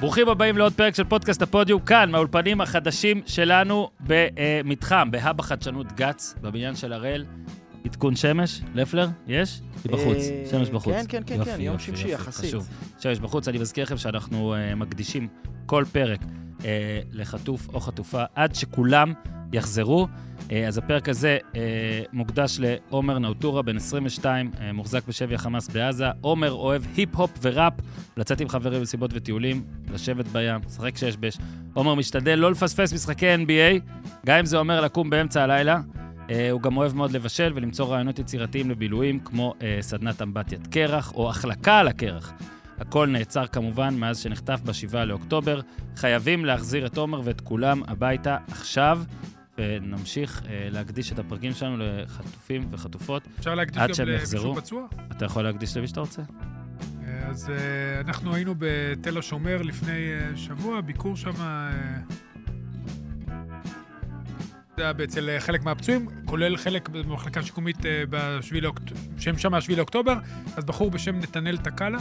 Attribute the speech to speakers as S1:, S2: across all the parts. S1: ברוכים הבאים לעוד פרק של פודקאסט הפודיום, כאן, מהאולפנים החדשים שלנו במתחם, בהאב החדשנות גץ, בבניין של הראל. עדכון שמש, לפלר, יש? היא בחוץ,
S2: אה,
S1: שמש בחוץ.
S2: כן, כן, כן,
S1: יופי,
S2: כן, יום
S1: יופי,
S2: שמשי
S1: יופי,
S2: יחסית.
S1: חשוב. שמש בחוץ, אני מזכיר לכם שאנחנו אה, מקדישים כל פרק אה, לחטוף או חטופה עד שכולם יחזרו. אה, אז הפרק הזה אה, מוקדש לעומר נאוטורה, בן 22, אה, מוחזק בשבי החמאס בעזה. עומר אוהב היפ-הופ וראפ, לצאת עם חברים במסיבות וטיולים, לשבת בים, לשחק שש בש. עומר משתדל לא לפספס משחקי NBA, גם אם זה אומר לקום באמצע הלילה. אה, הוא גם אוהב מאוד לבשל ולמצוא רעיונות יצירתיים לבילויים, כמו אה, סדנת אמבטיית קרח או החלקה על הקרח. הכל נעצר כמובן מאז שנחטף ב-7 לאוקטובר. חייבים להחזיר את עומר ואת כולם הביתה עכשיו, ונמשיך אה, להקדיש את הפרקים שלנו לחטופים וחטופות.
S3: אפשר להקדיש
S1: עד
S3: גם
S1: שהם
S3: למישהו
S1: יחזרו.
S3: פצוע?
S1: אתה יכול להקדיש למי שאתה רוצה?
S3: אה, אז אה, אנחנו היינו בתל השומר לפני אה, שבוע, ביקור שם... אה, זה היה אצל אה, חלק מהפצועים, כולל חלק במחלקה השיקומית אה, בשביעי לאוקטובר, שהם שם השביעי לאוקטובר, אז בחור בשם נתנאל תקאלה,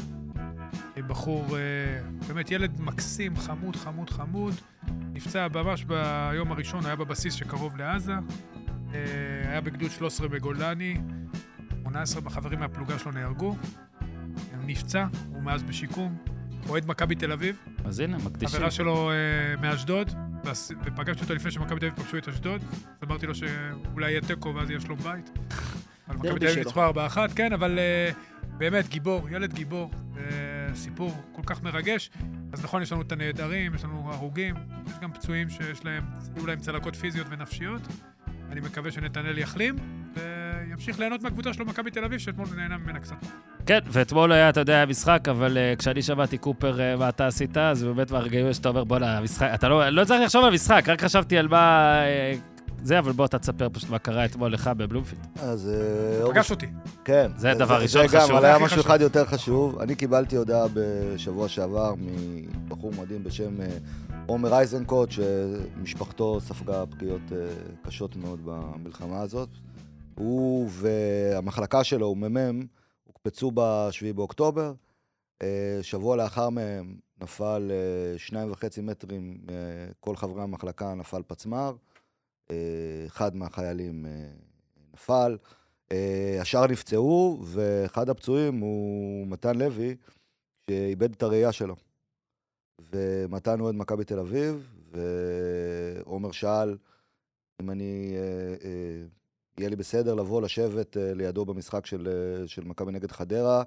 S3: אה, בחור, אה, באמת ילד מקסים, חמוד, חמוד, חמוד, נפצע ממש ביום הראשון, היה בבסיס שקרוב לעזה, אה, היה בגדוד 13 בגולני, 18 בחברים מהפלוגה שלו נהרגו, הוא נפצע, הוא מאז בשיקום, אוהד מכבי תל אביב,
S1: אז הנה, מקדישים.
S3: חברה שלו אה, מאשדוד, וס- ופגשתי אותו לפני שמכבי תל אביב פגשו את אשדוד, אז אמרתי לו שאולי יהיה תיקו ואז יהיה שלום בית. אבל מכבי תל
S2: דרבי
S3: אביב
S2: שלו.
S3: ניצחו 4-1, כן, אבל אה, באמת גיבור, ילד גיבור, אה, סיפור כל כך מרגש. אז נכון, יש לנו את הנעדרים, יש לנו הרוגים, יש גם פצועים שיש להם, יהיו להם צלקות פיזיות ונפשיות. אני מקווה שנתנאל יחלים, וימשיך ליהנות מהקבוצה שלו, מכבי תל אביב, שאתמול נהנה ממנה קצת.
S1: כן, ואתמול היה, אתה יודע, היה משחק, אבל אה, כשאני שמעתי קופר, אה, מה אתה עשית, אז באמת מהרגעים שאתה אומר, בואנה, המשחק, אתה לא, לא צריך לחשוב על המשחק, רק חשבתי על מה... אה, זה, אבל בוא, אתה תספר פשוט מה קרה אתמול לך בבלומפילד.
S4: אז... אה, אור-
S3: פגש אותי.
S4: כן.
S1: זה הדבר הראשון
S4: זה
S1: חשוב.
S4: גם, אבל היה
S3: הכי
S4: משהו
S3: חשוב.
S4: אחד יותר חשוב. אני קיבלתי הודעה בשבוע שעבר מבחור מדהים בשם אה, עומר אייזנקוט, שמשפחתו ספגה פגיעות אה, קשות מאוד במלחמה הזאת. הוא והמחלקה שלו, הוא מ"מ, הוקפצו ב-7 באוקטובר. אה, שבוע לאחר מהם נפל אה, שניים וחצי מטרים, אה, כל חברי המחלקה נפל פצמ"ר. אה, אחד מהחיילים אה, נפל. אה, השאר נפצעו, ואחד הפצועים הוא מתן לוי, שאיבד את הראייה שלו. ומתן אוהד מכבי תל אביב, ועומר שאל אם אני... אה, אה, יהיה לי בסדר לבוא לשבת אה, לידו במשחק של, אה, של מכבי נגד חדרה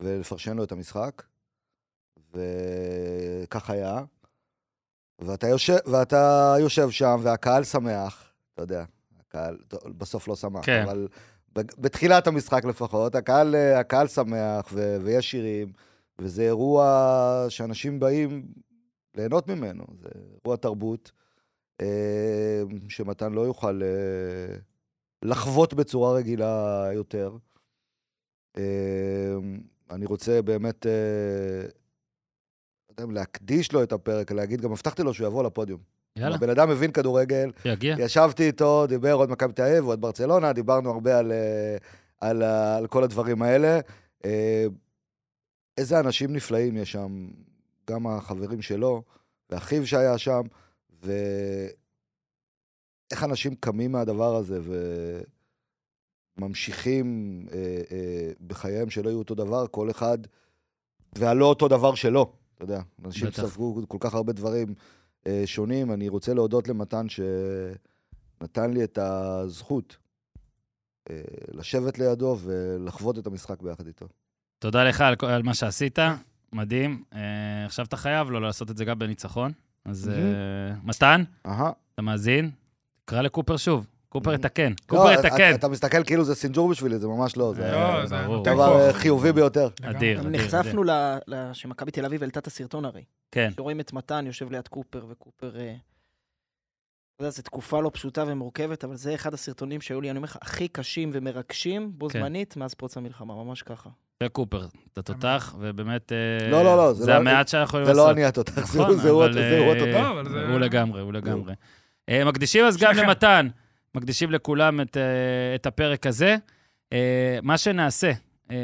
S4: ולפרשן לו את המשחק. וכך היה. ואתה יושב, ואתה יושב שם, והקהל שמח, אתה יודע, הקהל טוב, בסוף לא שמח,
S1: כן.
S4: אבל ב- בתחילת המשחק לפחות, הקהל, אה, הקהל שמח ו, ויש שירים, וזה אירוע שאנשים באים ליהנות ממנו, זה אירוע תרבות אה, שמתן לא יוכל אה, לחוות בצורה רגילה יותר. אה, אני רוצה באמת, אה, לא יודע אם להקדיש לו את הפרק, להגיד, גם הבטחתי לו שהוא יבוא לפודיום.
S1: יאללה, כן.
S4: הבן אדם מבין כדורגל,
S1: שיגיע.
S4: ישבתי איתו, דיבר עוד מכבי תל אביב, עוד ברצלונה, דיברנו הרבה על, אה, על, ה- על כל הדברים האלה. אה, איזה אנשים נפלאים יש שם, גם החברים שלו, ואחיו שהיה שם, ואיך אנשים קמים מהדבר הזה וממשיכים אה, אה, בחייהם שלא יהיו אותו דבר, כל אחד, והלא אותו דבר שלו, אתה יודע. אנשים
S1: בטח.
S4: ספגו כל כך הרבה דברים אה, שונים. אני רוצה להודות למתן שנתן לי את הזכות אה, לשבת לידו ולחוות את המשחק ביחד איתו.
S1: תודה לך על כל- על מה שעשית, מדהים. אה, עכשיו אתה חייב לו לעשות את זה גם בניצחון. אז
S4: מהמם.
S1: אה, מתן,
S4: אהה.
S1: אתה מאזין? תקרא לקופר שוב. קופר
S4: מהמם.
S1: יתקן.
S4: לא,
S1: קופר
S4: אתה-
S1: יתקן.
S4: אתה מסתכל כאילו זה סינג'ור בשבילי, זה ממש לא, זה
S1: אה,
S3: לא, זה
S1: ברור.
S3: נותן
S4: דבר אה,
S3: כוח.
S4: חיובי ביותר.
S1: אדיר,
S2: גם
S1: אדיר, אדיר.
S2: נחשפנו ל- ל- שמכבי תל אביב העלתה את הסרטון הרי.
S1: כן,
S2: שרואים את מתן יושב ליד קופר, וקופר... אה, אתה יודע, זו תקופה לא פשוטה ומורכבת, אבל זה אחד הסרטונים שהיו לי, אני אומר לך, הכי קשים ומרגשים בו
S1: כן.
S2: זמנית מאז פרוץ המלחמה, ממש ככה.
S1: זה קופר, אתה תותח, ובאמת... אה,
S4: לא, לא, לא, זה
S1: זה
S4: לא-
S1: המעט שאנחנו יכולים
S4: זה
S1: לעשות.
S4: לא אני התותח, זה
S1: נכון,
S4: זה הוא
S1: אבל,
S4: זה הוא
S1: אה,
S4: התותח.
S3: לא, אבל זה-
S1: הוא לגמרי, הוא לגמרי.
S4: הוא.
S1: אה, מקדישים אז גם
S3: שניכם.
S1: למתן, מקדישים לכולם את, אה, את הפרק הזה. אה, מה שנעשה, אה,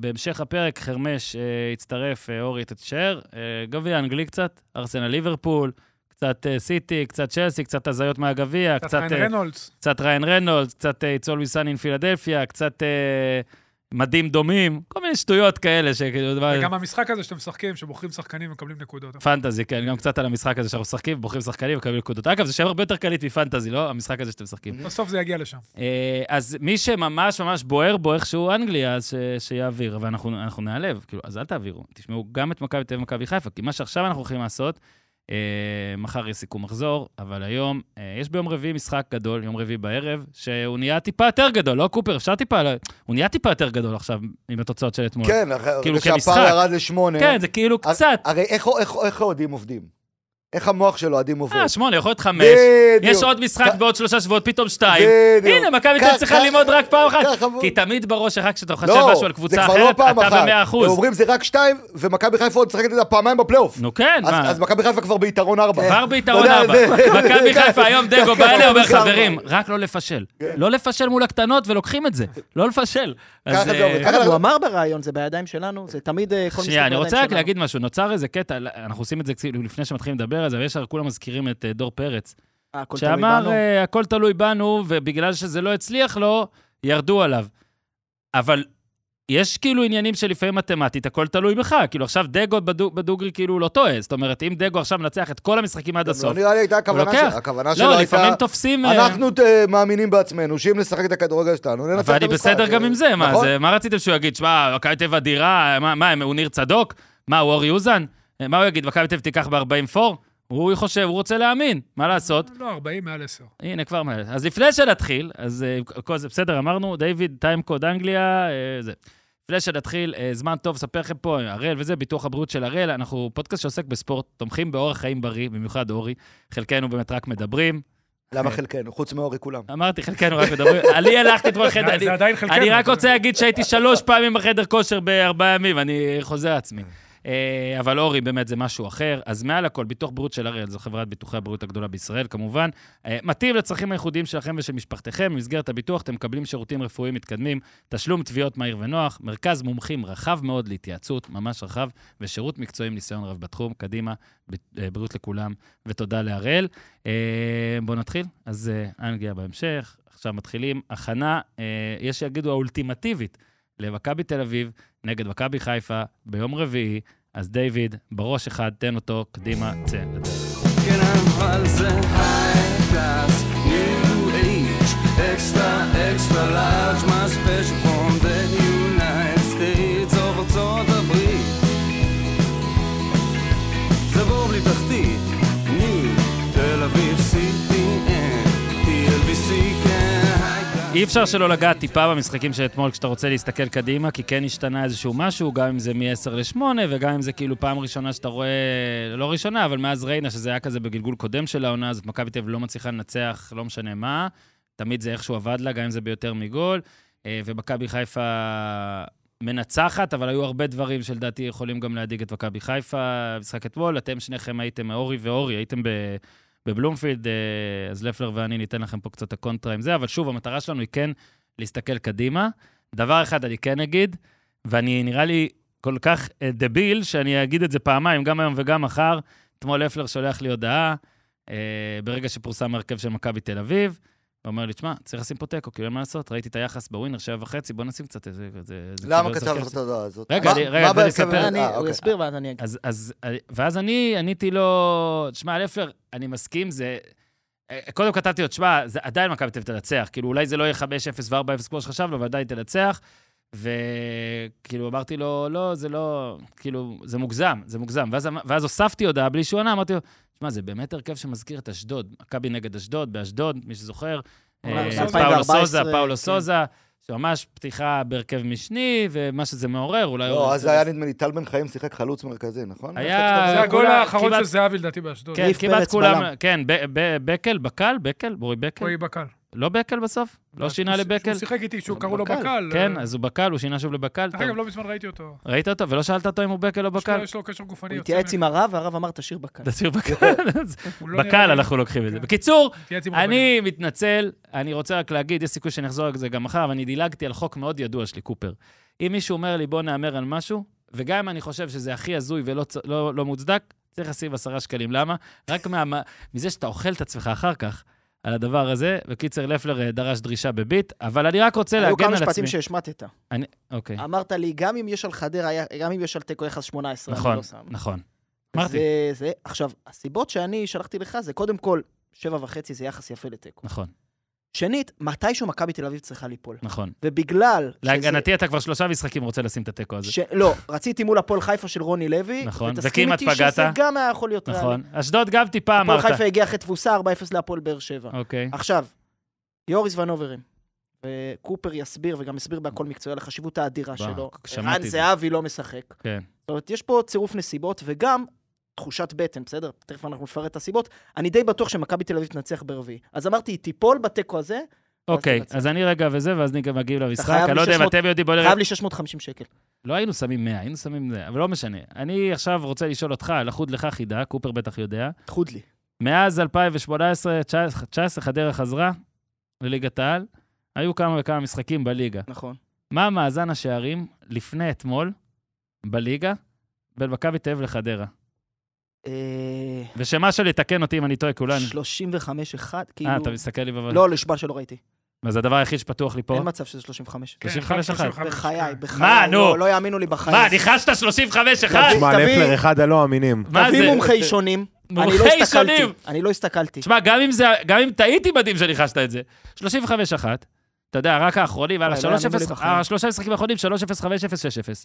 S1: בהמשך הפרק, חרמש אה, יצטרף, אה, אורי תתשאר. אה, גביע אנגלי קצת, ארסנל ליברפול, קצת אה, סיטי, קצת צ'לסי, קצת הזיות מהגביע,
S3: קצת ריין
S1: אה,
S3: רנולדס.
S1: קצת ריין רנולדס, קצת אה, It's Always Sunny in פילדלפיה, קצת אה, מדים דומים, כל מיני שטויות כאלה, שכאילו, דבר-
S3: וגם המשחק הזה שאתם משחקים, שבוחרים שחקנים ומקבלים נקודות.
S1: פנטזי, כן, גם קצת על המשחק הזה שאנחנו משחקים, בוחרים שחקנים ומקבלים נקודות. אגב, זה שם הרבה יותר קליט מפנטזי, לא? המשחק הזה שאתם משחקים.
S3: בסוף זה יגיע לשם.
S1: אה, אז מי שממש ממש בוער בו איכשהו אנגליה, אז ש- שיעביר, אבל אנחנו אנחנו נעלב, כאילו, אז אל תעבירו. תשמעו גם את מכבי תל אביב ומכבי חיפה, כי מה שעכשיו אנחנו הולכים לעשות, אה, מחר יש סיכום מחזור, אבל היום, אה, יש ביום רביעי משחק גדול, יום רביעי בערב, שהוא נהיה טיפה יותר גדול, לא קופר, אפשר טיפה, לא- הוא נהיה טיפה יותר גדול עכשיו, עם התוצאות של אתמול.
S4: כן, אחרי
S1: כאילו,
S4: אחרי שהפער
S1: כמשחק.
S4: ירד לשמונה.
S1: כן, זה כאילו
S4: הר-
S1: קצת.
S4: הרי איך- איך איך האוהדים עובדים? איך המוח של אוהדים עובד?
S1: אה, שמונה, יכול להיות חמש.
S4: בדיוק.
S1: יש עוד משחק
S4: כ-
S1: בעוד שלושה שבועות, פתאום שתיים.
S4: בדיוק.
S1: הנה, מכבי תל
S4: כ-
S1: אביב צריכה
S4: כ-
S1: ללמוד רק פעם אחת.
S4: ככה,
S1: כי תמיד בראש שלך כשאתה חושב
S4: לא,
S1: משהו על
S4: זה
S1: קבוצה
S4: כבר לא
S1: אחרת,
S4: פעם
S1: אתה
S4: אחת.
S1: במאה
S4: הם
S1: אחוז.
S4: אומרים זה רק שתיים, ומכבי חיפה עוד משחקת את זה פעמיים בפלייאוף.
S1: נו כן,
S4: אז-
S1: מה?
S4: אז מכבי חיפה כבר ביתרון ארבע.
S1: כבר ביתרון
S4: אתה יודע,
S1: אבא.
S4: זה-
S1: מכבי
S4: זה-
S1: חיפה היום דגו
S4: ככה,
S1: בעלה אומר,
S4: ככה זה- כן.
S1: חברים, רק לא לפשל. לא לפשל מול הקטנות ולוקחים את זה. לא לפשל.
S4: ככה
S1: אז,
S4: זה
S1: אה,
S4: עובד.
S2: אגב, הוא אמר בריאיון, זה בידיים שלנו, זה תמיד אה, כל משחק בידיים שלנו.
S1: שנייה, אני רוצה רק להגיד משהו. נוצר איזה קטע, אנחנו עושים את זה כאילו לפני שמתחילים לדבר על זה, אבל ישר כולם מזכירים את אה, דור פרץ.
S2: אה, הכל תלוי
S1: שאמר,
S2: בנו.
S1: אה, הכל תלוי בנו, ובגלל שזה לא הצליח לו, ירדו עליו. אבל יש כאילו עניינים שלפעמים מתמטית, הכל תלוי בך. כאילו, עכשיו דגו בדו- בדוגרי כאילו לא טועה. זאת אומרת, אם דגו עכשיו מנצח את כל המשחקים עד
S4: לא
S1: הסוף,
S4: נראה לי הייתה הכוונה
S1: לוקח.
S4: שלה. הכוונה שלו
S1: לא, לפעמים
S4: הייתה...
S1: תופסים... אה,
S4: אנחנו אה, מאמינים בעצמנו, שאם נשחק את הכדורגל שלנו, ננצח את
S1: אבל
S4: המשחק.
S1: אני בסדר גם עם זה, מה
S4: נכון?
S1: זה, מה רציתם שהוא יגיד? שמע, מכבי תל אביב אדירה, מה- מה, הם- הוא ניר צדוק? מה, הוא אור יוזן? מה הוא יגיד, מכבי תל אביב תיקח ב-40 הוא חושב, הוא רוצה להאמין, מה לעשות?
S3: לא, 40 מעל 10.
S1: הנה, כבר מעלה. אז לפני שנתחיל, אז אה, כל זה בסדר, אמרנו, דיוויד, טיימקוד אנגליה, אה, זה. לפני שנתחיל, אה, זמן טוב, אספר לכם פה, הראל וזה, ביטוח הבריאות של הראל, אנחנו פודקאסט שעוסק בספורט, תומכים באורח חיים בריא, במיוחד אורי, חלקנו באמת רק מדברים.
S4: למה חלקנו? חוץ מאורי כולם.
S1: אמרתי, חלקנו רק מדברים. אני הלכתי אתמול חדר, כן, אני-
S3: זה עדיין חלקנו.
S1: אני רק רוצה להגיד שהייתי שלוש פעמים בחדר כושר בארבעה ימים, אני חוזה עצמי. אה, אבל אורי, באמת זה משהו אחר. אז מעל הכל, ביטוח בריאות של הראל, זו חברת ביטוחי הבריאות הגדולה בישראל, כמובן. אה, מתאים לצרכים הייחודיים שלכם ושל משפחתכם. במסגרת הביטוח אתם מקבלים שירותים רפואיים מתקדמים, תשלום תביעות מהיר ונוח, מרכז מומחים רחב מאוד להתייעצות, ממש רחב, ושירות מקצועי עם ניסיון רב בתחום. קדימה, ב- אה, בריאות לכולם, ותודה להראל. אה, בואו נתחיל. אז אה, אנגליה בהמשך. עכשיו מתחילים. הכנה, אה, יש שיגידו האולטימטיבית, למכבי תל אביב נגד מכבי חיפה ביום רביעי. אז דיוויד, בראש אחד, תן אותו, קדימה, צא. לדרך.
S5: Can I was a high class, new age, extra, extra large, my special from the United States of ארצות הברית. זה בור בלי תחתית, ניו, תל אביב, CTN, TLBC, כן, high class.
S1: אי אפשר שלא לגעת טיפה במשחקים של אתמול כשאתה רוצה להסתכל קדימה, כי כן השתנה איזשהו משהו, גם אם זה מ-10 ל-8, וגם אם זה כאילו פעם ראשונה שאתה רואה, לא ראשונה, אבל מאז ריינה, שזה היה כזה בגלגול קודם של העונה הזאת, מכבי תל אביב לא מצליחה לנצח, לא משנה מה, תמיד זה איכשהו עבד לה, גם אם זה ביותר מגול, אה, ומכבי חיפה מנצחת, אבל היו הרבה דברים שלדעתי יכולים גם להדאיג את מכבי חיפה. משחק אתמול, אתם שניכם הייתם, אורי ואורי, הייתם ב... בבלומפילד, אה, אז לפלר ואני ניתן לכם פה קצת את הקונטרה עם זה, אבל שוב, המטרה שלנו היא כן להסתכל קדימה. דבר אחד אני כן אגיד, ואני נראה לי כל כך אה, דביל, שאני אגיד את זה פעמיים, גם היום וגם מחר. אתמול לפלר שולח לי הודעה, אה, ברגע שפורסם ההרכב של מכבי תל אביב, הוא אומר לי, תשמע, צריך לשים פה תיקו, כאילו, אין מה לעשות, ראיתי את היחס בווינר, שבע וחצי, בוא נשים קצת איזה... איזה- איזה
S4: למה
S1: כאילו
S4: כתבת
S1: הרכב."
S4: את ההודעה הזאת?
S1: רגע,
S4: מה-
S1: אני- רגע, תן
S4: מה
S1: לי
S4: בהרכב?
S1: לספר.
S2: אני-
S4: אה,
S2: הוא
S4: אוקיי.
S2: יסביר ואז אני אגיד.
S1: אז, אז, אה, ואז אני עניתי לו, תשמע, לפלר, אני מסכים, זה... אה, קודם כתבתי לו, תשמע, זה עדיין מכבי תל אביב תנצח. כאילו, אולי זה לא יהיה 5-0 ו-4-0 כמו שחשבנו, אבל עדיין תנצח. וכאילו, אמרתי לו, לא, זה לא... כאילו, זה מוגזם, זה מוגזם. ואז, אמ- ואז הוספתי הודעה בלי שהוא ענה, אמרתי לו, תשמע, זה באמת הרכב שמזכיר את אשדוד. מכבי נגד אשדוד, באשדוד, מי שזוכר.
S2: אולי
S1: אה,
S3: סוזה.
S1: פאולו
S2: 2014,
S1: סוזה, פאולו
S2: כן.
S1: סוזה, שממש פתיחה בהרכב משני, ומה שזה מעורר, אולי...
S4: לא, אז היה נדמה לי, טל בן חיים שיחק חלוץ מרכזי, נכון?
S1: אה, היה...
S3: זה הגול
S1: כולה-
S3: האחרון
S1: כמעט-
S3: של זהבי לדעתי באשדוד.
S1: כן,
S2: ריף
S1: כמעט
S2: פרץ
S1: כולם,
S2: בלם.
S1: כן, ב- ב- בקל, בקל, בקל, בורי בקל.
S3: רועי בקל.
S1: לא בקל בסוף? לא שינה
S3: שהוא-
S1: לבקל?
S3: שהוא שיחק איתי, שהוא
S4: הוא
S3: קראו לו
S4: בקל.
S3: בקל.
S1: כן, אז הוא בקל, הוא שינה שוב לבקל.
S3: דרך
S1: טוב.
S3: לא- אגב, לא מזמן ראיתי אותו.
S1: ראית אותו? ולא שאלת אותו אם הוא בקל או
S3: יש לו-
S1: בקל?
S3: יש לו קשר גופני.
S2: הוא
S3: יוצא
S2: התייעץ
S3: מן-
S2: עם הרב, והרב אמר, תשאיר בקל.
S1: תשאיר בקל.
S3: הוא לא נראה
S1: בקל
S3: לי-
S1: אנחנו לוקחים את זה.
S3: כן.
S1: בקיצור,
S3: התייעץ עם רבנים.
S1: אני מתנצל, אני רוצה רק להגיד, יש סיכוי שאני אחזור על זה גם מחר, אבל אני דילגתי על חוק מאוד ידוע שלי, קופר. אם מישהו אומר לי, בוא נהמר על משהו, וגם אם אני חושב שזה הכי הזוי ולא צ- לא, לא מוצדק, צריך לשים עשרה שקלים. למה? רק מה, מזה שאתה אוכל את עצמך אחר כך על הדבר הזה. בקיצר, לפלר אה, דרש דרישה בביט, אבל אני רק רוצה
S2: היו
S1: להגן על
S2: כמה
S1: עצמי.
S2: משפטים אמ, שהשמטת.
S1: אוקיי,
S2: אמרת לי, גם אם יש על חדרה, היה- גם אם יש על תיקו יחס 18, אני
S1: נכון,
S2: לא שם.
S1: נכון. אמרתי,
S2: זה- זה- עכשיו, הסיבות שאני שלחתי לך זה, קודם כל, שבע וחצי זה יחס יפה לתיקו.
S1: נכון,
S2: שנית, מתישהו מכבי תל אביב צריכה ליפול.
S1: נכון.
S2: ובגלל שזה-
S1: להגנתי, אתה כבר שלושה משחקים רוצה לשים את התיקו הזה.
S2: ש... לא, רציתי מול הפועל חיפה של רוני לוי,
S1: נכון,
S2: ותסכים
S1: וכמעט
S2: איתי
S1: פגעת.
S2: שזה גם היה יכול להיות ריאלי.
S1: נכון. אשדוד גם טיפה
S2: הפועל
S1: אמרת.
S2: חיפה הגיע אחרי תבוסה 4-0 להפועל באר שבע.
S1: אוקיי.
S2: עכשיו, יוריס ונוברים, וקופר יסביר, וגם הסביר בהכל מקצועי, על החשיבות האדירה
S1: וואו,
S2: שלו.
S1: שמעתי
S2: ערן
S1: את זה.
S2: זהבי לא משחק.
S1: כן.
S2: זאת אומרת, יש פה צירוף נסיבות, וגם תחושת בטן, בסדר? תכף אנחנו נפרט את הסיבות. אני די בטוח שמכבי תל אביב תנצח ברביעי. אז אמרתי, היא תיפול בתיקו הזה,
S1: אוקיי,
S2: תנצח.
S1: אז אני רגע וזה, ואז אני גם מגיב למשחק.
S2: חייב
S1: אני לא
S2: לי
S1: יודע אם
S2: 600
S1: אתם יודעים, בואו נראה.
S2: חייב לי 650 שקל.
S1: לא היינו שמים 100, היינו שמים זה, אבל לא משנה. אני עכשיו רוצה לשאול אותך, לחוד לך חידה, קופר בטח יודע.
S2: חוד לי.
S1: מאז 2018, 19 חדרה חזרה לליגת העל, היו כמה וכמה משחקים בליגה.
S2: נכון.
S1: מה מאזן השערים לפני אתמול בליגה בין מכבי תל אביב לחדרה?
S2: אה,
S1: ושמה שלי, תקן אותי אם אני טועה, כולנו.
S2: 35-1, כאילו...
S1: אה, אתה מסתכל לי בבית.
S2: לא, נשבע שלא ראיתי.
S1: אז הדבר היחיד שפתוח לי פה.
S2: אין מצב שזה 35.
S3: כן,
S1: 35 אחד.
S3: 35.
S2: בחיי, בחיי.
S1: מה, נו?
S2: לא, לא יאמינו לי בחיי.
S1: מה, ניחשת 35 אחד?
S2: תביא-
S6: תשמע, לפלר אחד הלא אמינים.
S1: מה זה?
S2: תביא מומחי שונים. אני לא
S1: מומחי
S2: הסתכלתי.
S1: שונים.
S2: אני לא הסתכלתי.
S1: תשמע, גם אם זה, גם אם טעיתי מדהים שניחשת את זה. 35-1, אתה יודע, רק האחרונים, על
S2: וואי, לא יאמינו לי בחיים.
S1: השלושה משחקים האחרונים, 3-0, 5-0, 6-0.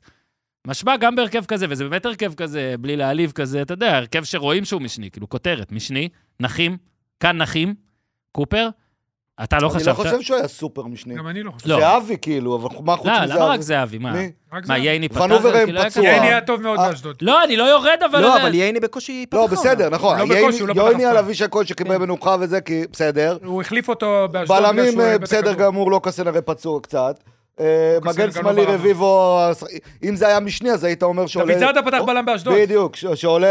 S1: משמע גם בהרכב כזה, וזה באמת הרכב כזה, בלי להעליב כזה, אתה יודע, הרכב שרואים שהוא משני, כאילו כותרת, משני, נחים, כאן נחים, קופר, אתה לא
S4: אני לא
S1: חשבת...
S4: חושב שהוא היה סופר משני.
S3: גם אני לא חושב.
S1: לא.
S4: זהבי כאילו, אבל מה חוץ
S1: לא,
S4: מזהבי?
S1: למה רק זהבי? מה,
S4: מי?
S3: רק
S1: מה
S3: זה.
S1: ייני פתח?
S4: ונוברם
S1: כאילו, היה
S4: פצוע.
S1: כזה-
S3: כן,
S4: ייני-
S3: נהיה טוב מאוד
S4: אה,
S3: באשדוד.
S1: לא, אני לא יורד, אבל...
S2: לא,
S1: אני-
S2: אבל ייני בקושי פתחה.
S4: לא, בסדר, נכון.
S3: לא בקושי,
S4: ייני-
S3: הוא לא כן. פתח אף
S4: יוני
S3: פעם.
S4: על אבישי כהן שקיבל מנוחה וזה, כי בסדר.
S3: הוא החליף אותו באשדוד. בגלל
S4: בלמים
S3: שהוא
S4: אה,
S3: איבד את
S4: בסדר
S3: הכדור.
S4: גמור, לוקאסן הרי פצוע קצת. אה,
S3: לוקאסן
S4: מגן
S3: גם לא
S4: שמאלי
S3: ברמה.
S4: רביבו, אה, אם זה היה משני, אז היית אומר שעולה...
S3: דוד זאדה פתח בלם באשדוד.
S4: בדיוק, ש- שעולה...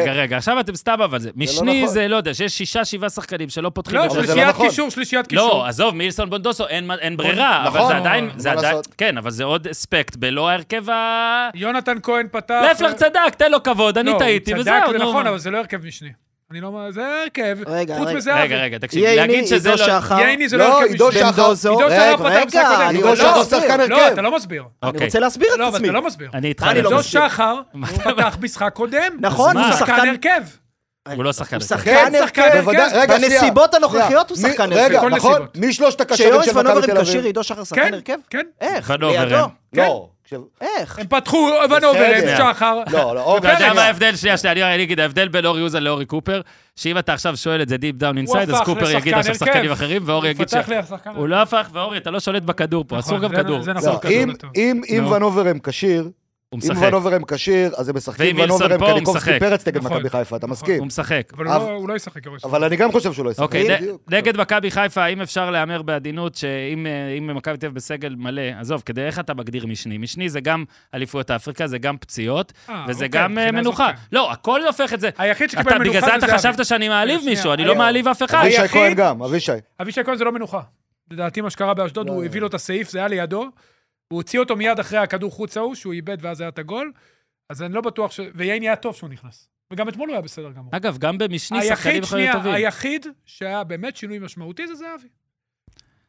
S1: רגע, רגע, עכשיו אתם סתם אבל זה. משני
S4: נכון.
S1: זה, לא יודע, שיש שישה, שבעה שחקנים שלא פותחים...
S3: לא,
S1: באופן-
S4: אבל זה לא
S3: שלישיית
S4: נכון.
S3: קישור, שלישיית קישור.
S1: לא, עזוב, מילסון בונדוסו, אין, מה- אין ברירה, אבל
S4: נכון,
S1: זה עדיין,
S4: מה
S1: זה עדיין,
S4: לעשות?
S1: כן, אבל זה עוד אספקט בלא ההרכב ה...
S3: יונתן כהן פתח. אה,
S1: לפלר צדק, תן לו כבוד, אני
S3: לא, הוא
S1: טעיתי,
S3: צדק,
S1: וזהו,
S3: זה
S1: נו.
S3: נכון, אבל זה לא הרכב משני. אני לא... זה הרכב.
S2: רגע,
S3: חוץ
S2: רגע.
S3: מזה,
S1: רגע,
S3: אבי.
S1: רגע, תקשיב,
S2: ייני,
S1: להגיד שזה
S2: עידו
S1: לא...
S2: שחר.
S3: ייני זה לא
S4: לא,
S3: הרכב
S4: עידו
S3: משני.
S4: שחר.
S2: בן דוזו.
S3: עידו שחר
S2: רגע,
S3: פתח במשחק
S2: רגע,
S3: הקודם.
S2: אני
S4: עידו
S2: רוצה
S4: שחר
S3: לא,
S4: שחקן
S3: לא, אתה
S4: הרכב.
S3: לא מסביר.
S2: אני
S1: אוקיי,
S2: רוצה להסביר
S3: לא,
S2: את
S3: אבל
S2: עצמי.
S3: אתה לא מסביר.
S1: אני איתך,
S2: מה אני
S1: אבל
S2: לא
S1: זה-
S3: עידו
S2: מסביר.
S3: שחר
S1: מה אתה-
S3: פתח משחק קודם.
S2: נכון,
S1: אז מה?
S2: הוא
S3: שחקן
S2: שחקן...
S3: הרכב.
S1: הוא לא שחקן.
S2: הוא
S1: הרכב.
S2: שחקן
S4: כן,
S2: הרכב.
S3: שחקן
S4: בוודאי,
S3: הרכב.
S4: רגע, שנייה.
S2: בנסיבות הנוכחיות הוא
S4: מי-
S2: שחקן
S4: רגע,
S2: הרכב.
S3: בכל
S4: נכון,
S3: נסיבות.
S4: מי שלושת הקשרים
S2: כשיורש
S4: של מכבי
S2: ונוברים
S4: תל
S2: כשיר,
S4: אביב?
S2: עידו שחר שחקן
S3: כן,
S2: הרכב?
S3: כן.
S2: איך?
S1: ונוברים.
S2: לידו?
S4: לא.
S2: כן.
S4: כש-
S2: איך?
S3: הם פתחו ונוברם,
S4: בסדר.
S3: שחר.
S4: לא, לא, אוקיי.
S1: אתה יודע מה
S4: שנייה.
S1: ההבדל? שנייה, שנייה, אני אגיד, ההבדל בין אורי אוזן לאורי קופר, שאם אתה עכשיו שואל את זה deep down
S3: הוא
S1: inside, אז
S3: הפך
S1: קופר יגיד
S3: לשחקן
S1: עכשיו שחקנים
S3: הרכב.
S1: אחרים, ואורי יגיד ש...
S3: הוא פתח לי השחקן.
S1: הוא לא הפך, ואורי, אתה לא שולט בכדור פה,
S3: נכון,
S1: אסור גם
S3: זה-
S1: כדור.
S3: זה
S4: לא,
S3: נכון,
S4: אם-
S3: כדור.
S4: אם אם
S1: נו.
S4: ונוברם כשיר,
S1: הוא
S4: אם
S1: משחק,
S4: ונוברם כשיר, אז הם משחקים
S1: ואם וילסון
S4: ונוברם
S1: פה, הוא
S4: קניקובסקי
S1: משחק.
S4: פרץ נגד
S3: נכון.
S4: מכבי חיפה, אתה מסכים?
S1: הוא משחק.
S3: אבל הוא
S4: אבל-
S3: לא- הוא לא ישחק יורש.
S4: אבל אני גם חושב שהוא לא ישחק.
S1: אוקיי, נ-
S4: בדיוק.
S1: נגד מכבי חיפה, האם אפשר להמר בעדינות שאם אה, אם מכבי תל אביב בסגל מלא, עזוב, כדי איך אתה מגדיר משני? משני זה גם אליפויות אפריקה, זה גם פציעות,
S3: אה,
S1: וזה
S3: אוקיי,
S1: גם אה,
S3: מבחינה
S1: מנוחה.
S3: זאת, כן.
S1: לא, הכל הופך את זה.
S3: היחיד שקיבל
S1: אתה,
S3: מנוחה
S1: בגלל
S3: זה
S1: זה אתה
S3: זהבי. אה,
S1: חשבת שאני מעליב
S3: שנייה,
S1: מישהו, אני לא
S3: היום.
S1: מעליב אף אחד.
S4: אבישי
S3: היחיד-
S4: כהן גם, אבישי.
S3: אבישי כהן זה לא מנוחה. לדעתי מה שקרה באשדוד, הוא הביא לו את הסעיף, זה היה לידו. הוא הוציא אותו מיד אחרי הכדור חוץ ההוא, שהוא איבד ואז היה את הגול. אז אני לא בטוח ש... ויין היה טוב שהוא נכנס. וגם אתמול הוא היה בסדר גמור.
S1: אגב, גם במשני שחקנים
S3: היחיד,
S1: יכולים להיות
S3: שנייה,
S1: טובים.
S3: היחיד שהיה באמת שינוי משמעותי זה זהבי.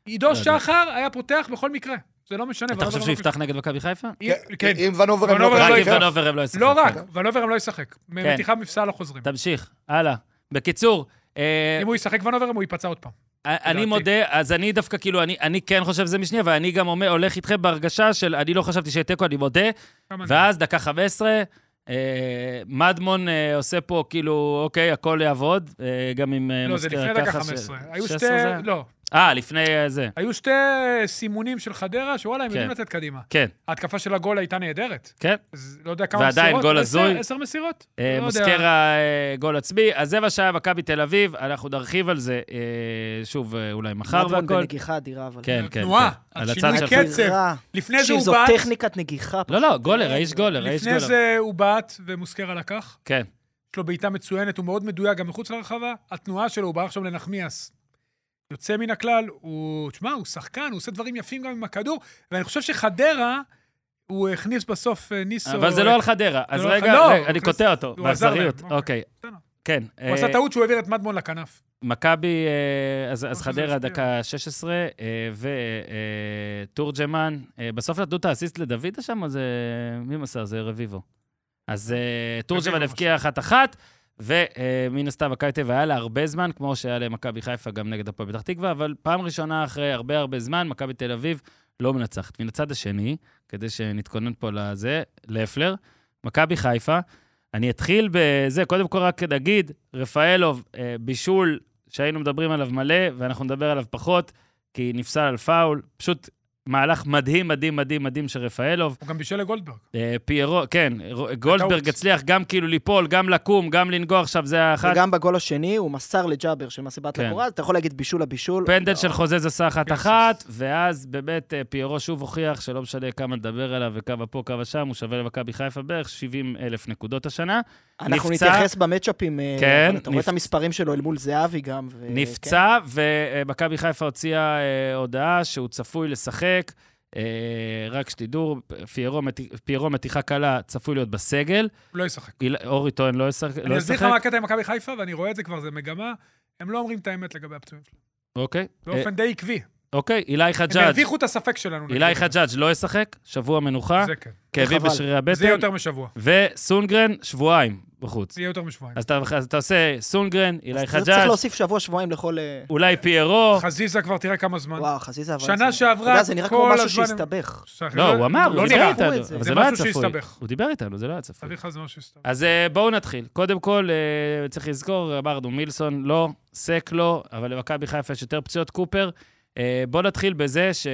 S3: עידו שחר היה פותח בכל מקרה. זה לא משנה.
S1: לא, אתה חושב
S3: ונוברם
S1: שהוא
S3: לא
S1: יפתח נגד מכבי חיפה?
S3: יפתח? כן.
S4: אם ונוברם
S3: ונוברם
S4: לא
S1: רק אם
S4: כשיר.
S1: ונוברם לא ישחק.
S3: לא רק,
S1: כן.
S3: ונוברם לא ישחק. מתיחה מפסל לא חוזרים.
S1: תמשיך, הלאה. בקיצור, אה,
S3: אם הוא ישחק ונוברם, הוא ייפצע עוד פעם.
S1: אני
S3: לדעתי.
S1: מודה, אז אני דווקא, כאילו, אני, אני כן חושב שזה משני, אבל אני גם אומר, הולך איתכם בהרגשה של, אני לא חשבתי שיהיה תיקו, אני מודה.
S3: כמה זה?
S1: ואז, דקה 15, אה, מדמון אה, עושה פה, כאילו, אוקיי, הכל יעבוד, אה, גם אם... אה,
S3: לא, זה
S1: מזכיר
S3: לפני
S1: ככה
S3: דקה
S1: ש-
S3: 15. היו
S1: 16
S3: שתי...
S1: זה היה?
S3: לא.
S1: אה, לפני אה, זה.
S3: היו שתי אה, סימונים של חדרה, שוואלה, הם יודעים
S1: כן.
S3: לצאת קדימה.
S1: כן,
S3: ההתקפה של הגול הייתה נהדרת.
S1: כן.
S3: אז לא יודע כמה מסירות.
S1: ועדיין גול
S3: עשר-
S1: הזוי.
S3: עשר מסירות?
S1: אה,
S3: לא יודע.
S1: מוסקרה אה, גול עצמי. אז זה מה שהיה מכבי תל אביב, אנחנו נרחיב על זה אה, שוב אה, אולי מחר
S2: מדמון
S1: והכל.
S2: בנגיחה אדירה, אבל...
S1: כן, כן.
S3: אה, תנועה,
S1: כן. על
S3: השינוי
S1: הצד של...
S3: קצב.
S2: אדירה.
S3: לפני זה
S2: תקשיב,
S3: הוא
S2: זו
S3: בעט,
S2: טכניקת נגיחה.
S1: לא, לא, גולר, האיש גולר, האיש
S3: לפני
S1: גולר.
S3: זה הוא בעט ומוסקרה לקח.
S1: כן,
S3: יש לו בעיטה מצוינת, הוא מאוד מדויק גם מחוץ לרחבה. התנועה שלו, הוא בא עכשיו לנחמיאס. יוצא מן הכלל, הוא... תשמע, הוא שחקן, הוא עושה דברים יפים גם עם הכדור, ואני חושב שחדרה, הוא הכניס בסוף אה, ניסו...
S1: אבל זה לא על חדרה. אז
S3: לא על
S1: רגע,
S3: חדרה. לא,
S1: רגע,
S3: הוא
S1: אני
S3: הכניס-
S1: קוטע אותו,
S3: הוא עזר להם,
S1: באכזריות. אוקיי,
S3: אוקיי. בסדר.
S1: כן.
S3: הוא עשה
S1: אה,
S3: טעות לא שהוא העביר את מדמון לכנף.
S1: מכבי, אה, אז, אז
S3: שזה
S1: חדרה,
S3: הפתיע.
S1: דקה אה, 16, ותורג'מן. אה, בסוף נתנו את האסיסט לדוידה שם, אז אה, מי מסר? זה רביבו. אז אה, תורג'מן
S3: רביבו
S1: הבקיע אחת-אחת, ומן הסתם הקייטב היה לה הרבה זמן, כמו שהיה למכבי חיפה גם נגד הפועל פתח תקווה, אבל פעם ראשונה אחרי הרבה הרבה זמן, מכבי תל אביב לא מנצחת. מן הצד השני, כדי שנתכונן פה לזה, לפלר, מכבי חיפה. אני אתחיל בזה, קודם כל רק נגיד, רפאלוב, אה, בישול שהיינו מדברים עליו מלא, ואנחנו נדבר עליו פחות, כי נפסל על פאול. פשוט מהלך מדהים, מדהים, מדהים, מדהים של רפאלוב.
S3: הוא גם בישל לגולדברג.
S1: אה, פיירו, כן, רו- גולדברג הצליח גם כאילו ליפול, גם לקום, גם לנגוע עכשיו, זה האחת.
S2: וגם בגול השני הוא מסר לג'אבר שמעשה בעט
S1: כן.
S2: לקורה, אתה יכול להגיד בישול לא. הבישול.
S1: פנדל
S3: לא.
S1: של חוזז עשה
S3: יוסף.
S1: אחת-אחת, ואז באמת אה, פיירו שוב הוכיח שלא משנה כמה נדבר עליו וכמה פה, כמה שם, הוא שווה למכבי חיפה בערך 70 אלף נקודות
S3: אה,
S1: השנה.
S2: אנחנו
S1: נפצע.
S2: נתייחס במצ'אפים, אה,
S1: כן,
S2: אבל אתה רואה
S1: נפ-
S2: את המספרים שלו אל מול זהבי גם. ו- כן.
S1: נפצע, ומכבי חיפה הוציאה אה, הודעה שהוא צפוי לשחק. אה, רק שתדעו, פיירו מת- פיירו מתיחה קלה צפוי להיות בסגל.
S3: הוא לא ישחק.
S1: איל- אורי טוען לא ישחק. לא
S3: אני אסביר לך
S1: ישחק.
S3: מה הקטע עם מכבי חיפה, ואני רואה את זה כבר, זה מגמה. הם לא אומרים את האמת לגבי הפצועים שלהם.
S1: אוקיי. אה,
S3: באופן די עקבי.
S1: אוקיי, אילי
S3: הם
S1: חג'אג'.
S3: הרוויחו את הספק שלנו. נגיד.
S1: אילי חג'אג' לא ישחק, שבוע מנוחה,
S3: זה כן.
S1: כאבים
S2: וחבל.
S1: בשרירי
S3: זה יהיה
S1: הבטן,
S3: יותר משבוע.
S1: וסונגרן, שבועיים בחוץ.
S3: זה יהיה יותר משבועיים.
S1: אז אתה אז אתה עושה סונגרן, אילי
S2: אז צריך
S1: חג'אג',
S2: להוסיף שבוע-שבועיים לכל... אה,
S1: אולי פיירו.
S3: חזיזה כבר תראה כמה זמן.
S2: וואו, חזיזה עבר...
S3: נכון. שנה שעברה
S2: אתה יודע, זה נראה כמו
S3: כל
S2: משהו
S3: הזמן הם-
S2: שהסתבך.
S3: שחק-
S1: לא, הוא אמר, הוא דיבר
S3: נראה.
S1: איתנו,
S2: את זה.
S1: אבל
S3: זה
S1: זה לא היה
S3: משהו
S1: צפוי.
S3: שהסתבך.
S1: הוא דיבר איתנו, זה לא היה צפוי.
S3: סביר לך זה משהו סתם.
S1: אז אה, בואו נתחיל. קודם כל, אה, צריך לזכור, אמרנו, מילסון לא, סק לא, אבל למכבי חיפה יש יותר פציעות קופר. אה, בואו נתחיל בזה ש...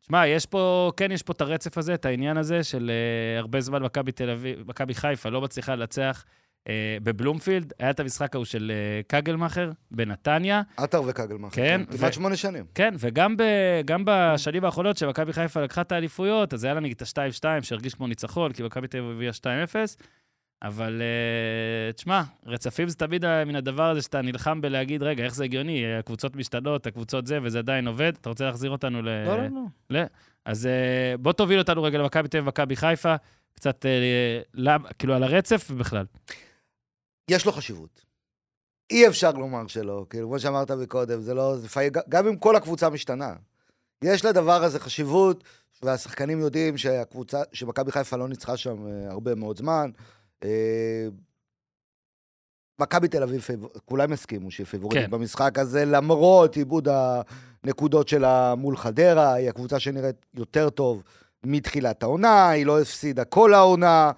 S1: שמע, יש פה, כן, יש פה את הרצף הזה, את העניין הזה של אה, הרבה זמן מכבי תל אביב, מכבי חיפה לא מצליחה לנצח אה, בבלומפילד. היה את המשחק ההוא של אה, קגלמאכר בנתניה.
S4: עטר וקגלמאכר.
S1: כן,
S4: כמעט
S1: ו-
S4: שמונה שנים.
S1: כן, וגם ב, גם בשנים האחרונות שמכבי חיפה לקחה את האליפויות, אז היה לה נגיד את ה-2-2, שהרגיש כמו ניצחון, כי מכבי תל אביב הביאה 2-0, אבל אה, תשמע, רצפים זה תמיד ה- מן הדבר הזה שאתה נלחם בלהגיד, רגע, איך זה הגיוני, הקבוצות משתנות, הקבוצות זה, וזה עדיין עובד. אתה רוצה להחזיר אותנו ל...
S2: לא, לא, לא.
S1: אז אה, בוא תוביל אותנו רגע למכבי תל אביב, מכבי חיפה, קצת, אה, למ- כאילו, על הרצף בכלל.
S4: יש לו חשיבות. אי אפשר לומר שלא, כאילו, כמו שאמרת מקודם, זה לא... זה לפעמים, גם אם כל הקבוצה משתנה. יש לדבר הזה חשיבות, והשחקנים יודעים שהקבוצה, שמכבי חיפה לא ניצחה שם אה, הרבה מאוד זמן. אה, מכבי תל אביב, פייב- כולם יסכימו שהיא פיבורטית
S1: כן.
S4: כן. במשחק הזה, למרות עיבוד הנקודות שלה מול חדרה, היא הקבוצה שנראית יותר טוב מתחילת העונה, היא לא הפסידה כל העונה,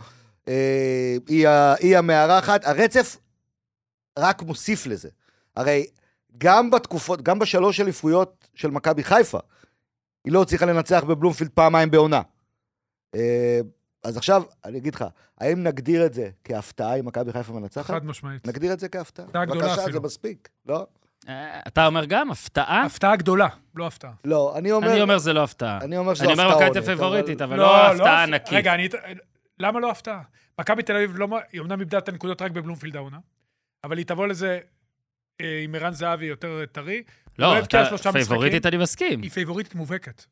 S4: אה, היא, ה- היא המארחת. הרצף רק מוסיף לזה. הרי גם בתקופות, גם בשלוש אליפויות של מכבי חיפה, היא לא הצליחה לנצח בבלומפילד פעמיים בעונה. אה, אז עכשיו, אני אגיד לך, האם נגדיר את זה כהפתעה אם מכבי חיפה מנצחת?
S3: חד משמעית.
S4: נגדיר את זה כהפתעה.
S3: הפתעה גדולה
S4: בבקשה, זה
S3: אפילו.
S4: מספיק, לא?
S1: אה, אתה אומר גם, הפתעה?
S3: הפתעה גדולה, לא הפתעה.
S4: לא, אני אומר...
S1: אני אומר זה לא הפתעה.
S4: אני אומר שזו
S1: אני אומר
S4: הפתעה
S1: מכבי תל
S4: עונית,
S1: אביב פייבוריטית, אבל
S3: לא
S1: לא הפתעה
S3: הפתעה.
S1: ענקית.
S3: רגע, אני... למה לא הפתעה? מכבי תל אביב, לא מ- היא אומנם איבדה את הנקודות רק בבלומפילד העונה, אבל היא תבוא לזה אה, עם ערן זהבי יותר טרי. הוא
S1: לא,
S3: הבקיע
S1: אתה
S3: שלושה
S1: פייבוריטית, אני מסכים.
S3: היא פייבוריטית מובהקת.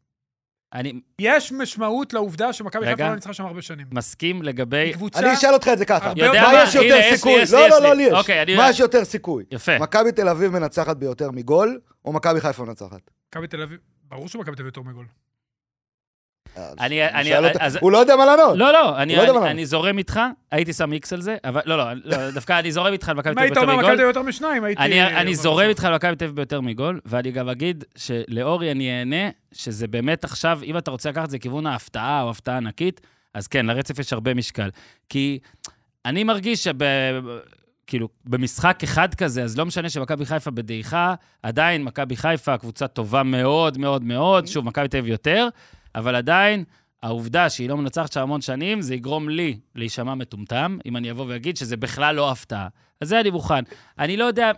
S1: אני
S3: יש משמעות לעובדה שמכבי
S1: רגע.
S3: חיפה לא ניצחה שם הרבה שנים.
S1: מסכים לגבי...
S3: היא קבוצה...
S4: אני אשאל אותך את זה ככה,
S3: הרבה יותר-
S4: מה
S3: יודע
S4: יש
S1: אה, מה? הנה,
S4: יותר
S1: יש לי,
S4: סיכוי?
S1: יש לי,
S4: לא,
S1: יש
S4: לא, לא,
S1: לי.
S4: לי יש.
S1: אוקיי, אני- כן.
S4: מה יש יותר סיכוי?
S1: יפה.
S4: מכבי תל אביב מנצחת ביותר מגול, או מכבי חיפה מנצחת?
S1: אה,
S3: מכבי תל אביב... ברור שמכבי תל אביב יותר מגול.
S1: אני-
S4: אני
S1: אני- אה,
S4: שואל אותה-
S1: אז-
S4: הוא לא יודע מה לענות.
S1: לא, לא, אני-
S4: לא יודע
S1: אני-
S4: מה.
S1: אני זורם איתך, הייתי שם איקס על זה, אבל לא, לא, לא, דווקא אני זורם איתך על מכבי
S3: אם
S1: תל אביב
S3: היית אומר
S1: יותר
S3: מכבי
S1: מגול.
S3: תל אביב יותר משניים, הייתי... אה, לא.
S1: אני-
S3: אומר
S1: אני זורם
S3: משהו.
S1: איתך על מכבי תל אביב ביותר מגול, ואני גם אגיד שלאורי אני אהנה, שזה באמת עכשיו, אם אתה רוצה לקחת את זה לכיוון ההפתעה או הפתעה ענקית, אז כן, לרצף יש הרבה משקל. כי אני מרגיש שב... כאילו, במשחק אחד כזה, אז לא משנה שמכבי חיפה בדעיכה, עדיין מכבי חיפה קבוצה טובה מאוד מאוד מאוד, שוב, מכבי תל אביב יותר, אבל עדיין, העובדה שהיא לא מנצחת שם המון שנים, זה יגרום לי להישמע מטומטם, אם אני אבוא ואגיד שזה בכלל לא הפתעה. אז זה אני מוכן. אני לא יודע,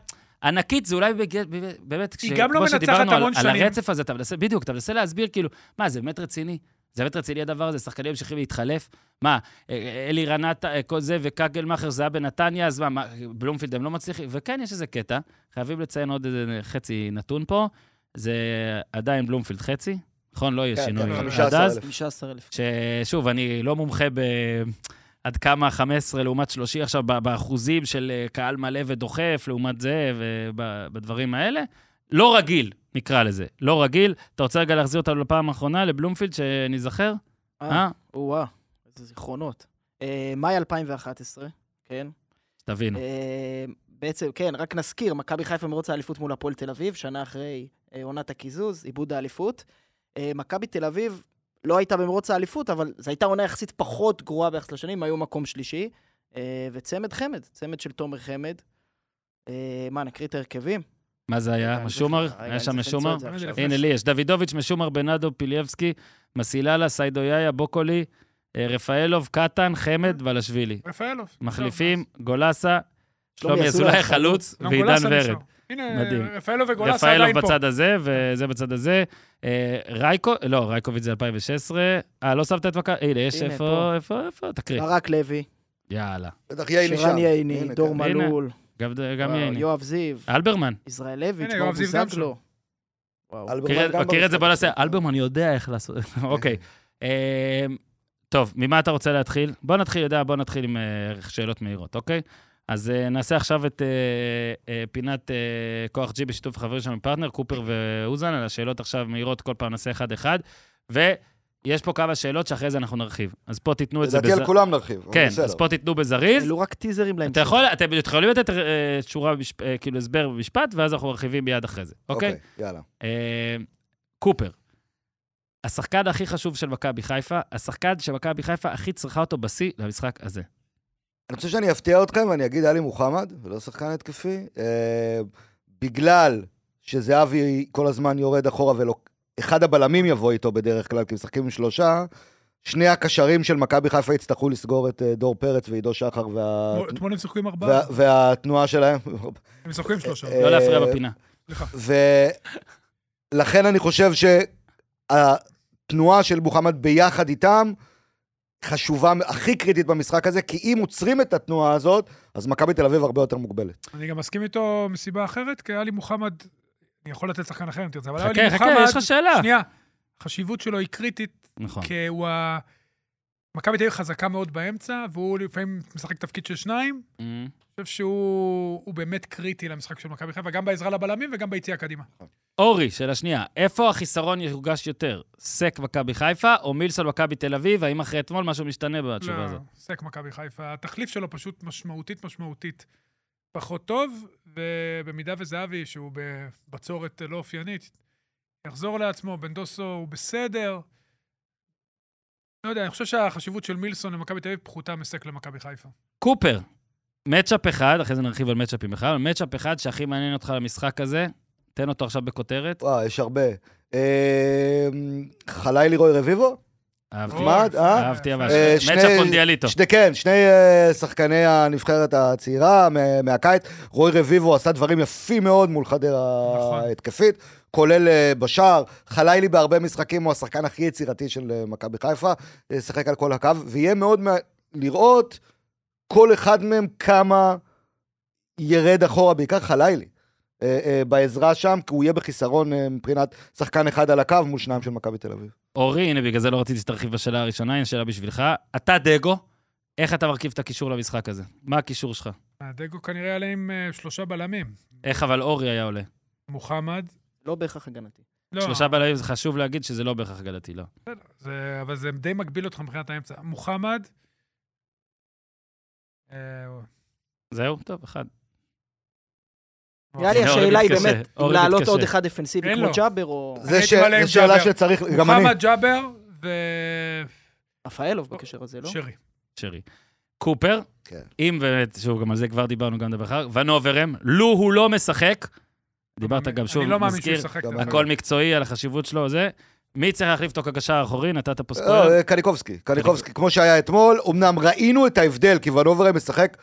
S1: ענקית זה אולי בג- ב- באמת,
S3: היא
S1: כש-
S3: גם לא
S1: כמו
S3: מנצחת
S1: שדיברנו על,
S3: המון
S1: על
S3: שנים.
S1: הרצף הזה, אתה מנסה, בדיוק, אתה מנסה להסביר, כאילו, מה, זה באמת רציני? זה באמת רציני הדבר הזה? שחקנים ממשיכים להתחלף? מה, אה, אלי רנטה, אה, כל זה, וקגלמאכר זה היה בנתניה, אז מה, מה, בלומפילד הם לא מצליחים? וכן, יש איזה קטע, חייבים לציין עוד איזה חצי נתון פה, זה עדיין בלומפילד חצי, נכון? לא יהיה
S4: כן,
S1: שינוי
S4: כן,
S1: עד
S4: 15,000.
S1: אז.
S2: 15,000.
S1: ששוב, אני לא מומחה ב... עד כמה 15 לעומת 30 עכשיו ב- באחוזים של אה, קהל מלא ודוחף לעומת זה ובדברים האלה. לא רגיל, נקרא לזה. לא רגיל. אתה רוצה רגע להחזיר אותנו לפעם האחרונה, לבלומפילד, שניזכר?
S2: אה,
S1: אה?
S2: וואו, איזה זיכרונות. אה, מאי 2011, כן?
S1: תבינו.
S2: אה, בעצם, כן, רק נזכיר, מכבי חיפה מרוץ האליפות מול הפועל תל אביב, שנה אחרי אה, עונת הקיזוז, עיבוד האליפות. אה, מכבי תל אביב לא הייתה במרוץ האליפות, אבל זו הייתה עונה יחסית פחות גרועה ביחס לשנים, היו מקום שלישי. אה, וצמד חמד, צמד של תומר חמד. אה, מה, נקריא את ההרכבים?
S1: מה זה
S2: רגע,
S1: היה?
S2: אני
S1: משומר?
S2: צריך- רגע,
S1: היה
S2: אני
S1: שם
S2: צריך למצוא
S1: משומר?
S2: את זה
S3: הנה,
S2: עכשיו.
S1: הנה לי יש. דוידוביץ', משומר, בנאדו, פילייבסקי, מסיללה, סיידו יאיה, בוקולי, אה, רפאלוב, קטן, חמד, בלשווילי.
S3: רפאלוב.
S1: מחליפים, גולסה,
S2: שלומי
S1: שלומי
S2: אזולאי,
S1: אזולאי
S2: חלוץ.
S1: חלוץ,
S3: גם
S1: ועידן
S3: גולסה
S1: ורד.
S3: נשאר. הנה,
S1: מדהים.
S3: רפאלוב וגולסה
S1: רפאלוב
S3: עדיין פה.
S1: בצד הזה, וזה בצד הזה. אה, רייקו, לא, רייקוביץ' זה 2016. אה, לא שמת את מכבי? הנה, יש
S2: הנה,
S1: איפה,
S2: פה. אה.
S1: איפה, איפה? תקריא.
S2: ברק לוי,
S1: יאללה.
S4: בטח יהיה לי שם.
S2: שרן
S4: הנה,
S2: ייני, דור
S4: כן.
S1: הנה.
S2: מלול,
S1: גם גם
S2: וואו,
S1: ייני.
S2: אה, יואב זיו,
S1: אלברמן.
S2: ישראל לביץ',
S3: הנה,
S2: מאור
S3: יואב זיו גם
S2: בוזגלו. וואו.
S4: אלברמן
S1: מכיר את-
S4: גם
S1: מכיר את זה
S4: במשחק.
S1: בנושא. אלברמן יודע איך לעשות. אוקיי. אה, טוב, ממה אתה רוצה להתחיל? בוא נתחיל, יודע, בוא נתחיל עם אה, שאלות מהירות, אוקיי? אז אה, נעשה עכשיו את אה, אה, פינת אה, כוח G בשיתוף חברים שלנו מפרטנר, קופר ואוזן, על השאלות עכשיו מהירות, כל פעם נעשה אחד-אחד, ויש פה כמה שאלות שאחרי זה אנחנו נרחיב. אז פה תיתנו את זה
S4: לדעתי על
S1: בזריז.
S4: כולם נרחיב. אבל
S1: כן,
S4: בסדר.
S1: אז פה תיתנו בזריז.
S2: אלו רק טיזרים להם.
S1: אתה יכול, אתם יכולים לתת אה, שורה, במשפ- אה, כאילו הסבר במשפט, ואז אנחנו מרחיבים מיד אחרי זה, אוקיי?
S4: יאללה.
S1: אה, קופר, השחקן הכי חשוב של מכבי חיפה, השחקן שמכבי חיפה הכי צריכה אותו בשיא למשחק הזה.
S4: אני חושב שאני אפתיע אתכם ואני אגיד עלי מוחמד, ולא שחקן התקפי, אה, בגלל שזהבי כל הזמן יורד אחורה ולא... אחד הבלמים יבוא איתו בדרך כלל, כי משחקים עם שלושה, שני הקשרים של מכבי חיפה יצטרכו לסגור את אה, דור פרץ ועידו שחר וה...
S3: אתמול- אתמול הם שיחקו עם ארבעה,
S4: אה, וה... והתנועה שלהם.
S3: הם שיחקו עם שלושה.
S4: אה,
S1: לא להפריע בפינה.
S4: ולכן אני חושב שהתנועה של מוחמד ביחד איתם חשובה, הכי קריטית במשחק הזה, כי אם עוצרים את התנועה הזאת, אז מכבי תל אביב הרבה יותר מוגבלת.
S3: אני גם מסכים איתו מסיבה אחרת, כי עלי מוחמד, אני יכול לתת שחקן אחר אם תרצה, אבל עלי
S1: חכה, חכה,
S3: מוחמד,
S1: יש לך שאלה.
S3: שנייה, כן. החשיבות שלו היא קריטית,
S1: נכון.
S3: כי הוא ה... מכבי תל אביב חזקה מאוד באמצע, והוא לפעמים משחק תפקיד של שניים.
S1: אמ,
S3: אני חושב שהוא הוא באמת קריטי למשחק של מכבי חיפה, גם בעזרה לבלמים וגם ביציאה קדימה.
S1: אורי, שאלה שנייה, איפה החיסרון יורגש יותר? סק מכבי חיפה או מילסון מכבי תל אביב? האם אחרי אתמול משהו משתנה בתשובה הזאת?
S3: לא, סק מכבי חיפה. התחליף שלו פשוט משמעותית משמעותית פחות טוב, ובמידה וזהבי, שהוא בבצורת לא אופיינית, יחזור לעצמו, בן דוסו הוא בסדר. לא יודע, אני חושב שהחשיבות של מילסון למכבי תל אביב פחותה מסק למכבי חיפה.
S1: קופר, מצ'אפ אחד, אחרי זה נרחיב על מצ'אפים בכלל, מצ'אפ אחד שהכי מעניין אותך למשחק הזה, תן אותו עכשיו בכותרת.
S4: וואו, יש הרבה. אה, חלאי לירוי רביבו?
S1: אהבתי,
S4: נחמד, אה?
S1: אהבתי אבל.
S4: אה, שני-
S1: מצ'אפ קונדיאליטו.
S4: שני, כן, שני אה, שחקני הנבחרת הצעירה מה- מהקיץ. רוי רביבו עשה דברים יפים מאוד מול חדרה
S3: נכון.
S4: ההתקפית, כולל אה, בשער. חלילי בהרבה משחקים הוא השחקן הכי יצירתי של אה, מכבי חיפה, אה, שיחק על כל הקו, ויהיה מאוד מע- לראות כל אחד מהם כמה ירד אחורה, בעיקר חלילי. אה, אה, בעזרה שם, כי הוא יהיה בחיסרון אה, מבחינת שחקן אחד על הקו מול שניים של מכבי תל אביב.
S1: אורי, הנה, בגלל זה לא רציתי שתרחיב בשאלה הראשונה, הנה שאלה בשבילך. אתה דגו, איך אתה מרכיב את הקישור למשחק הזה? מה הקישור שלך?
S3: אה, דגו כנראה עלה עם אה, שלושה בלמים.
S1: איך אבל אורי היה עולה?
S3: מוחמד,
S2: לא בהכרח הגנתי.
S3: לא.
S1: שלושה בלמים, זה חשוב להגיד שזה לא בהכרח גדלתי, לא.
S3: זה, אבל זה די מגביל אותך מבחינת האמצע. מוחמד, אה,
S1: זהו, טוב, אחד.
S2: נראה לי
S1: אורי
S2: השאלה היא
S1: מתקשה,
S2: באמת, אם
S1: אורי
S2: לעלות
S1: מתקשה.
S2: עוד אחד דפנסיבי
S3: אין
S2: כמו
S3: לו.
S2: ג'אבר או
S4: זה
S3: הייתי
S4: ש-
S3: מעלה עם
S4: זה שאלה
S3: ג'אבר.
S4: שצריך, גם אני.
S3: מוחמד, ג'אבר ו...
S2: רפאלוב בקשר הזה, לא?
S3: שרי.
S1: שרי. קופר,
S4: כן.
S1: אם, ושוב, גם על זה כבר דיברנו, גם נדבר אחר, ונוברם, לו הוא לא משחק, דיברת גם שוב,
S3: אני לא מאמין שהוא
S1: מזכיר,
S3: ישחק.
S4: גם
S3: אבל-
S1: הכל מקצועי, על החשיבות שלו, זה. מי צריך להחליף אותו כקשר האחורי? נתת פה ספוילר.
S4: לא, קניקובסקי, קניקובסקי, כמו שהיה אתמול, אמנם ראינו את ההבדל, כי ונוברם משחק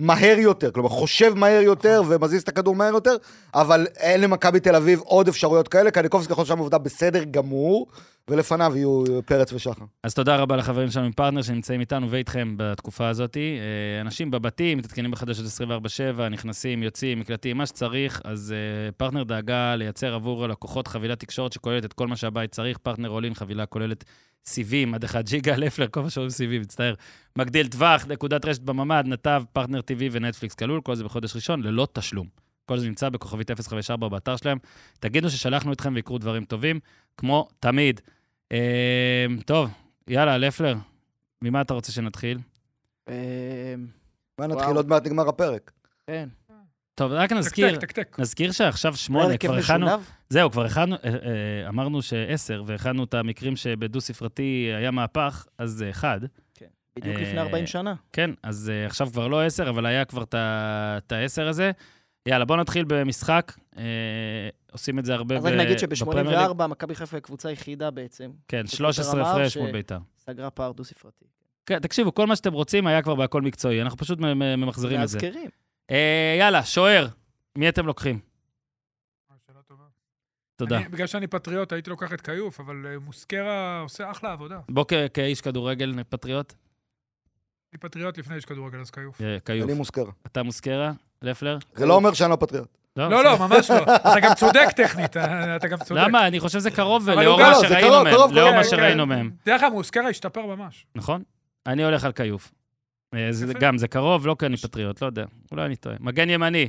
S4: מהר יותר, כלומר חושב מהר יותר ומזיז את הכדור מהר יותר, אבל אין למכבי תל אביב עוד אפשרויות כאלה, קניקובסקי יכול שם עובדה בסדר גמור, ולפניו יהיו פרץ ושחר.
S1: אז תודה רבה לחברים שלנו עם פרטנר שנמצאים איתנו ואיתכם בתקופה הזאת. אה, אנשים בבתים, מתעדכנים בחדשות 24/7, נכנסים, יוצאים, מקלטים, מה שצריך. אז אה, פרטנר דאגה לייצר עבור הלקוחות חבילת תקשורת שכוללת את כל מה שהבית צריך. פרטנר אולין, חבילה כוללת סיבים, עד 1 ג'יגה, לפלר, כל מה שאומרים סיבים, מצטער. מגדיל טווח, נקודת רשת בממ"ד, נתב, פרטנר TV ונטפליקס כלול, כל זה בחודש ראשון, ללא תשלום. כל זה נמצא בכוכבית 054 באתר שלהם. תגידו ששלחנו אתכם ויקרו דברים טובים, כמו תמיד. אה, טוב, יאללה, לפלר, ממה אתה רוצה שנתחיל?
S2: אה,
S4: מה
S2: וואו.
S4: נתחיל? עוד מעט נגמר הפרק.
S2: כן.
S1: טוב, רק נזכיר,
S3: תקתק, תקתק.
S1: נזכיר שעכשיו
S2: אולי
S1: שמונה,
S2: הרכב
S1: כבר הכנו,
S2: משולב?
S1: זהו, כבר הכנו, אה, אה, אמרנו שעשר, והכנו את המקרים שבדו-ספרתי היה מהפך, אז זה אחד.
S2: בדיוק
S1: אה,
S2: לפני 40 שנה.
S1: כן, אז אה, עכשיו כבר לא עשר, אבל היה כבר את ה- את העשר הזה. יאללה, בוא נתחיל במשחק. אה, עושים את זה הרבה
S2: אז רק נגיד
S1: בפרמייר ליג.
S2: שב-84 מכבי חיפה היא הקבוצה היחידה בעצם,
S1: כן,
S2: שפוטר
S1: 13
S2: אמר
S1: הפרש
S2: ש-
S1: מול ביתר.
S2: סגרה פער דו-ספרתי.
S1: כן, תקשיבו, כל מה שאתם רוצים היה כבר בהכל מקצועי, אנחנו פשוט מ- מ- ממחזרים את זה.
S2: מאזכרים.
S1: אה, יאללה, שוער, מי אתם לוקחים?
S3: שאלה טובה.
S1: תודה.
S3: אני- בגלל שאני פטריוט, הייתי לוקח את כיוף, אבל אה, מוסקרה עושה אחלה עבודה.
S1: בוקר כאיש כדורגל פטריוט,
S3: אני פטריוט לפני איש כדורגל, אז כיוף.
S1: אה, כיוף.
S4: אני מוזכר.
S1: אתה מוסקרה, לפלר?
S4: זה לא אומר שאני לא פטריוט.
S3: לא, לא, ממש לא. אתה גם צודק טכנית, אה, אתה גם צודק.
S1: למה? אני חושב שזה קרוב
S3: אבל
S1: לאור
S3: הוא-
S1: מה
S4: לא, זה
S1: שראינו
S4: קרוב,
S1: מהם,
S4: קרוב,
S1: לאור
S3: כן,
S1: מה
S3: כן.
S1: שראינו מהם,
S3: דרך אגב, מוסקרה השתפר ממש.
S1: נכון? אני הולך על כיוף. אה, זה
S3: יפה.
S1: גם, זה קרוב, לא כי אני פטריוט, לא יודע, אולי אני טועה. מגן ימני.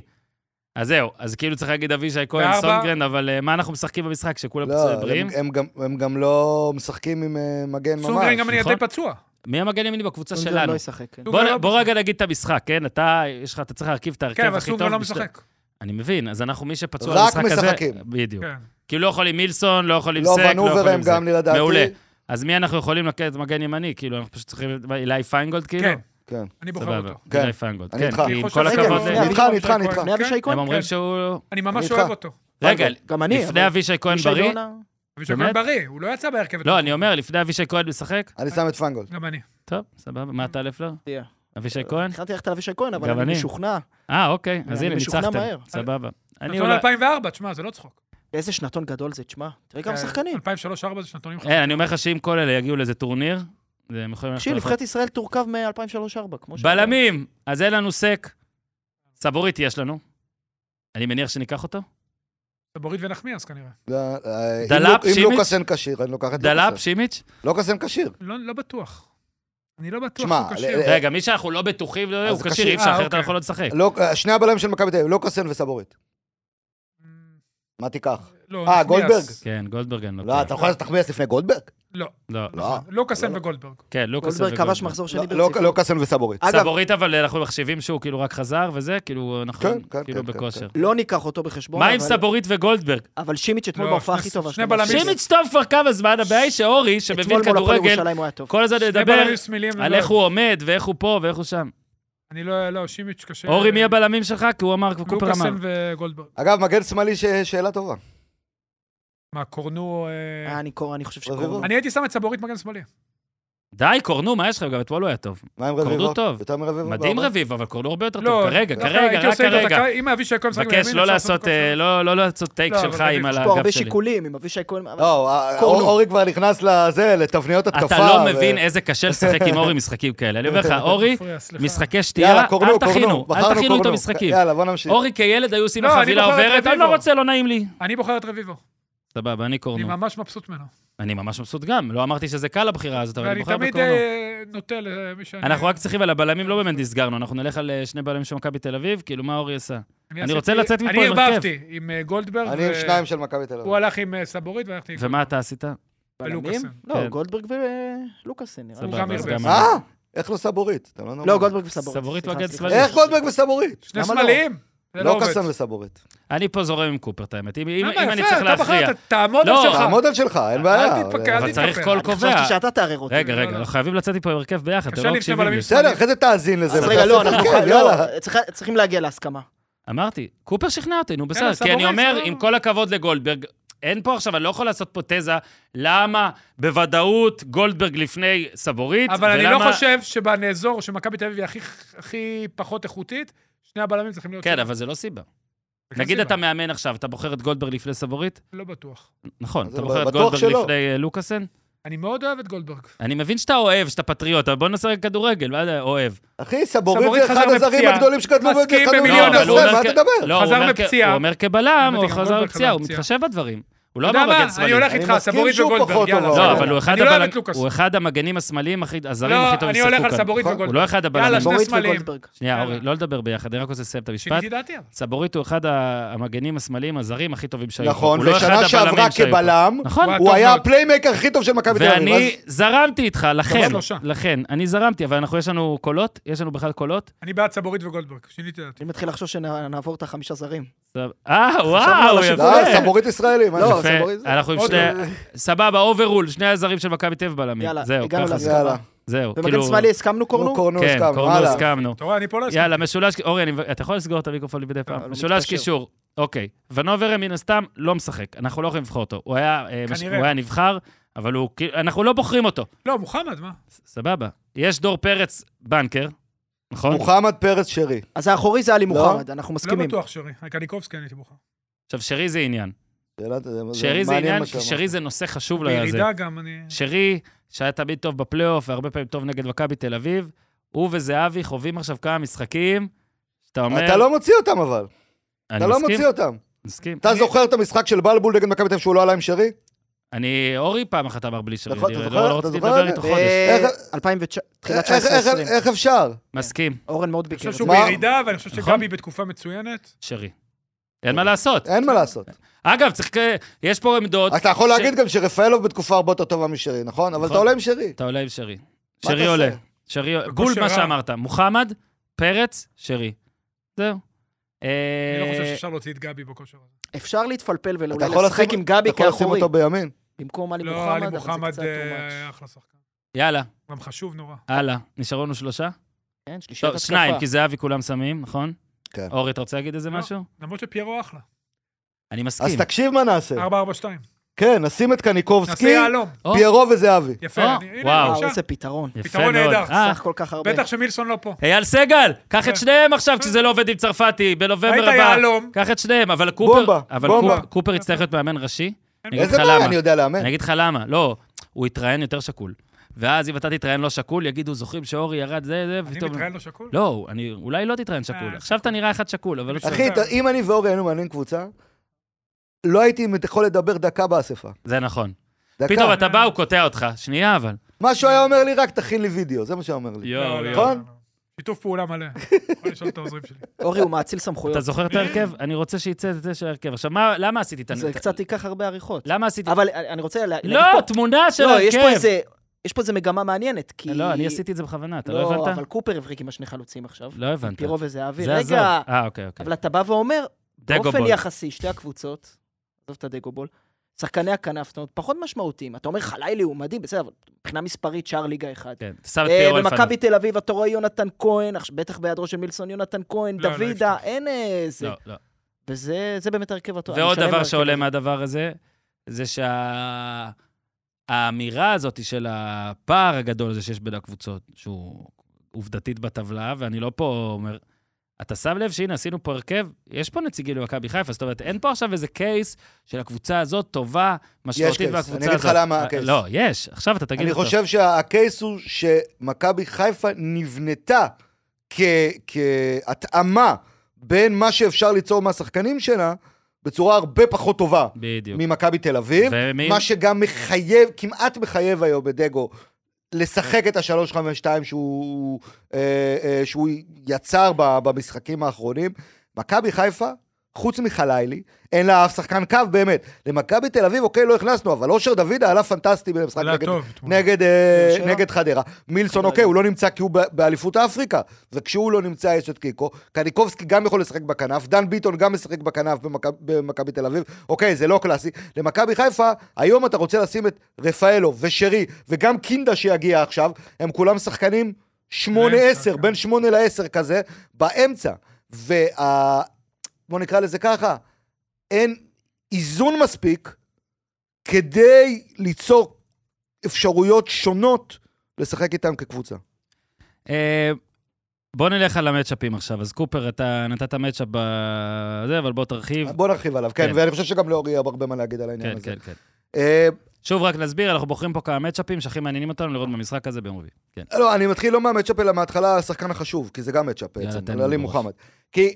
S1: אז זהו, אז כאילו צריך להגיד אבישי כהן,
S3: וארבע?
S1: סונגרן, אבל אה, מה אנחנו משחקים במשחק, שכולם פצועים
S4: לא,
S1: בריאים?
S4: הם- הם גם- הם גם לא משחקים עם אה, מגן
S3: סונגרן
S4: ממש.
S3: גם אני
S1: נכון?
S3: די פצוע.
S1: מי המגן ימני בקבוצה
S2: סונגרן
S1: שלנו?
S2: לא ישחק, כן.
S1: בוא
S3: סונגרן
S1: נ-
S3: לא
S1: בוא רגע נגיד את המשחק, כן? אתה, יש לך, אתה צריך להרכיב את ההרכב
S3: כן,
S1: הכי טוב.
S3: אבל סונגרן לא
S1: בשתי-
S3: משחק.
S1: אני מבין, אז אנחנו, מי שפצוע
S4: רק
S1: במשחק הזה...
S4: משחקים.
S1: בדיוק.
S3: כן.
S1: כאילו לא יכולים מילסון, לא יכולים
S4: לא,
S1: סק, לא יכולים
S4: ונוברם
S1: זה.
S4: גם לדעתי.
S1: מעולה. אז מי אנחנו יכולים לקחת מגן ימני? כאילו, אנחנו פשוט צריכים... אילי פיינגולד, כאילו?
S3: כן,
S4: כן.
S3: אני בוחר
S1: סבבה,
S3: אותו.
S4: כן.
S1: אילי פיינגולד.
S4: אני
S1: כן,
S4: איתך.
S1: כי
S3: אני
S1: עם
S3: חושב
S1: כל
S4: רגע,
S1: הכבוד...
S4: אני
S1: ל-
S4: איתך, אני איתך, אני איתך.
S2: לפני אבישי
S1: הם
S2: כהן?
S1: אומרים
S3: כן.
S1: שהוא...
S3: אני
S4: אני
S3: ממש
S4: איתך.
S3: אוהב אותו.
S1: רגע,
S2: אבל גם אני.
S1: לפני
S2: אבל
S1: אבישי כהן
S2: אבישי
S1: בריא?
S2: בעונה-
S3: אבישי
S1: באמת?
S3: כהן בריא, הוא לא יצא בהרכבת.
S1: לא, אני אומר, לפני אבישי כהן משחק?
S4: אני שם את פיינגולד.
S3: גם אני.
S1: טוב, סבבה. מה אתה, לפלר?
S2: תהיה.
S1: אבישי כהן?
S2: התחלתי ללכת על אבישי כהן, אבל
S1: גם
S2: אני
S1: אני.
S2: משוכנע.
S1: אה, אוקיי. אז
S2: אני
S1: הנה,
S2: משוכנע מהר.
S1: ניצחתם. סבבה. אני
S3: נתון
S1: אולי...
S3: 2004, תשמע, זה לא צחוק.
S2: איזה שנתון גדול זה, תשמע. תראה כמה
S3: כן,
S1: אה,
S2: שחקנים.
S3: 2003-2004 זה שנתונים חשובים.
S1: אין, אה, אני אומר לך שאם כל אלה יגיעו לאיזה טורניר, זה הם יכולים...
S2: תקשיב,
S1: ללכת
S2: נבחרת ישראל תורכב מ-2003-2004, כמו ש...
S1: בלמים, אז אין לנו סק. סבורית יש לנו. אני מניח שניקח אותו.
S3: סבורית ונחמיאס כנראה.
S4: לא, אה, אם
S1: דלאפ,
S4: לוק- אם
S1: שימיץ'?
S4: לוקאסן כשיר, אני לוקח את
S1: דלאפ,
S4: לוקאסן.
S1: שימיץ'.
S4: לוקאסן כשיר.
S3: לא לא בטוח. אני לא בטוח
S4: שמע,
S3: שהוא קשה.
S4: ל- ל-
S1: רגע, מי שאנחנו לא בטוחים, לא,
S4: אז
S1: הוא
S4: זה
S1: כשיר,
S4: כשיר.
S1: אי אפשר,
S3: אה,
S1: אחרת אתה
S3: אוקיי.
S1: יכול לא לשחק.
S4: לא, אה, שני הבלמים של מכבי תל אביב, לוקאסן וסבורית. מה תיקח?
S3: אה,
S1: אוקיי.
S3: לא,
S4: אה,
S3: נחמיאס.
S4: גולדברג?
S1: כן, גולדברג אני
S4: לא,
S1: לא
S4: אתה
S1: טועה.
S4: יכול לעשות תחמיאס לפני גולדברג?
S3: לא,
S1: לא.
S4: לא.
S3: לוקאסן
S4: לא.
S3: וגולדברג.
S1: כן, לוקאס
S2: גולדברג כבש מחזור שני
S4: לא, לא-
S2: ברציפות.
S4: לוקאסן וסבורית.
S2: אגב,
S1: סבורית, אבל אנחנו מחשיבים שהוא כאילו רק חזר וזה, כאילו, אנחנו
S4: כן, כן,
S1: כאילו
S4: כן,
S1: בכושר.
S2: לא ניקח אותו בחשבון,
S1: מה עם
S2: אבל-
S1: סבורית וגולדברג?
S2: אבל שימיץ' אתמול
S3: לא,
S2: בהופעה
S3: שני-
S2: הכי טובה
S3: שני
S2: שלו.
S3: בלמים.
S1: שימיץ' טוב כבר כמה זמן, הבעיה היא שאורי, שמבין
S2: אתמול מול הפועל
S1: כדורגל,
S2: ירושלים הוא היה טוב.
S1: כל הזמן
S3: שני
S1: ידבר
S3: בלמים סמילים.
S1: על
S3: לא-
S1: איך הוא עומד ואיך הוא פה ואיך הוא שם.
S3: אני לא, לא, שימיץ' קשה.
S1: אורי, מי הבלמים שלך? כי הוא אמר, קופר אמר.
S3: לוקאסן וגולדברג.
S4: אגב, מגן שמאלי, ש- שאלה טובה.
S3: מה, קורנו... אה,
S1: לא-
S2: אה, אני קור- אני חושב
S4: רביבו.
S2: שקורנו.
S3: אני הייתי שם את סבורית מגן שמאלי.
S1: די, קורנו, מה יש לך? גם אתמול הוא היה טוב.
S4: מה עם
S1: קורנו
S4: רביבו?
S1: טוב.
S4: יותר מרביבו? לא,
S1: מדהים
S4: בהרבה.
S1: רביב, אבל קורנו הרבה יותר
S3: לא,
S1: טוב. כרגע,
S3: דווקא
S1: כרגע,
S3: הייתי
S1: רק
S3: עושה איתו
S1: כרגע.
S3: דקה- אם אבישי כהן משחק
S1: מבקש לא לעשות, אה, לא לא לעשות טייק
S3: לא,
S1: שלך
S3: אבל
S1: עם
S3: רביב,
S1: על
S2: יש פה הרבה
S1: האגף שלי.
S2: שיקולים עם אבישי כהן. אבל-
S4: לא, אה,
S2: קורנו.
S4: אור- אורי כבר נכנס לזה, לתבניות התקפה.
S1: אתה לא
S4: ו-
S1: מבין איזה קשה לשחק עם אורי משחקים כאלה. אני אומר לך, אורי,
S3: אה,
S1: משחקי שתייה,
S4: יאללה, קורנו,
S1: אל
S4: קורנו.
S1: תכינו, אל
S4: בחרנו
S1: תכינו את
S4: קורנו.
S1: המשחקים.
S4: יאללה, בוא נמשיך.
S1: אורי כילד היו עושים לו
S3: לא, אני
S1: חבילה
S3: בוחר את
S1: עוברת, אני לא
S3: רביבו.
S1: רוצה, לא נעים לי.
S3: אני בוחר את רביבו.
S1: סבבה, אני
S3: אני
S1: קורנו.
S3: ממש מבסוט ממנו.
S1: אני ממש מבסוט גם, לא אמרתי שזה קל הבחירה הזאת, אבל אני
S3: ואני
S1: בוחר
S3: תמיד
S1: בקורנו.
S3: אה, נוטה למי שאני...
S1: אנחנו רק צריכים על הבלמים, לא באמת נסגרנו, אנחנו נלך על אה, שני בלמים של מכבי תל אביב, כאילו, מה אורי עשה? אני רוצה
S3: עשיתי-
S1: לצאת מפה עם
S3: אני
S1: הרכב.
S3: ערבבתי עם אה, גולדברג.
S4: אני עם
S3: ו-
S4: שניים של מכבי תל אביב.
S3: הוא הלך עם אה, סבורית והלכתי עם...
S1: ומה אתה עשית?
S2: בלמים?
S3: ולוקאסן.
S2: לא,
S1: כן.
S2: גולדברג ולוקאסן, נראה לי.
S1: סבבה,
S3: גם
S1: אז
S3: ערבב.
S1: גם
S4: אה?
S1: אני.
S4: איך לא סבורית? אתה לא נורמלי.
S2: לא, גולדברג וסבורית.
S1: סבורית
S2: סליחה,
S1: מגן
S2: סליחה.
S1: שמאלי.
S4: איך גולדברג וסבורית?
S3: שני
S2: למה לא?
S3: שמאליים. זה
S4: לא
S3: עובד.
S4: קסם וסבורית.
S1: אני פה זורם עם קופר, את האמת. אם אם-
S3: למה?
S1: אם אני
S3: אה, יפה,
S1: צריך
S3: אתה
S1: להכריע.
S3: בחרת, תעמוד על
S1: לא,
S3: שלך.
S4: תעמוד על שלך, אין בעיה.
S3: אל תתפקע, אל
S1: אבל צריך
S3: תתקפל.
S1: קול
S2: אני
S1: קובע.
S2: חשבתי שאתה תערער אותי.
S1: רגע, רגע,
S3: לא,
S1: אנחנו
S3: לא.
S1: חייבים לצאת מפה עם הרכב ביחד, אתם
S3: אפשר
S1: לא
S3: להקשיב
S1: מקשיבים
S3: על
S1: לי.
S3: המבצע.
S4: בסדר, אחרי זה תאזין לזה.
S2: אז
S4: ותעשה
S2: רגע, לא, אנחנו
S4: הרכב,
S2: חי- לא,
S4: כן, יאללה.
S2: לא, צריך- צריכים להגיע להסכמה.
S1: אמרתי, קופר שכנע אותי, נו בסדר.
S3: יאללה,
S1: כי אני
S3: סבורית,
S1: אומר,
S3: סבבה.
S1: עם כל הכבוד לגולדברג, אין פה עכשיו, אני לא יכול לעשות פה תזה, למה בוודאות גולדברג לפני סבורית,
S3: אבל אני לא
S1: ולמה-
S3: חושב שבאזור שמכבי תל אביב היא הכי- הכי פחות איכותית, שני הבלמים צריכים להיות...
S1: כן,
S3: שם.
S1: אבל זה לא סיבה.
S3: בגלל
S1: נגיד
S3: סיבה.
S1: אתה מאמן עכשיו, אתה בוחר את גולדברג לפני סבורית?
S3: לא בטוח.
S1: נכון,
S4: אז
S1: אתה
S4: לא,
S1: בוחר את
S4: בטוח
S1: גולדברג
S4: שלא.
S1: לפני אה, לוקאסן?
S3: אני מאוד אוהב את גולדברג.
S1: אני מבין שאתה אוהב, שאתה פטריוט, אבל בוא נעשה רגע כדורגל, מה זה אוהב?
S4: אחי, סבורית
S3: סבורית
S4: זה אחד
S3: חזר
S4: הזרים
S3: מפציעה.
S4: הגדולים שגדלו
S3: מסכים
S4: בכדורגל
S3: במיליון
S1: לא, אבל
S4: ישראל,
S1: הוא
S3: אחוז.
S1: אומר
S4: מה
S1: כ-
S4: אתה מדבר?
S1: לא, הוא
S3: חזר
S1: אומר כ-
S3: מפציעה.
S1: הוא אומר כבלם,
S3: באמת,
S1: הוא
S3: גם
S1: חזר
S3: גולדברג
S1: מפציעה,
S3: חזר
S1: הוא
S3: מפציעה.
S1: מתחשב בדברים. הוא לא
S3: אתה יודע
S1: אמר
S3: מה?
S1: מגן
S3: אני
S1: שמאלי.
S3: הולך איתך,
S4: מסכים
S3: סבורית
S4: שהוא פחות
S3: וגולדברג, יאללה.
S4: טוב,
S1: לא,
S4: אבל-
S3: סבבה.
S1: אבל הוא אחד
S3: אני לא אוהב
S1: הבלם-
S3: את לוקאס.
S1: הוא אחד המגנים השמאליים, הכי- הזרים
S3: לא,
S1: הכי טובים
S3: אני הולך
S1: ששיחקו
S3: על
S1: כאן.
S3: סבורית
S4: הוא
S1: הוא לא
S3: וגולדברג.
S1: אחד הבלמים.
S3: יאללה,
S4: סבורית
S3: שני סמלים.
S4: וגולדברג.
S1: שנייה, אורי,
S3: יאללה.
S1: לא לדבר ביחד, אני רק רוצה לסיים את המשפט.
S3: שיניתי דעתי אבל.
S1: סבורית הוא אחד ה- המגנים השמאליים, הזרים הכי טובים שהיו. פה.
S4: נכון,
S1: הוא לא אחד
S4: ושנה
S1: הבלמים
S4: שעברה
S1: שהיו פה.
S4: כבלם,
S1: נכון,
S3: וואט.
S2: לא
S4: הוא
S3: טוב
S4: היה
S3: מאוד.
S4: הפליימקר הכי טוב של מכבי תל אביב.
S1: ואני זרמתי איתך, לכן,
S3: שלושה.
S1: לכן, אני זרמתי, אבל אנחנו, יש לנו קולות, יש לנו בכלל קולות.
S3: אני בעד סבורית וגולדברג, שיניתי דעתי.
S2: אני מתחיל לחשוב שנעבור את החמישה זרים.
S1: אה, וואו,
S2: על
S1: יפה.
S2: השבוע.
S4: אז- לא, סבורית ישראלים. מה
S2: לא,
S4: זה?
S1: יפה.
S2: סבורית זה- אה,
S1: אנחנו עם
S3: עוד לא.
S1: שני... סבבה, אוברול, שני הזרים של מכבי טבע בלמים.
S2: יאללה,
S1: זהו,
S2: הגענו
S1: ככה זה. כאילו-
S2: להסכמה.
S4: יאללה.
S1: זהו,
S2: במגן שמאלי הסכמנו
S4: נו,
S2: קורנו?
S4: קורנו
S1: כן,
S4: הסכם,
S1: קורנו
S4: הלאה.
S1: הסכמנו.
S3: אתה רואה, אני פה לא
S1: יאללה, משולש... אורי, אני- אתה יכול לסגור את המיקרופון לי מדי
S2: לא
S1: פעם? משולש
S2: מתקשר.
S1: קישור. אוקיי. ונוברם מן הסתם לא משחק, אנחנו לא יכולים לבחור אותו. הוא היה אה, מש-
S3: כנראה.
S1: הוא היה נבחר, אבל הוא... כאילו- אנחנו לא בוחרים אותו.
S3: לא, מוחמד, מה?
S1: ס- סבבה. יש דור פרץ בנקר, נכון?
S4: מוחמד פרץ שרי.
S2: אז האחורי זה עלי
S4: לא.
S2: מוחמד, אנחנו
S3: לא
S2: מסכימים.
S3: בטוח שרי. קניקובסקי אני הייתי מוכן.
S1: עכשיו, שרי זה עניין.
S4: שאלה- זה-
S1: שרי זה
S4: מעניין
S1: עניין,
S4: מה
S1: כי
S4: שאמרת.
S1: שרי לא זה נושא חשוב לזה.
S3: בירידה גם אני...
S1: שרי, שהיה תמיד טוב בפלייאוף, והרבה פעמים טוב נגד מכבי תל אביב, הוא וזהבי חווים עכשיו כמה משחקים, שאתה אומר...
S4: אתה לא מוציא אותם אבל,
S1: אני
S4: אתה לא
S1: מסכים,
S4: מוציא אותם.
S1: מסכים.
S4: אתה זוכר את המשחק של בלבול נגד מכבי תל אביב שהוא לא עלה עם שרי?
S1: אני, אורי פעם אחת אמר בלי שרי,
S4: נכון,
S1: אני לא-
S4: אתה זוכר?
S1: לא
S4: אתה
S1: רציתי
S4: זוכר אה,
S1: לדבר
S4: את זה?
S1: איתו חודש.
S2: תחילת
S4: איך- איך-
S2: 19-20.
S4: איך אפשר?
S1: מסכים,
S2: אורן מאוד
S3: אני
S2: ביקר.
S3: חושב
S2: את
S3: שהוא
S2: זה.
S4: מה?
S3: בירידה, ואני חושב
S1: נכון.
S3: שגבי בתקופה מצוינת.
S4: אוקיי.
S1: שרי. אין מה לעשות.
S4: אין מה לעשות.
S1: אגב, צריך... כ- יש פה עמדות...
S4: אתה יכול
S1: כן. ש-
S4: להגיד גם שרפאלוב בתקופה הרבה יותר טובה משרי, נכון? אבל
S1: נכון.
S4: אתה עולה עם שרי.
S1: אתה עולה עם שרי.
S4: מה
S1: שרי
S4: אתה
S1: עולה.
S4: עושה?
S1: שרי...
S3: בכושר
S1: בול מה
S3: רע.
S1: שאמרת. מוחמד, פרץ, שרי. זהו.
S3: אני לא חושב
S1: אה,
S3: שאפשר להוציא את גבי בכושר הזה.
S2: אפשר להתפלפל
S4: אתה
S2: ואולי
S4: יכול
S2: לשחק
S4: לשים-
S2: עם גבי
S4: אתה יכול לשים
S2: כאחורי,
S4: אותו בימין.
S2: במקום עלי
S3: לא,
S2: מוחמד,
S3: עלי
S2: אבל זה
S3: מוחמד
S2: קצת too much.
S3: אה, אחלה שחקן.
S1: יאללה,
S3: גם חשוב נורא.
S1: הלאה. נשארו לנו שלושה?
S2: כן, שלישית
S1: טוב,
S2: התקפה.
S1: לא, שניים, כי זהבי כולם שמים, נכון?
S4: כן.
S1: אורי, אתה רוצה להגיד איזה
S3: לא.
S1: משהו?
S3: למרות שפיירו אחלה.
S2: כן.
S1: אני
S4: אז
S1: מסכים.
S4: תקשיב מה נעשה.
S3: 4-4-2.
S4: כן, נשים את
S3: נעשה
S4: קניקובסקי,
S3: יהלום.
S1: או,
S4: פיירו וזהבי.
S3: יפה.
S1: או,
S3: אני- הנה,
S1: אה, וואו.
S2: וואו,
S3: בבקשה.
S2: אה, איזה פתרון.
S1: יפה
S3: פתרון
S1: מאוד.
S3: נהדר.
S1: אה,
S2: סך כל כך הרבה.
S3: בטח שמילסון לא פה.
S1: אייל סגל, קח את שניהם עכשיו כשזה לא עובד עם צרפתי,
S3: היית
S1: בנובמבר הבא.
S3: יהלום.
S1: קח את שניהם, אבל קופר,
S4: בומבה,
S1: אבל
S4: בומבה.
S1: קופ- קופר יצטרך להיות מאמן ראשי. אני אגיד
S4: איזה
S1: לך
S4: בעיה,
S1: למה.
S4: אני יודע לאמן.
S2: כן.
S1: אני אגיד לך למה. לא, הוא יתראיין יותר שקול. ואז אם אתה תתראיין לא שקול, יגידו, זוכרים שאורי ירד זה, זה,
S3: אני
S1: ופתאום...
S3: מתראיין לו שקול?
S1: לא, אני אולי לא תתראיין שקול.
S3: אה,
S1: עכשיו אתה נראה אחד שקול, אבל... לא
S3: אחי,
S1: שקול.
S4: אחי, ת- אם אני ואורי היינו מעניינים קבוצה, לא הייתי יכול לדבר דקה באספה.
S1: זה נכון.
S4: דקה.
S1: פתאום אתה בא, הוא קוטע אותך. שנייה, אבל.
S4: מה שהוא היה אומר לי, רק תכין לי וידאו, זה מה שהוא אומר לי.
S3: לא,
S1: יואו,
S3: לא,
S1: יואו.
S4: נכון?
S3: לא, לא. שיתוף פעולה מלא. יכול לשאול את העוזרים שלי.
S2: אורי הוא מאציל סמכויות.
S1: אתה זוכר את ההרכב? אני רוצה שיצא את זה של ההרכב. עכשיו, מה- למה עשיתי את
S2: זה
S1: הנ...
S2: קצת ייקח הרבה עריכות.
S1: למה עשיתי...
S2: אבל אני אני רוצה לה- להגיד
S1: לא,
S2: פה...
S1: תמונה של
S2: לא, יש פה
S1: ההרכב.
S2: איזה... יש פה איזה מגמה מעניינת, כי...
S1: כן. לא, אני עשיתי את זה בכוונה, אתה לא
S2: לא,
S1: הבנת?
S2: אבל קופר הבריק עם השני חלוצים עכשיו.
S1: לא הבנת.
S2: פירו וזהבי.
S1: זה עזוב.
S2: רגע,
S1: אה, אוקיי, אוקיי.
S2: אבל אתה בא ואומר,
S1: דגו
S2: באופן
S1: בול.
S2: יחסי, שתי הקבוצות, עזוב את הדגובול, שחקני הכנף, זאת אומרת, פחות משמעותיים. אתה אומר, חלילי הוא מדהים, בסדר, אבל מבחינה מספרית, שער ליגה אחד.
S1: כן, שם את
S2: אה,
S1: פירו לפניו.
S2: במכבי תל אביב אתה רואה יונתן כהן, עכש- בטח בהיעדרו של מילסון, יונתן כהן,
S3: לא, לא
S2: דוידה,
S3: יפתח.
S2: אין איזה.
S1: לא, לא.
S2: וזה זה באמת הרכב הטוב. אני
S1: ועוד
S2: שלם
S1: דבר
S2: בהרכב
S1: שעולה
S2: הזה.
S1: מהדבר הזה, זה שהאמירה הזאת של הפער הגדול הזה שיש בין הקבוצות, שהוא עובדתית בטבלה, ואני לא פה אומר... אתה שם לב שהנה, עשינו פה הרכב, יש פה נציגים למכבי חיפה, זאת אומרת, אין פה עכשיו איזה קייס של הקבוצה הזאת טובה, משמעותית
S4: קייס.
S1: מהקבוצה הזאת.
S4: אני אגיד לך למה הקייס.
S1: לא, יש, עכשיו אתה תגיד
S4: אני
S1: אותו.
S4: חושב שהקייס הוא שמכבי חיפה נבנתה כ- כהתאמה בין מה שאפשר ליצור מהשחקנים שלה, בצורה הרבה פחות טובה
S1: בדיוק.
S4: ממכבי תל אביב,
S1: ומי-
S4: מה שגם מחייב, כמעט מחייב היום בדגו, לשחק את ה-352 שהוא, אה, אה, שהוא יצר ב- במשחקים האחרונים. מכבי חיפה חוץ מחלילי, אין לה אף שחקן קו באמת. למכבי תל אביב, אוקיי, לא הכנסנו, אבל אושר דוידה עלה פנטסטי במשחק
S3: עלה
S4: נגד,
S3: טוב אתמול.
S4: נגד, אה,
S2: באר שבע?
S4: נגד חדרה. מילסון, אוקיי, הוא לא נמצא כי הוא ב- באליפות אפריקה. וכשהוא לא נמצא, יש את קיקו. קניקובסקי גם יכול לשחק בכנף, דן ביטון גם משחק בכנף במכב- במכבי תל אביב. אוקיי, זה לא קלאסי. למכבי חיפה, היום אתה רוצה לשים את רפאלו ושרי, וגם קינדה שיגיע עכשיו, הם כולם שחקנים 8-10,
S3: כן.
S4: בין 8 ל-10 כזה, באמצע. וה... בוא נקרא לזה ככה, אין איזון מספיק כדי ליצור אפשרויות שונות לשחק איתם כקבוצה.
S1: אה, בוא נלך על המצ'אפים עכשיו. אז קופר, אתה נתת מצ'אפ בזה, אבל בוא תרחיב.
S4: בוא נרחיב עליו, כן,
S1: כן.
S4: ואני חושב שגם לאורי יהיה הרבה מה להגיד על העניין
S1: כן,
S4: הזה.
S1: כן, כן.
S4: אה,
S1: שוב, רק נסביר, אנחנו בוחרים פה כמה מצ'אפים שהכי מעניינים אותנו לראות במשחק הזה ביום רביעי. כן.
S4: לא, אני מתחיל לא מהמצ'אפ, אלא מההתחלה השחקן החשוב, כי זה גם מצ'אפ
S1: יאללה,
S4: בעצם,
S1: תן
S4: על עלי
S1: לנו בראש.
S4: מוחמד. כי...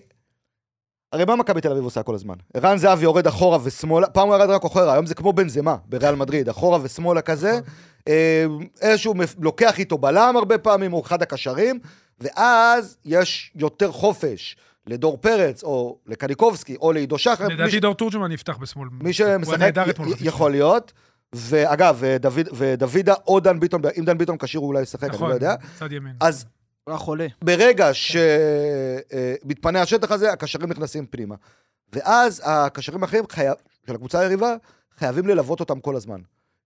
S4: הרי מה מכבי תל אביב עושה כל הזמן? ערן זהב יורד אחורה ושמאלה, פעם הוא ירד רק אחורה, היום זה כמו בנזמה בריאל מדריד, אחורה ושמאלה כזה.
S1: נכון.
S4: אה, איזשהו מפ- לוקח איתו בלם הרבה פעמים, הוא אחד הקשרים, ואז יש יותר חופש לדור פרץ, או לקניקובסקי, או לעידו שחר. מי ש-
S3: לדעתי דור תורג'מן יפתח בשמאל.
S4: מי
S3: הוא
S4: שמשחק,
S3: היה נהדר
S4: י-
S3: אתמול
S4: י-
S3: חצי
S4: יכול להיות. ואגב, ודוד- ודוידה או דן ביטון, אם דן ביטון כשיר הוא אולי ישחק,
S3: שעה.
S4: אני
S3: נכון,
S4: לא יודע.
S3: צד ימין.
S4: אז
S2: רק חולה.
S4: ברגע שמתפנה השטח הזה, הקשרים נכנסים פנימה. ואז הקשרים האחרים חייב, של הקבוצה היריבה חייבים ללוות אותם כל הזמן.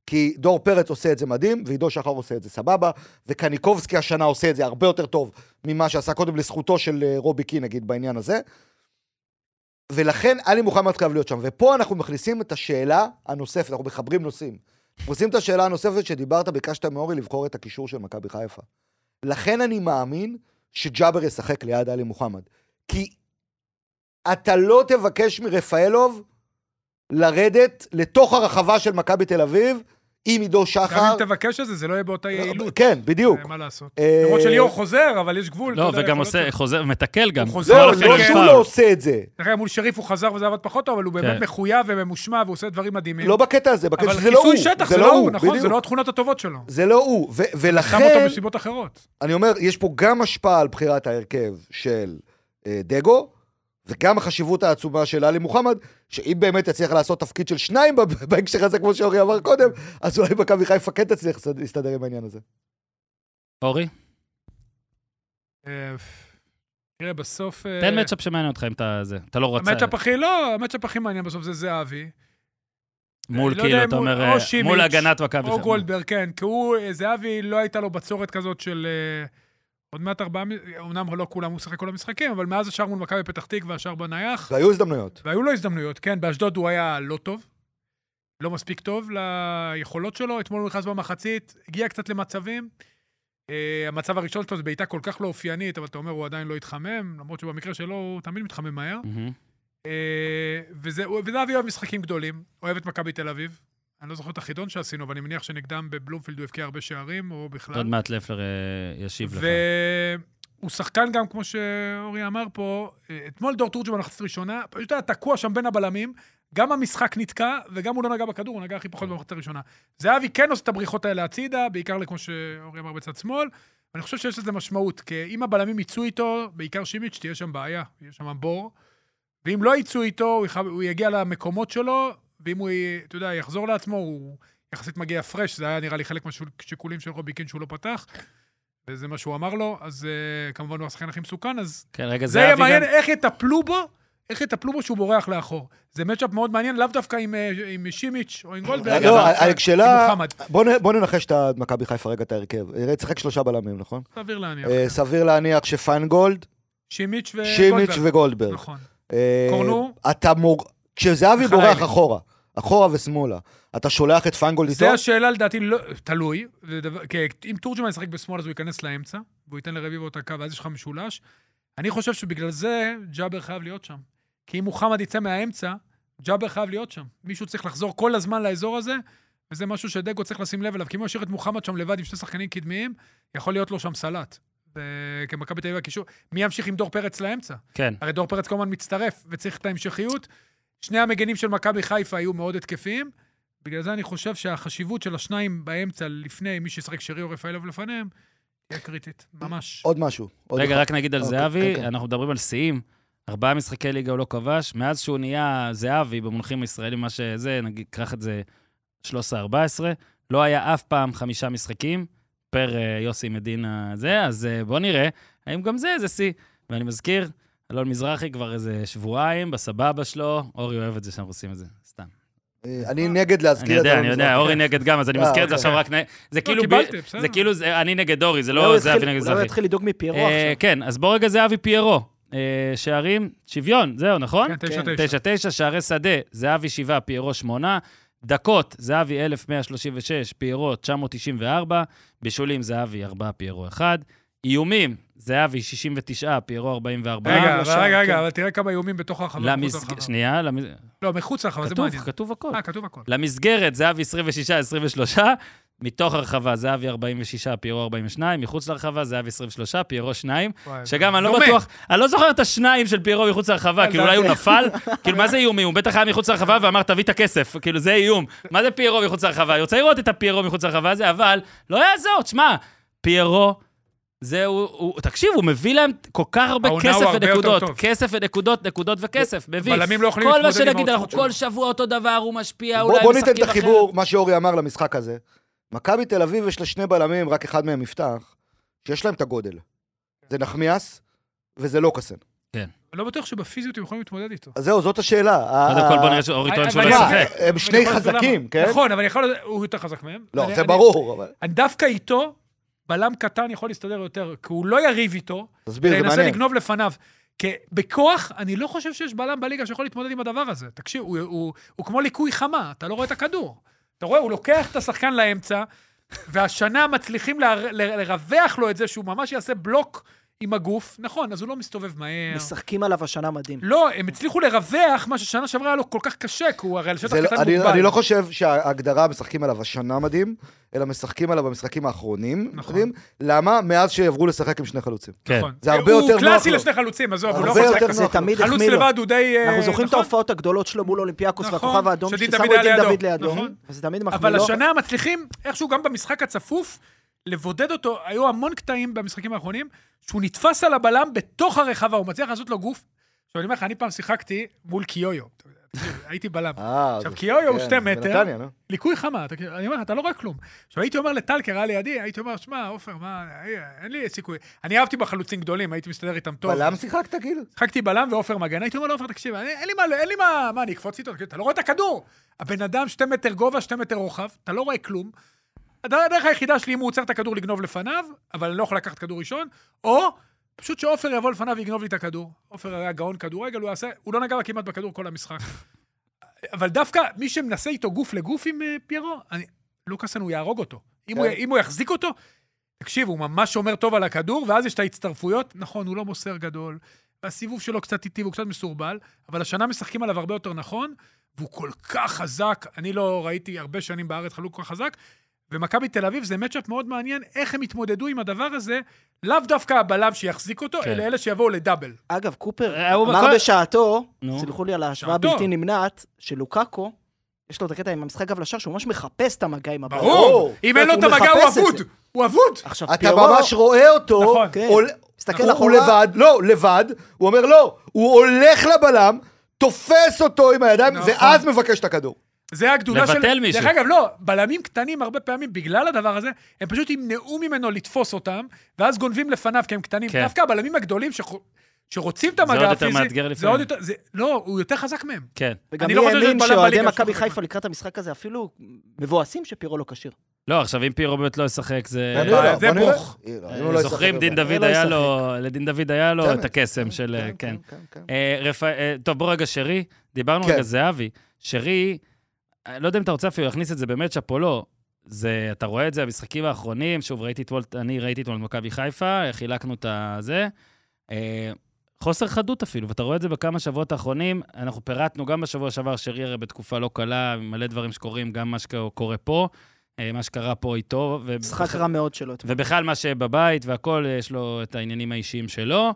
S4: כי דור פרץ עושה את זה מדהים, ועידו שחר עושה את זה סבבה, וקניקובסקי השנה עושה את זה הרבה יותר טוב ממה שעשה קודם לזכותו של אה, רובי קין, נגיד, בעניין הזה. ולכן עלי מוחמד חייב להיות שם. ופה אנחנו מכניסים את השאלה הנוספת, אנחנו מחברים נושאים. אנחנו עושים את השאלה הנוספת שדיברת, ביקשת מאורי לבחור את הקישור של מכבי חיפה. לכן אני מאמין שג'אבר ישחק ליד עלי מוחמד. כי אתה לא תבקש מרפאלוב לרדת לתוך הרחבה של מכבי תל אביב עם עידו
S3: גם
S4: שחר.
S3: אם תבקש את זה, זה לא יהיה באותה יעילות.
S4: כן, בדיוק.
S3: אה, מה לעשות?
S4: אה,
S3: למרות שליאור חוזר, אבל יש גבול.
S1: לא,
S3: אתה יודע,
S1: וגם
S3: יכול
S1: עושה,
S3: להיות-
S1: חוזר, מתקל גם.
S3: הוא חוזר,
S1: כמו לכן
S4: זהו, לא
S1: יש
S4: שהוא
S1: פאול.
S4: לא עושה את זה.
S3: דרך אגב, מול שריף הוא חזר וזה עבד פחות טוב, אבל הוא באמת
S1: כן.
S3: מחויב וממושמע והוא עושה דברים מדהימים.
S4: לא בקטע הזה, בקטע
S3: אבל
S4: שזה לא הוא.
S3: כיסוי שטח זה לא הוא, נכון? זה
S4: בדיוק.
S3: לא התכונות הטובות שלו.
S4: זה לא הוא. ו-
S3: שם אותו
S4: ולכן,
S3: בסיבות אחרות.
S4: אני אומר, יש פה גם השפעה על בחירת ההרכב של אה, דגו, וגם החשיבות העצומה של עלי מוחמד, שאם באמת יצליח לעשות תפקיד של שניים ב- בהקשר הזה, כמו שאורי אמר קודם, אז אולי מכבי חיפה כן תצליח לסד- להסתדר עם העניין הזה.
S1: אורי,
S3: אה, תראה, בסוף... אה,
S1: תן מצ'אפ שמעניין אותך אם אתה זה. אתה לא רצה.
S3: המצ'אפ הכי, לא, המצ'אפ הכי מעניין בסוף זה זהבי.
S1: מול
S3: לא
S1: כאילו,
S3: יודע,
S1: אתה
S3: מול-
S1: אומר,
S3: או
S1: אה,
S3: שימיץ',
S1: מול הגנת מכבי.
S3: או
S1: חיפה.
S3: גולדברג, כן, כי הוא, אה, זהבי, לא הייתה לו בצורת כזאת של... אה, עוד מעט ארבעה, מ- אמנם לא כולם הוא שיחק כל המשחקים, אבל מאז השאר מול מכבי פתח תקווה, השאר בנייח,
S4: והיו הזדמנויות.
S3: והיו לו הזדמנויות, כן, באשדוד הוא היה לא טוב, לא מספיק טוב ליכולות שלו, אתמול הוא נכנס במחצית, הגיע קצת למצבים. אה, המצב הראשון שלו זה בעיטה כל כך לא אופיינית, אבל אתה אומר, הוא עדיין לא התחמם, למרות שבמקרה שלו הוא תמיד מתחמם מהר.
S1: מהמם.
S3: אה, וזה, הוא- וזהבי אוהב משחקים גדולים, אוהב את מכבי תל אביב. אני לא זוכר את החידון שעשינו, אבל אני מניח שנגדם בבלומפילד הוא הבקיע הרבה שערים, או
S1: עוד
S3: בכלל.
S1: מעט לפלר אה, ישיב לך.
S3: והוא שחקן גם, כמו שאורי אמר פה, אה, אתמול דור תורג'מן במחצית ראשונה, פשוט היה תקוע שם בין הבלמים, גם המשחק נתקע, וגם הוא לא נגע בכדור, הוא נגע הכי פחות במחצית הראשונה. זהבי כן עושה את הבריחות האלה הצידה, בעיקר לכמו שאורי אמר בצד שמאל. אני חושב שיש לזה משמעות, כי אם הבלמים יצאו איתו, בעיקר שימיץ', תהיה שם בעיה, יהיה שם בור. ואם לא יצאו איתו, הוא, יח... הוא יגיע למקומות שלו, ואם הוא, י- אתה יודע, יחזור לעצמו, הוא יחסית מגיע פרש, זה היה נראה לי חלק מהשיקולים של רובי קין שהוא לא פתח, וזה מה שהוא אמר לו, אז uh, כמובן הוא השחקן הכי מסוכן, אז
S1: כן, רגע,
S3: זה יהיה
S1: זהבי
S3: מעניין
S1: גם.
S3: איך יטפלו בו, איך יטפלו בו שהוא בורח לאחור. זה מצ'אפ מאוד מעניין, לאו דווקא עם, אה, עם שימיץ' או עם גולדברג,
S4: לא,
S3: אבל עם
S4: השאלה...
S3: מוחמד,
S4: בוא נ- בוא ננחש את מכבי חיפה רגע את ההרכב. אה, תשחק שלושה בלמים, נכון?
S3: סביר להניח.
S4: אה, סביר להניח שפיינגולד,
S3: שימיץ'
S4: שימיץ'
S3: וגולדברג.
S4: וגולדברג.
S3: אה, נכון.
S4: אה,
S3: קורנו?
S4: אתה מור... כשזהבי
S3: חלילי.
S4: בורח אחורה, אחורה ושמאלה, אתה שולח את פיינגולד איתו?
S3: זה השאלה לדעתי, לא, תלוי. זה דבר- כי אם תורג'מן ישחק בשמאל אז הוא ייכנס לאמצע, והוא ייתן לרביבו את הקו, ואז יש לך משולש. אני חושב שבגלל זה ג'אבר חייב להיות שם. כי אם מוחמד יצא מהאמצע, ג'אבר חייב להיות שם. מישהו צריך לחזור כל הזמן לאזור הזה, וזה משהו שדגו צריך לשים לב אליו. כי אם הוא ישאיר את מוחמד שם לבד עם שני שחקנים קדמיים, יכול להיות לו שם סלט. וכמכבי תל אביב הקישור, מי ימשיך עם דור פרץ לאמצע?
S1: כן.
S3: הרי דור פרץ כל הזמן מצטרף, וצריך את ההמשכיות. שני המגנים של מכבי חיפה היו מאוד התקפיים, בגלל זה אני חושב שהחשיבות של השניים באמצע, לפני מי שישחק שרי או רפאלוב לפניהם, תהיה קריטית, ממש.
S4: עוד משהו. עוד
S1: רגע,
S4: אחד.
S1: רק נגיד על
S4: אוקיי,
S1: זהבי,
S4: כן, כן.
S1: אנחנו מדברים על שיאים, ארבעה משחקי ליגה הוא לא כבש, מאז שהוא נהיה זהבי במונחים הישראלים, מה שזה, נגיד, קח את זה 13-14, לא היה אף פעם חמישה משחקים, פר אה, יוסי מדינה זה, אז אה, בוא נראה האם גם זה איזה שיא. ואני מזכיר, אלון מזרחי כבר איזה שבועיים, בסבבה שלו, אורי אוהב את זה שאנחנו עושים את זה, סתם.
S4: אה, אני נגד להזכיר
S1: אני יודע,
S4: אלון
S1: אני יודע,
S4: לא מזרחי.
S3: כן.
S1: אורי נגד גם, אז אני
S4: אה,
S1: מזכיר את זה
S4: אוקיי.
S1: עכשיו רק... נ- זה כאילו... ב-
S3: לא, קיבלתי, בסדר.
S1: זה כאילו, זה- אני נגד אורי, זה
S2: אולי הוא
S1: לא זהבי
S2: יתחיל-
S1: נגד
S2: אולי הוא
S1: זהבי.
S2: יתחיל לדאוג מפיירו
S1: אה,
S2: עכשיו.
S1: כן, אז בוא רגע זהבי פיירו. אה, שערים, שוויון, זהו, נכון?
S3: כן, תשע,
S2: כן,
S3: תשע.
S1: תשע, תשע, שערי שדה, זהבי שבעה, פיירו שמונה. דקות, זהבי 1,136, פיירו 994, בישולים זהבי 4, פיירו 1. איומים, זהבי 69, פיירו 44.
S3: רגע,
S2: לשער,
S3: אבל רגע,
S2: כן.
S3: רגע, אבל תראה כמה איומים בתוך הרחבה. מחוץ
S1: למסג...
S3: לרחבה.
S1: שנייה, למס...
S3: לא, מחוץ לרחבה, זה
S1: לא, כתוב,
S3: מעניין.
S1: כתוב הכל.
S3: אה, כתוב הכל.
S1: למסגרת, זהבי 26, 23, מתוך הרחבה, זהבי 46, פיירו 42, מחוץ לרחבה, זהבי 23, פיירו 2,
S3: וואי,
S1: שגם אני לא
S3: דומה. כן, אוקיי.
S1: בטוח, אני לא זוכר את השניים של פיירו מחוץ לרחבה, כאילו אולי הוא נפל, כאילו מה זה איומים? הוא בטח היה מחוץ לרחבה ואמר תביא את הכסף, כאילו זה איום. מה זה פיירו מחוץ לרחבה? אני רוצה לראות את הפיירו מחוץ לרחבה הזה, אבל לא יעזור, תשמע, פיירו... זהו, הוא, תקשיב, הוא מביא להם כל כך הרבה
S3: העונה
S1: כסף
S3: הוא הרבה יותר
S1: ונקודות.
S3: טוב.
S1: כסף ונקודות, נקודות וכסף, מביא.
S3: בלמים לא יכולים
S1: כל מה
S3: להתמודד עם
S1: שנגיד, אנחנו
S3: העוצמות
S1: כל שבוע אותו דבר, הוא משפיע,
S4: בוא
S1: אולי
S4: בוא
S1: משחקים
S4: ניתן את
S1: אחרת.
S4: החיבור, מה שאורי אמר למשחק הזה. מכבי תל אביב יש לה שני בלמים, רק אחד מהם יפתח, שיש להם את הגודל. זה נחמיאס וזה לוקאסן.
S3: אני לא בטוח שבפיזיות הם יכולים להתמודד איתו. אה,
S4: אז זהו, זאת השאלה.
S1: קודם כל בוא
S4: אה,
S1: נראה שאורי טוען שהוא לא
S3: אבל-
S1: ישחק.
S4: מה, הם שני
S3: אני יכול להסביר
S4: כן. אה, חזקים,
S3: למה.
S4: כן?
S3: נכון, אבל יכול להיות, הוא יותר חזק מהם.
S4: לא,
S3: אני-
S4: זה
S3: אני-
S4: ברור, אבל
S3: אני דווקא איתו, בלם קטן יכול להסתדר יותר, כי הוא לא יריב איתו,
S4: תסביר, זה
S3: וינסה
S4: מעניין.
S3: לגנוב לפניו. כי בכוח, אני לא חושב שיש בלם בליגה שיכול להתמודד עם הדבר הזה. תקשיב, הוא, הוא, הוא כמו ליקוי חמה, אתה לא רואה את הכדור. אתה רואה, הוא לוקח את השחקן לאמצע, והשנה מצליחים לר, ל, לרווח לו את זה שהוא ממש יעשה בלוק עם הגוף. נכון, אז הוא לא מסתובב מהר.
S1: כן.
S2: משחקים עליו השנה מדהים.
S3: לא, הם הצליחו לרווח מה ששנה שעברה היה לו כל כך קשה, כי הוא הרי על שטח
S4: זה לא-
S3: קטן
S4: אני-
S3: מוגבל.
S4: אני לא חושב שההגדרה משחקים עליו השנה מדהים, אלא משחקים עליו במשחקים האחרונים.
S3: נכון.
S4: מדהים. למה? מאז שעברו לשחק עם שני חלוצים.
S1: כן.
S3: נכון.
S4: זה הרבה יותר
S3: הוא
S4: נוח
S3: קלאסי
S4: לו.
S3: לשני חלוצים, עזוב, הוא לא
S4: הרבה
S3: יכול לשחק
S4: יותר
S3: כזה.
S4: נוח
S2: זה
S4: לו.
S2: תמיד
S3: חלוץ
S2: החמיא לו.
S3: לבד הוא די... אה,
S2: אנחנו זוכרים את
S3: נכון.
S2: ההופעות הגדולות שלו מול אולימפיאקוס
S3: נכון,
S2: והכוכב האדום,
S3: שדין
S2: ששמו
S3: דוד
S2: את דין
S3: היה
S2: דוד
S3: לידו,
S2: לידו,
S3: נכון.
S2: וזה תמיד מחמיא
S3: אבל
S2: לו.
S3: השנה מצליחים, איכשהו גם במשחק הצפוף, לבודד אותו. היו המון קטעים במשחקים האחרונים, שהוא נתפס על הבלם בתוך הרחבה, הוא מצליח לעשות לו גוף. עכשיו, אני אומר לך, אני פעם שיחקתי מול קיויו. הייתי בלם.
S4: אה,
S3: עכשיו,
S4: זה-
S3: קיויו הוא
S4: כן,
S3: שתי מטר,
S4: בנתניה, נו.
S3: ליקוי חמה, אתה, אני אומר לך, אתה לא רואה כלום. עכשיו, הייתי אומר לטלקר, היה לידי, הייתי אומר, שמע, עופר, מה, אה, אין לי סיכוי. אני אהבתי בחלוצים גדולים, הייתי מסתדר איתם טוב.
S4: בלם שיחקת, כאילו?
S3: שיחקתי בלם ועופר מגן, הייתי אומר לעופר, תקשיב, אני- אין לי מה, אין לי מה, מה, אני אקפוץ איתו? אתה לא רואה את הכדור. הבן אדם שתי מטר גובה, שתי מטר רוחב, אתה לא רואה כלום. הד- הדרך היחידה שלי, אם הוא עוצר את הכדור לגנוב לפניו, אבל אני לא יכול לקחת כדור ראשון, או פשוט שעופר יבוא לפניו ויגנוב לי את הכדור. עופר היה גאון כדורגל, הוא יעשה, הוא לא נגע כמעט בכדור כל המשחק. אבל דווקא מי שמנסה איתו גוף לגוף עם אה, פיירו, אני, לוקאסן הוא יהרוג אותו. אם, הוא,
S4: כן.
S3: אם הוא יחזיק אותו, תקשיב, הוא ממש שומר טוב על הכדור, ואז יש את ההצטרפויות. נכון, הוא לא מוסר גדול, והסיבוב שלו קצת איטי והוא קצת מסורבל, אבל השנה משחקים עליו הרבה יותר נכון, והוא כל כך חזק. אני לא ראיתי הרבה שנים בארץ חלוק כל כך חזק, ומכבי תל אביב זה מצ'אפ מאוד מעניין, איך הם יתמודדו עם הדבר הזה, לאו דווקא הבלם שיחזיק אותו,
S1: כן.
S3: אלא אלה שיבואו לדאבל.
S2: אגב,
S1: אה,
S2: קופר
S1: הוא
S2: אמר
S1: בכל-
S2: בשעתו,
S1: נו.
S2: סלחו לי על ההשוואה
S3: שעתו.
S2: הבלתי נמנעת, שלוקאקו, יש לו את הקטע עם המשחק גב לשער, שהוא ממש מחפש את המגע עם הבעיה.
S3: ברור! אם
S2: זאת
S3: אין לו
S2: אומרת,
S3: את המגע,
S2: הוא
S3: הוא
S2: מחפש את
S3: אבוד!
S2: זה.
S3: הוא אבוד!
S2: עכשיו,
S4: אתה
S2: פיירו...
S4: ממש רואה אותו,
S3: נכון.
S2: כן.
S4: עול-
S2: מסתכל
S4: הוא- הוא
S2: אחורה.
S4: לבד, לא, לבד, הוא אומר לא, הוא הולך לבלם, תופס אותו עם הידיים,
S3: נכון.
S4: ואז מבקש את הכדור.
S3: זה הגדולה של...
S1: לבטל מישהו.
S3: דרך אגב, לא, בלמים קטנים הרבה פעמים, בגלל הדבר הזה, הם פשוט ימנעו ממנו לתפוס אותם, ואז גונבים לפניו כי הם קטנים.
S1: כן.
S3: דווקא הבלמים הגדולים שח- שרוצים את המגע
S1: עוד יותר
S3: הפיזי,
S1: מאתגר
S3: זה
S1: לפעמים.
S3: עוד יותר... זה- לא, הוא יותר חזק מהם.
S1: כן.
S2: וגם
S3: אני
S2: מי
S3: לא חושב שיש
S2: האמין
S3: בלם
S2: שאוהדי
S3: בליגה
S2: מכבי
S3: שהוא
S2: חיפה לקראת המשחק הזה אפילו מבואסים שפירו לא כשיר.
S1: לא, עכשיו, אם פיירו באמת לא ישחק, זה...
S4: אני יודע,
S3: אה, זה
S4: בוא נראה.
S3: ברוך.
S4: אה, לא, אם הוא
S1: אה,
S4: לא ישחק,
S1: זוכרים,
S4: לא
S1: דין
S4: יודע.
S1: דוד
S2: לא
S1: היה
S2: ישחק.
S1: לו... לדין דוד היה לו
S4: צמד.
S1: את הקסם של... אה, כן.
S4: כן.
S1: אה, רפא- אה, טוב, בוא רגע, שרי. דיברנו
S4: כן.
S1: רגע, זהבי. שרי, אה, לא יודע אם אתה רוצה אפילו להכניס את זה במצ'אפ או לא. זה, אתה רואה את זה במשחקים האחרונים, שוב, ראיתי אתמול, אני ראיתי אתמול את מכבי חיפה, חילקנו את הזה. אה, חוסר חדות אפילו, ואתה רואה את זה בכמה שבועות האחרונים. אנחנו פירטנו גם בשבוע שעבר, שרי הרי בתקופה לא קלה, מלא דברים שקורים, גם מה שקורה פה, אה, מה שקרה פה איתו. ו-
S2: משחק רע מאוד שלו. אתמול.
S1: ובכלל מה שבבית והכל, יש לו את העניינים האישיים שלו,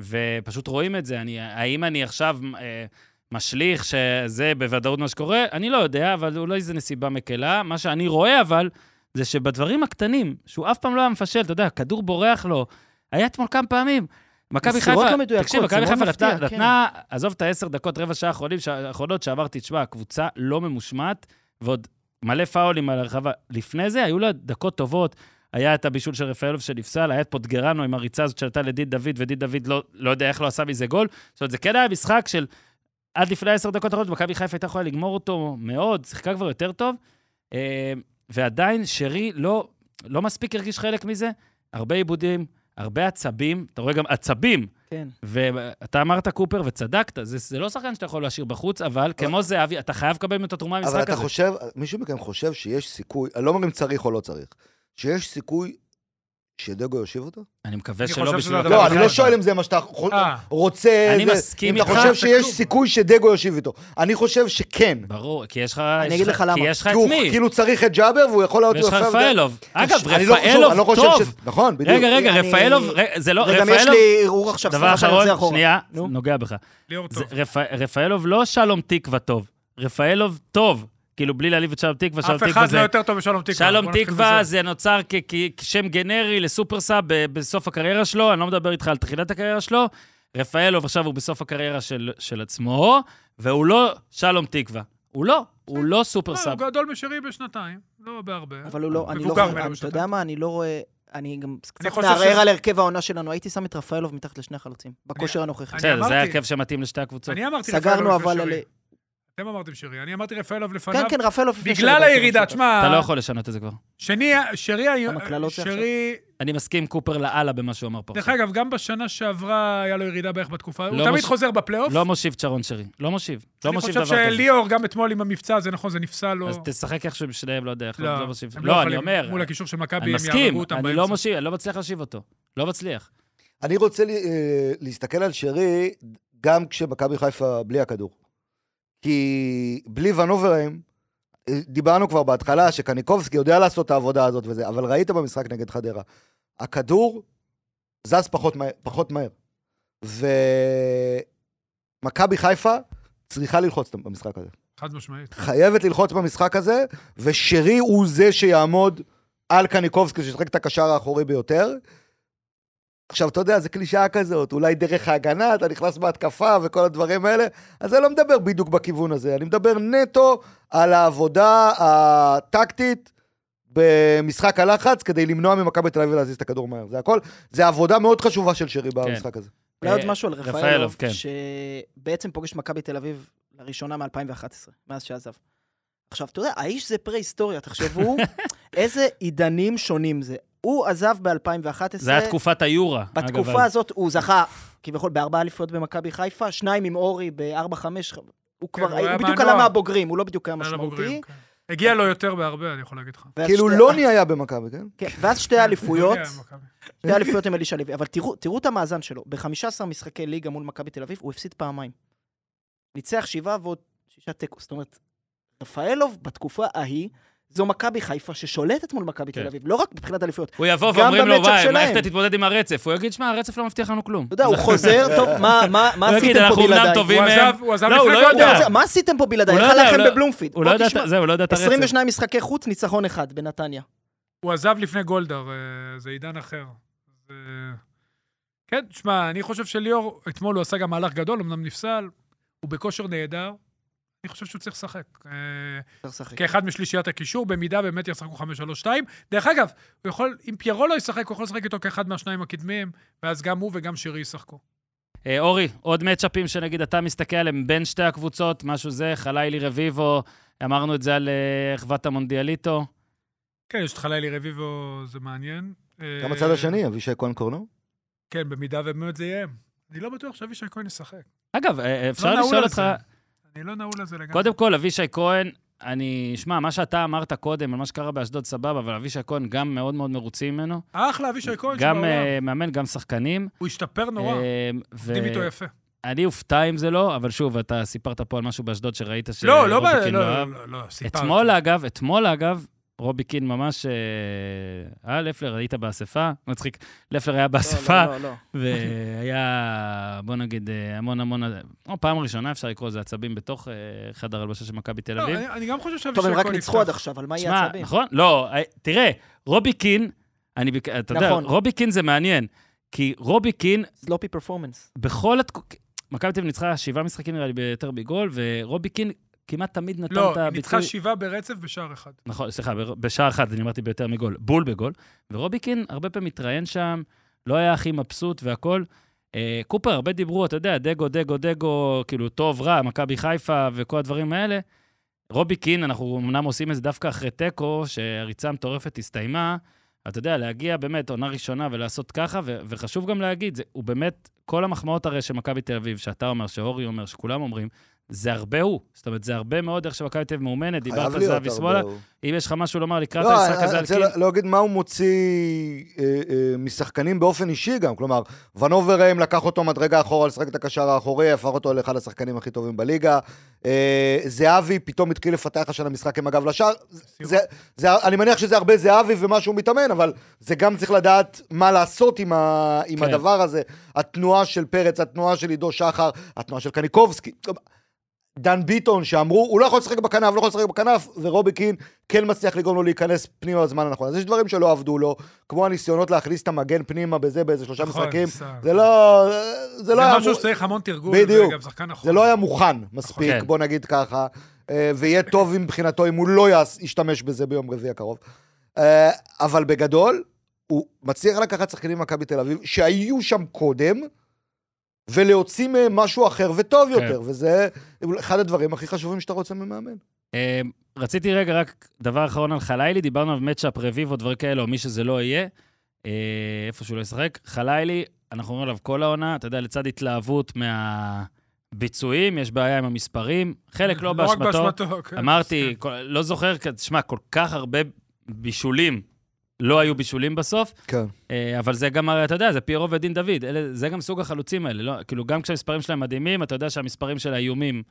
S1: ופשוט רואים את זה. אני, האם אני עכשיו אה, משליך שזה בוודאות מה שקורה? אני לא יודע, אבל אולי זו נסיבה מקלה. מה שאני רואה אבל, זה שבדברים הקטנים, שהוא אף פעם לא היה מפשל, אתה יודע, כדור בורח לו, היה אתמול כמה פעמים. מכבי
S2: מסירות
S1: חיפה,
S2: לא מדויקות,
S1: תקשיב,
S2: זה
S1: מכבי
S2: מאוד
S1: חיפה
S2: מפתיע,
S1: נתנה-
S2: כן.
S1: נתנה, עזוב את העשר דקות, רבע שעה האחרונים- שעה- האחרונות, שאמרתי, תשמע, הקבוצה לא ממושמעת, ועוד מלא פאולים על הרחבה. לפני זה היו לה דקות טובות, היה את הבישול של רפאלוב שנפסל, היה את פוטגרנו עם הריצה הזאת שעלתה לדין דוד, ודין דוד לא, לא יודע איך לא עשה מזה גול. זאת אומרת, זה כן היה משחק של עד לפני עשר דקות האחרונות, מכבי חיפה הייתה יכולה לגמור אותו מאוד, שיחקה כבר יותר טוב, אה, ועדיין שרי לא, לא מספיק הרגיש חלק מזה, הרבה עיבודים, הרבה עצבים, אתה רואה גם עצבים.
S2: כן.
S1: ואתה אמרת קופר וצדקת, זה, זה לא שחקן שאתה יכול להשאיר בחוץ, אבל כמו זהבי, אתה חייב לקבל ממנו את התרומה
S4: אבל
S1: במשחק
S4: אתה
S1: הזה.
S4: חושב, מישהו מכם חושב שיש סיכוי, אני לא אומר אם צריך או לא צריך, שיש סיכוי שדגו יושיב אותו? לא,
S1: אני מקווה
S3: אני
S1: שלא
S3: חושב
S1: בשביל...
S3: שזה
S1: מכבי
S3: הדבר
S4: אני
S1: חיפה.
S4: לא שואל אם זה מה שאתה חו-
S3: אה.
S4: רוצה,
S1: אני
S4: זה-
S1: מסכים
S4: אם אתה
S1: איתך.
S4: חושב
S3: זה
S4: שיש
S3: כלום.
S4: סיכוי שדגו יושיב איתו. אני חושב שכן.
S1: ברור, כי יש לך...
S2: אני
S1: יש
S2: אגיד לך
S1: כי
S2: למה.
S1: יש לך
S4: כי
S1: את
S4: הוא
S1: מי,
S4: כאילו צריך את ג'אבר, והוא יכול להיות...
S1: ויש לך
S4: יפה יותר.
S1: רפאלוב. אגב,
S4: אני לא חושב- אני לא
S1: רפאלוב
S4: חושב
S1: טוב.
S4: ש- נכון, בדיוק.
S1: רגע, רגע,
S2: אני-
S1: רפאלוב, ר- זה לא,
S2: וגם יש
S1: רפאלוב,
S2: לי ערעור עכשיו,
S1: דבר
S2: סליחה שאני
S1: אחרון,
S2: רוצה אחורה.
S1: שנייה,
S2: נו.
S1: נוגע בך.
S3: ליאור טוב.
S1: זה- רפא- רפאלוב לא שלום תקווה טוב, רפאלוב טוב, כאילו בלי להעליב את שלום תקווה, שלום
S3: אף
S1: תקווה
S3: אחד לא
S1: זה...
S3: יותר טוב משלום תקווה.
S1: שלום
S3: בוא נתחיל
S1: תקווה
S3: בזה.
S1: זה נוצר כ- כ- כשם גנרי לסופר סאב ב- בסוף הקריירה שלו, אני לא מדבר איתך על תחילת הקריירה שלו. רפאלוב עכשיו הוא בסוף הקריירה של, של עצמו, והוא לא שלום תקווה. הוא לא, הוא לא סופר
S3: לא,
S1: סאב.
S3: הוא גדול משרי בשנתיים, לא בהרבה.
S2: אבל הוא לא, אני לא
S3: מבוגר
S2: חושב,
S3: ממנו
S2: אני- אתה
S3: בשנתיים.
S2: יודע מה, אני לא רואה, אני גם קצת
S3: חושב
S2: מערער
S3: שזה-
S2: על הרכב העונה שלנו, הייתי שם את רפאלוב מתחת לשני החלוצים, בכושר הנוכחי.
S3: אני
S1: בסדר,
S3: אמרתי.
S1: זה ההרכב שמתאים לשתי הקבוצות.
S3: אני אמרתי
S2: סגרנו
S3: רפאלוב
S2: אבל
S3: לפני
S2: על...
S3: שרי. אתם אמרתם שרי, אני אמרתי רפאלוב לפניו.
S2: כן, כן, רפאלוב. לפני
S3: בגלל
S2: שלדעתי הוא
S3: הירידה,
S2: משהו טוב.
S3: תשמע,
S1: אתה לא יכול לשנות את זה כבר.
S3: שני, שרי,
S2: כמה קללות זה
S3: שרי,
S1: אני מסכים עם קופר לאללה במה שהוא אמר פה.
S3: דרך
S1: עכשיו.
S3: אגב, גם בשנה שעברה היה לו ירידה בערך בתקופה, הוא
S1: לא
S3: תמיד
S1: מוש-
S3: חוזר בפלייאוף.
S1: לא מושיב צ'רון שרי, לא מושיב. לא
S3: אני
S1: מושיב
S3: חושב
S1: דבר כזה.
S3: שליאור, גם אתמול עם המבצע, זה נכון, זה נפסל לו.
S1: אז תשחק איכשהו עם שניהם, לא יודע איך,
S3: לא,
S1: לא מושיב.
S3: הם
S1: לא, אני
S3: יכולים-
S1: אומר,
S3: מול הקישור של מכבי,
S1: אני
S3: הם
S1: מסכים,
S3: יהרגו אותם
S1: אני לא
S3: באמצע.
S1: מושיב, אני לא מצליח להשיב אותו. לא מצליח.
S4: אני רוצה לי- אה, להסתכל על שרי גם כשמכבי חיפה בלי הכדור. כי בלי ונוברים, אה, דיברנו כבר בהתחלה שקניקובסקי יודע לעשות את העבודה הזאת וזה, אבל ראית במשחק נגד חדרה, הכדור זז פחות, מה, פחות מהר. ומכבי חיפה צריכה ללחוץ במשחק הזה.
S3: חד משמעית.
S4: חייבת ללחוץ במשחק הזה, ושרי הוא זה שיעמוד על קניקובסקי, שישחק את הקשר האחורי ביותר. עכשיו, אתה יודע, זה קלישאה כזאת, אולי דרך ההגנה, אתה נכנס בהתקפה וכל הדברים האלה, אז אני לא מדבר בדיוק בכיוון הזה, אני מדבר נטו על העבודה הטקטית במשחק הלחץ, כדי למנוע ממכבי תל אביב להזיז את הכדור מהר. זה הכל, זה עבודה מאוד חשובה של שרי
S1: כן.
S4: במשחק הזה.
S2: אולי עוד
S1: אה,
S2: משהו על
S1: רפאלוב,
S2: רפאלוב,
S1: כן.
S2: שבעצם פוגש מכבי תל אביב לראשונה מ-2011, מאז שעזב. עכשיו, אתה יודע, האיש זה פרה-היסטוריה, תחשבו איזה עידנים שונים זה. הוא עזב ב-2011.
S1: זה היה תקופת היורה. אגב, אז.
S2: בתקופה הזאת הוא זכה כביכול בארבע אליפויות במכבי חיפה, שניים עם אורי בארבע, חמש,
S1: כן,
S2: הוא כבר,
S3: הוא היה
S2: הוא בדיוק
S3: מהנוער.
S2: עלה מהבוגרים, הוא לא בדיוק היה
S3: יאללה,
S2: משמעותי.
S3: בוגרים, כן. הגיע לו יותר בהרבה, אני יכול להגיד לך.
S2: ואז
S4: כאילו,
S2: שתי-
S4: לוני היה במכבי, כן?
S2: כן, ואז שתי האליפויות,
S1: לא
S3: הגיע למכבי.
S2: שתי האליפויות עם אלישע לוי. אבל תראו, תראו את המאזן שלו. ב-15 משחקי ליגה מול מכבי תל אביב, הוא הפסיד פעמיים. ניצח שבעה ועוד שישה תיקו. זאת אומרת, רפאלוב בתקופה ההיא, זו מכבי חיפה ששולטת מול מכבי
S1: כן.
S2: תל אביב, לא רק מבחינת אליפויות.
S1: הוא יבוא
S2: גם
S1: ואומרים לו,
S2: במצ'אפ
S1: וואי,
S2: שלהם."
S1: מה איך אתה תתמודד עם הרצף? הוא יגיד, שמע, הרצף לא מבטיח לנו כלום.
S2: אתה יודע, הוא חוזר, טוב, מה, מה, מה
S1: הוא
S2: עשיתם
S1: יגיד,
S2: פה בלעדיי?
S1: לא אנחנו אומנם טובים
S3: הוא
S1: מהם.
S3: עזב, הוא עזב
S1: לא, הוא
S3: לפני
S1: לא
S3: גולדהר.
S2: הוא
S1: יודע.
S2: עוזר, מה עשיתם פה בלעדיי?
S1: הוא לא
S2: איך
S1: יודע,
S2: הלכם
S1: הוא לא-
S2: בבלומפיד?
S1: הוא
S2: בוא
S1: לא יודע,
S2: תשמע.
S1: את- זהו, הוא לא יודע את הרצף.
S2: 22 משחקי חוץ, ניצחון אחד בנתניה.
S3: הוא עזב לפני גולדהר, אה, זה עידן אחר. זה- כן, תשמע, אני חושב שליאור, אתמול הוא עשה גם מהלך גדול, אמנם נפסל, הוא בכושר נהדר, אני חושב שהוא צריך לשחק. אה,
S2: צריך לשחק.
S3: כאחד משלישיית הקישור, במידה באמת ישחקו 5-3-2. דרך אגב, הוא יכול, אם פיירו לא ישחק, הוא יכול לשחק איתו כאחד מהשניים הקדמיים, ואז גם הוא וגם שרי ישחקו.
S1: אה, אורי, עוד מצ'אפים שנגיד אתה מסתכל עליהם בין שתי הקבוצות, משהו זה, חלילי רביבו, אמרנו את זה על אה, אחוות המונדיאליטו.
S3: כן, יש את חלילי רביבו, זה מעניין. אה,
S4: גם הצד השני, אבישי כהן קורנו.
S3: כן, במידה ובאמת זה יהיה. אני לא בטוח שאבישי כהן ישחק.
S1: אגב, אה, אפשר
S3: לא נעול
S1: לשאול
S3: על
S1: אותך,
S3: זה. אני לא נעול על זה לגמרי.
S1: קודם כל, אבישי כהן, אני, שמע, מה שאתה אמרת קודם על מה שקרה באשדוד, סבבה, אבל אבישי כהן גם מאוד מאוד מרוצים ממנו.
S3: אחלה, אבישי כהן
S1: גם
S3: שבעולם.
S1: אה, מאמן, גם שחקנים.
S3: הוא השתפר נורא.
S1: אה, ו-
S3: עובדים איתו יפה.
S1: אני אופתע אם זה לא, אבל שוב, אתה סיפרת פה על משהו באשדוד שראית
S3: לא, לא, ב-
S1: שרובי קין
S3: לא,
S1: אהב.
S3: לא, לא, סיפרתי.
S1: אתמול, אגב, אתמול, אגב, רובי קין ממש... אה, אה, לפלר, היית באספה? מצחיק, לפלר היה באספה,
S2: לא, לא, לא.
S1: והיה, בוא נגיד, אה, המון המון... או פעם ראשונה, אפשר לקרוא לזה עצבים בתוך אה, חדר הלבשה של מכבי תל
S3: לא,
S1: אביב.
S3: אני- אני גם חושב שאבישי
S2: טוב,
S3: כהן
S2: הם
S3: יפתח.
S2: רק ניצחו עד עכשיו, על מה יהיה
S1: שמע,
S2: עצבים?
S1: נכון? לא, אה, תראה, רובי קין, אני, ביק- אתה יודע,
S2: נכון.
S1: רובי קין זה מעניין. כי רובי קין,
S2: סלופי פרפורמנס.
S1: בכל התקופה... מכבי תל אביב ניצחה שבעה משחקים נראה לי ביותר בגול, ורובי קין כמעט תמיד נתן
S3: לא,
S1: את
S3: היא
S1: הביטוי...
S3: ניצחה שבעה ברצף בשער אחד.
S1: נכון, סליחה, בר- בשעה אחת, אני אמרתי ביותר מגול, בול בגול. ורוביקין הרבה פעמים התראיין שם, לא היה הכי מבסוט והכול. אה, קופר, הרבה דיברו, אתה יודע, דגו, דגו, דגו, כאילו, טוב, רע, מכבי חיפה וכל הדברים האלה. רוביקין, אנחנו אמנם עושים את זה דווקא אחרי תיקו, שהריצה המטורפת הסתיימה. אתה יודע, להגיע באמת עונה ראשונה ולעשות ככה, ו- וחשוב גם להגיד, זה, הוא באמת, כל המחמאות הרי של מכבי תל אביב, שאתה אומר, שאורי אומר, שכולם אומרים, זה הרבה הוא. זאת אומרת, זה הרבה מאוד איך שמכבי תל אביב מאומנת, דיברת
S4: חייב
S1: על
S4: להיות
S1: זהבי
S4: הרבה
S1: שמאלה,
S4: הוא.
S1: אם יש לך משהו לומר לקראת
S4: לא,
S1: המשחק הזה
S4: אני
S1: על
S4: רוצה
S1: קין,
S4: לה- להגיד מה הוא מוציא אה, אה, משחקנים באופן אישי גם. כלומר, ונוברהם לקח אותו מדרגה אחורה לשחק את הקשר האחורי, הפך אותו לאחד השחקנים הכי טובים בליגה. אה, זהבי פתאום התחיל לפתח השנה משחק עם הגב לשער. זה- זה- אני מניח שזה הרבה זהבי ומה שהוא מתאמן, אבל זה גם צריך לדעת מה לעשות עם ה- עם
S1: כן.
S4: הדבר הזה. התנועה של פרץ, התנועה של עידו שחר, התנועה של קניקובסקי. דן ביטון שאמרו, הוא לא יכול לשחק בכנף, לא יכול לשחק בכנף, ורובי קין כן מצליח לגרום לו להיכנס פנימה בזמן הנכון. אז יש דברים שלא עבדו לו, כמו הניסיונות להכניס את המגן פנימה בזה באיזה שלושה
S3: נכון,
S4: משחקים.
S3: ניסה.
S4: זה לא... זה
S3: זה
S4: לא היה...
S3: משהו
S4: מו-
S3: שצריך המון תרגול,
S4: בדיוק.
S3: וגם שחקן נכון.
S4: זה לא היה מוכן מספיק,
S1: כן.
S4: בוא נגיד ככה, אה, ויהיה טוב מבחינתו אם הוא לא יעש- ישתמש בזה ביום רביעי הקרוב. אה, אבל בגדול, הוא מצליח לקחת שחקנים ממכבי תל אביב, שהיו שם קודם, ולהוציא מהם משהו אחר וטוב
S1: כן.
S4: יותר, וזה אחד הדברים הכי חשובים שאתה רוצה ממאמן.
S1: אה, רציתי רגע רק דבר אחרון על חלילי, דיברנו על מצ'אפ רביב או דברים כאלה, או מי שזה לא יהיה, אה, איפה שהוא לא ישחק. חלילי, אנחנו אומרים עליו כל העונה, אתה יודע, לצד התלהבות מהביצועים, יש בעיה עם המספרים, חלק לא
S3: רק
S1: באשמתו.
S3: באשמתו, כן.
S4: אוקיי.
S1: אמרתי, כל- לא זוכר, כ- תשמע, כל כך הרבה בישולים, לא היו בישולים בסוף.
S4: כן.
S1: אה, אבל זה גם, הרי, אתה יודע, זה פיירו ודין דוד, אלה, זה גם סוג החלוצים האלה. לא, כאילו, גם כשהמספרים שלהם מדהימים, אתה יודע שהמספרים של האיומים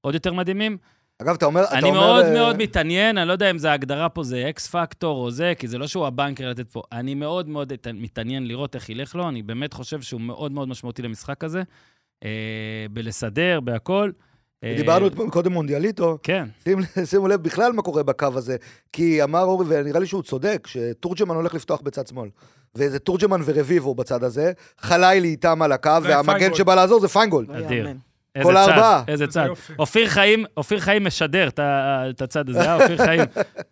S1: עוד יותר מדהימים.
S4: אגב, אתה אומר... אתה
S1: אני
S4: אומר,
S1: מאוד
S4: אה,
S1: מאוד מתעניין, אני לא יודע אם זה ההגדרה פה זה אקס פקטור או זה, כי זה לא שהוא הבנקר לתת פה. אני מאוד מאוד מת- מתעניין לראות איך ילך לו, אני באמת חושב שהוא מאוד מאוד משמעותי למשחק הזה, אה, בלסדר, בהכל. אה,
S4: דיברנו אתמול קודם מונדיאליטו,
S1: כן,
S4: שים, שימו לב בכלל מה קורה בקו הזה, כי אמר אורי, ונראה לי שהוא צודק, שתורג'מן הולך לפתוח בצד שמאל. וזה תורג'מן ורביבו בצד הזה, חלילי איתם על הקו, והמגן
S3: פיינגולד.
S4: שבא לעזור זה פיינגולד.
S2: לא
S1: אדיר.
S2: יאמן.
S1: איזה
S4: כל הארבעה.
S1: צד, איזה
S3: איזה
S1: צד.
S3: יופי.
S1: אופיר חיים, אופיר חיים משדר את ה- את הצד הזה, אה? אופיר חיים,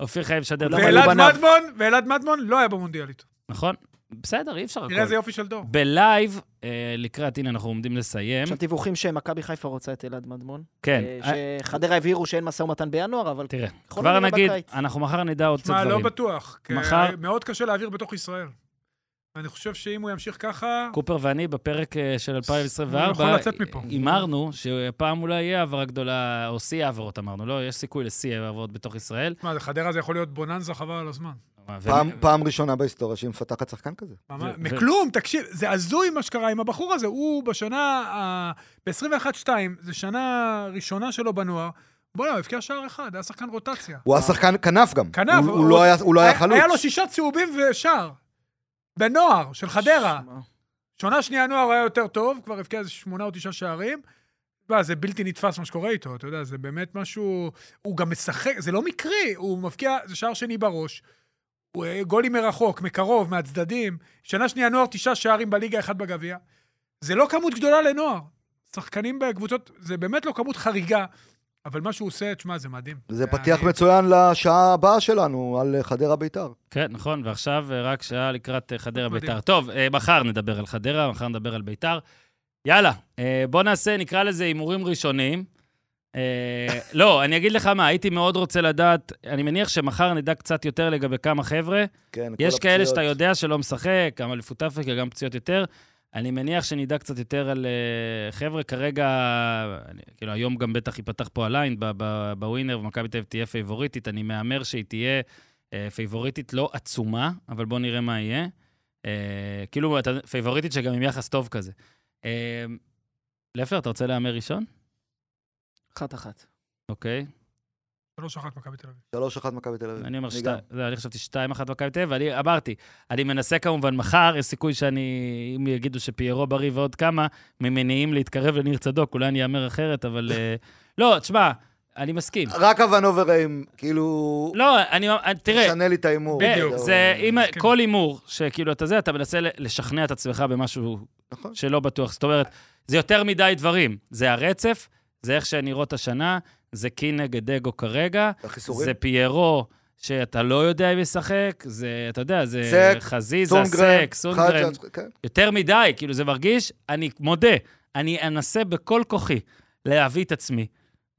S1: אופיר חיים משדר את
S2: למה
S1: הצד
S2: הוא
S3: ואלעד
S1: הזה.
S2: בנה?
S3: מדמון, ואלעד מדמון לא היה במונדיאלית.
S1: נכון? בסדר, אי אפשר
S3: תראה
S1: הכול.
S3: איזה יופי של דור.
S1: בלייב, אה, לקראת, הנה, אנחנו עומדים לסיים.
S2: עכשיו דיווחים שמכבי חיפה רוצה את אלעד מדמון.
S1: כן,
S2: אה,
S1: אה,
S2: שחדרה הבהירו שאין משא ומתן בינואר, אבל
S1: תראה,
S2: יכול
S1: כבר
S2: להיות
S1: נגיד,
S2: בקיץ.
S1: אנחנו מחר נדע עוד קצת
S3: מה, לא
S1: דברים.
S3: בטוח. כי
S1: מחר-
S3: מאוד קשה להעביר בתוך ישראל. אני חושב שאם הוא ימשיך ככה...
S1: קופר ואני בפרק אה, של
S3: הוא יכול
S1: 2024,
S3: לצאת מפה.
S1: הימרנו שהפעם אה, אולי יהיה העברה גדולה, או שיא העברות אמרנו, לא, יש סיכוי לשיא העברות בתוך ישראל.
S3: מה, חדרה זה יכול להיות בוננזה חבל על הזמן.
S1: ו-
S4: פעם, פעם ראשונה בהיסטוריה שהיא מפתחת שחקן כזה.
S3: ממש-
S1: זה-
S3: מכלום, תקשיב, זה הזוי מה שקרה עם הבחור הזה. הוא בשנה, ב-21-2, זו שנה ראשונה שלו בנוער, בוא'נה, הוא הבקיע שער אחד, היה שחקן רוטציה.
S4: הוא היה שחקן כנף גם.
S3: אה. כנף,
S4: הוא, הוא,
S3: אבל-
S4: לא, היה, הוא לא היה חלוץ.
S3: היה לו שישה צהובים ושער. בנוער, של חדרה.
S2: שמע,
S3: שנה שנייה נוער היה יותר טוב, כבר הבקיע איזה שמונה או תשעה שערים. מה, זה בלתי נתפס מה שקורה איתו, אתה יודע, זה באמת משהו... הוא גם משחק, זה לא מקרי, הוא מבקיע, זה שער שני בראש. הוא אה, גולים מרחוק, מקרוב, מהצדדים. שנה שנייה נוער, תשעה שערים בליגה, אחד בגביע. זה לא כמות גדולה לנוער. שחקנים בקבוצות, זה באמת לא כמות חריגה, אבל מה שהוא עושה, תשמע, זה מדהים.
S4: זה פתיח
S3: אני-
S4: מצוין לשעה הבאה שלנו, על אה, חדרה ביתר.
S1: כן, נכון, ועכשיו אה, רק שעה לקראת אה, חדרה
S3: מדהים.
S1: ביתר. טוב, אה, מחר נדבר על חדרה, מחר נדבר על ביתר. יאללה, אה, בוא נעשה, נקרא לזה הימורים ראשוניים. אה, לא, אני אגיד לך מה, הייתי מאוד רוצה לדעת, אני מניח שמחר נדע קצת יותר לגבי כמה חבר'ה.
S4: כן, כל
S1: יש כאלה
S4: הפציעות.
S1: שאתה יודע שלא משחק, גם אליפות אפריקה, גם פציעות יותר. אני מניח שנדע קצת יותר על אה, חבר'ה. כרגע, אני- כאילו, היום גם בטח ייפתח פה הליין ב- ב- בווינר, ומכבי תל אביב תהיה פייבוריטית. אני מהמר שהיא תהיה אה, פייבוריטית לא עצומה, אבל בואו נראה מה יהיה. אה, כאילו, אתה- פייבוריטית שגם עם יחס טוב כזה. אה, לפלר, אתה רוצה להמר ראשון?
S2: אחת-אחת.
S1: אוקיי.
S3: שלוש אחת מכבי תל אביב.
S4: שלוש אחת מכבי תל אביב.
S1: אני אומר
S4: גם.
S1: שתיים, לא, אני חשבתי שתיים אחת מכבי תל אביב, ואני אמרתי, אני מנסה כמובן מחר, יש סיכוי שאני, אם יגידו שפיירו בריא ועוד כמה, ממניעים להתקרב לניר צדוק, אולי אני אאמר אחרת, אבל... אה, לא, תשמע, אני מסכים.
S4: רק הוונוברים, כאילו,
S1: לא, אני... אני- תראה,
S4: משנה לי את ההימור.
S1: בדיוק,
S4: כאילו.
S1: זה אם-
S3: מסכים.
S1: כל הימור, שכאילו אתה זה, אתה מנסה ל- לשכנע את עצמך במשהו
S4: נכון.
S1: שלא בטוח. זאת אומרת, זה יותר מדי דברים. זה הרצף, זה איך שהן נראות השנה, זה קי נגד אגו כרגע,
S4: נכון. החיסורים.
S1: זה פיירו שאתה לא יודע אם ישחק, זה, אתה יודע, זה
S4: סק,
S1: חזיזה,
S4: סונגרן,
S1: סק, סונגרן.
S4: חג'אג', כן.
S1: יותר מדי, כאילו זה מרגיש, אני מודה, אני אנסה בכל כוחי להביא את עצמי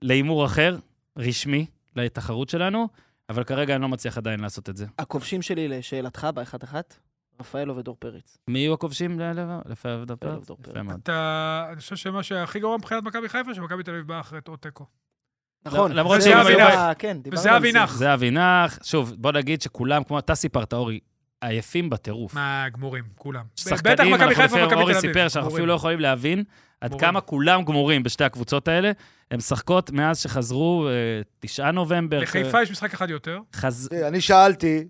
S1: להימור אחר, רשמי, לתחרות שלנו, אבל כרגע אני לא מצליח עדיין לעשות את זה.
S2: הכובשים שלי, לשאלתך, באחת-אחת, רפאלו ודור פריץ.
S1: מי יהיו הכובשים ללבן? לפי עבודת
S2: לפי
S1: פרץ?
S2: עבודת פרץ.
S1: יפה מאוד.
S3: אתה, אני חושב שמה שהכי גרוע מבחינת מכבי חיפה, שמכבי תל אביב באה אחרי או תיקו.
S2: נכון.
S1: למרות
S2: זה
S1: שהם
S2: היה
S1: היו
S2: ב- כן, דיברנו
S3: וזה
S2: על זה.
S3: אבינח.
S1: זה אבינח, שוב, בוא נגיד שכולם, כמו אתה סיפרת, אורי, עייפים בטירוף.
S3: מה, גמורים, כולם. בטח
S1: שחקנים,
S3: מכבי
S1: אנחנו
S3: חיפה
S1: לפעמים,
S3: ומכבי
S1: אורי
S3: תל אביב.
S1: סיפר שאנחנו אפילו
S3: גמורים.
S1: לא יכולים להבין עד
S3: גמורים.
S1: כמה כולם גמורים בשתי הקבוצות האלה. הן משחקות מאז שחזרו, אה, 9 נובמבר. אה,
S3: לחיפה יש משחק אחד יותר.
S1: חז...
S4: תראי, אני שאלתי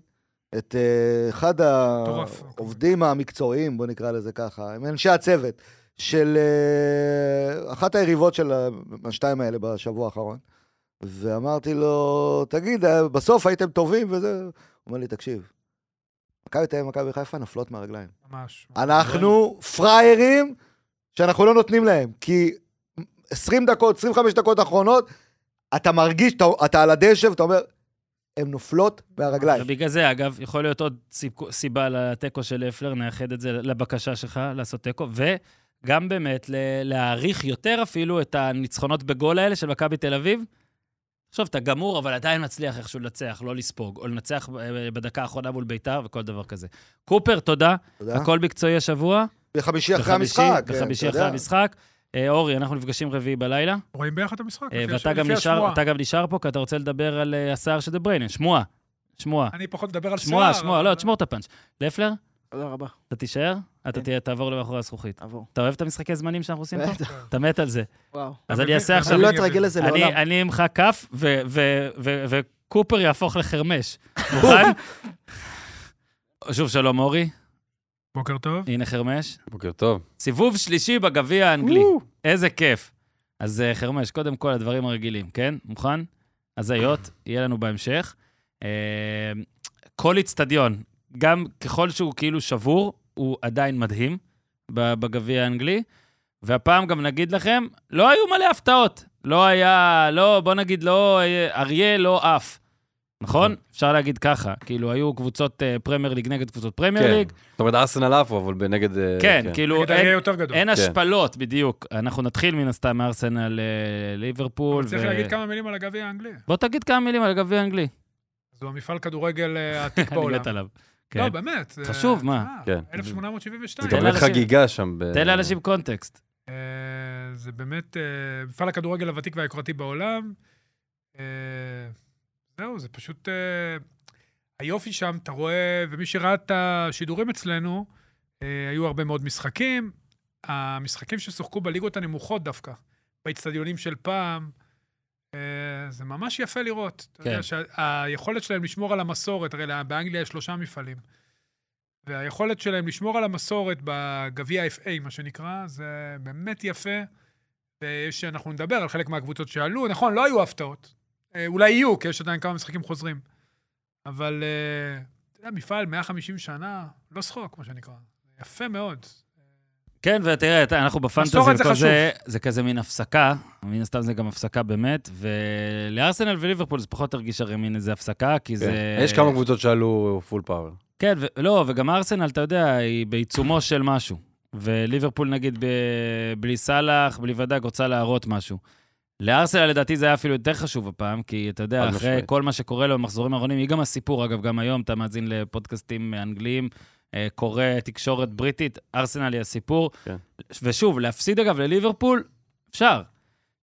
S4: את אה, אחד
S3: מטורף.
S4: העובדים המקצועיים, בוא נקרא לזה ככה, מאנשי הצוות, של אה, אחת היריבות של ה- השתיים האלה בשבוע האחרון, ואמרתי לו, תגיד, אה, בסוף הייתם טובים וזה... הוא אומר לי, תקשיב, מכבי תל אביב ומכבי חיפה נופלות מהרגליים.
S3: ממש.
S4: אנחנו פראיירים שאנחנו לא נותנים להם, כי 20 דקות, 25 דקות אחרונות, אתה מרגיש, אתה, אתה על הדשא ואתה אומר, הן נופלות מהרגליים.
S1: ובגלל זה, אגב, יכול להיות עוד סיב- סיבה לתיקו של אפלר, נאחד את זה לבקשה שלך לעשות תיקו, וגם באמת ל- להעריך יותר אפילו את הניצחונות בגול האלה של מכבי תל אביב. עכשיו, אתה גמור, אבל עדיין מצליח איכשהו לנצח, לא לספוג, או לנצח אה, בדקה האחרונה מול ביתר וכל דבר כזה. קופר, תודה.
S4: אתה יודע?
S1: הכל מקצועי השבוע.
S4: בחמישי אחרי
S1: בחמישי-
S4: המשחק. כן,
S1: בחמישי
S4: אתה
S1: אחרי
S4: יודע.
S1: המשחק. אה, אורי, אנחנו נפגשים רביעי בלילה,
S3: רואים ביחד את המשחק.
S1: אה,
S3: לפי הש-
S1: ואתה גם
S3: לפי
S1: נשאר-
S3: השמועה.
S1: אתה גם נשאר פה, כי אתה רוצה לדבר על אה, השיער של דה בריינה. שמועה, שמועה.
S3: אני פחות מדבר על שיער.
S1: שמועה, שמועה,
S3: אבל-
S1: לא, תשמור את הפאנץ'. לפלר,
S2: תודה רבה,
S1: אתה תישאר? אתה
S2: כן.
S1: תהיה, תעבור למאחורי הזכוכית.
S2: עבור.
S1: אתה אוהב את המשחקי זמנים שאנחנו עושים פה?
S2: בטח,
S1: אתה מת על זה.
S2: וואו.
S1: אז
S3: אתה
S1: אני
S3: מבין?
S1: אעשה
S3: אתה
S1: עכשיו...
S2: אני לא
S3: אני
S2: אתרגל
S3: אבין.
S2: לזה
S1: אני-
S2: לעולם.
S1: אני אמחא כף, ו- ו- ו- ו- וקופר יהפוך לחרמש. מוכן? שוב שלום, אורי.
S3: בוקר טוב.
S1: הנה חרמש.
S6: בוקר טוב.
S1: סיבוב שלישי בגביע האנגלי. איזה כיף. אז אה, חרמש, קודם כל הדברים הרגילים, כן? מוכן? הזיות, יהיה לנו בהמשך. אה, כל איצטדיון, גם ככל שהוא כאילו שבור, הוא עדיין מדהים ב- בגביע האנגלי. והפעם גם נגיד לכם, לא היו מלא הפתעות. לא היה, לא, בוא נגיד, לא אה, אריה, לא אף. נכון? אפשר להגיד ככה. כאילו, היו קבוצות אה, פרמייר ליג נגד קבוצות פרמייר
S6: כן.
S1: ליג.
S6: זאת אומרת, ארסנל עפו, אבל בנגד... אה,
S1: אה, כן, כאילו,
S3: נגד אריה
S1: אין-
S3: יותר גדול.
S1: אין השפלות, בדיוק. אנחנו נתחיל מן הסתם מארסנל אה, ליברפול.
S3: צריך
S1: ו-
S3: להגיד כמה מילים על הגביע האנגלי.
S1: בוא תגיד כמה מילים על הגביע האנגלי.
S3: זהו המפעל כדורגל אה, העתיק
S1: אני
S3: בעולם.
S1: מת עליו. כן.
S3: לא, באמת. זה- אה,
S1: חשוב, מה?
S3: תשמע,
S6: כן.
S3: 1872.
S6: זה
S1: תן
S6: גם באמת
S1: לאנשים-
S6: חגיגה שם. ב-
S1: תן לאנשים קונטקסט.
S3: אה, זה באמת אה, מפעל הכדורגל הוותיק והיוקרתי בעולם. אה, זהו, זה פשוט... אה, היופי שם, אתה רואה, ומי שראה את השידורים אצלנו, אה, היו הרבה מאוד משחקים. המשחקים ששוחקו בליגות הנמוכות דווקא, באצטדיונים של פעם, אה, זה ממש יפה לראות. אתה
S1: כן.
S3: יודע שהיכולת שלהם לשמור על המסורת, הרי לה- באנגליה יש שלושה מפעלים. והיכולת שלהם לשמור על המסורת בגביע FA, מה שנקרא, זה באמת יפה. ויש, אנחנו נדבר על חלק מהקבוצות שעלו, נכון, לא היו הפתעות. אה, אולי יהיו, כי יש עדיין כמה משחקים חוזרים. אבל, אה, אתה יודע, מפעל 150 שנה, לא שחוק, מה שנקרא. יפה מאוד.
S1: כן, ותראה, אתה- אנחנו בפנטזי,
S3: מסורת זה
S1: וכל
S3: חשוב.
S1: זה- זה כזה מין הפסקה, מן הסתם זה גם הפסקה באמת, ולארסנל וליברפול זה פחות הרגיש הרי מין איזה הפסקה, כי
S6: כן.
S1: זה...
S6: יש כמה קבוצות שעלו פול פאוור.
S1: כן, ו- לא, וגם ארסנל, אתה יודע, היא בעיצומו של משהו. וליברפול, נגיד, ב... בלי סאלח, בלי ודק, רוצה להראות משהו. לארסנל, לדעתי, זה היה אפילו יותר חשוב הפעם, כי אתה יודע,
S6: חד
S1: אחרי
S6: משמעית.
S1: כל מה שקורה לו במחזורים האחרונים, היא גם הסיפור, אגב, גם היום אתה מאזין לפודקאסטים אנגליים, אה, קורא תקשורת בריטית, ארסנל היא הסיפור.
S6: כן.
S1: ושוב, להפסיד, אגב, לליברפול, אפשר.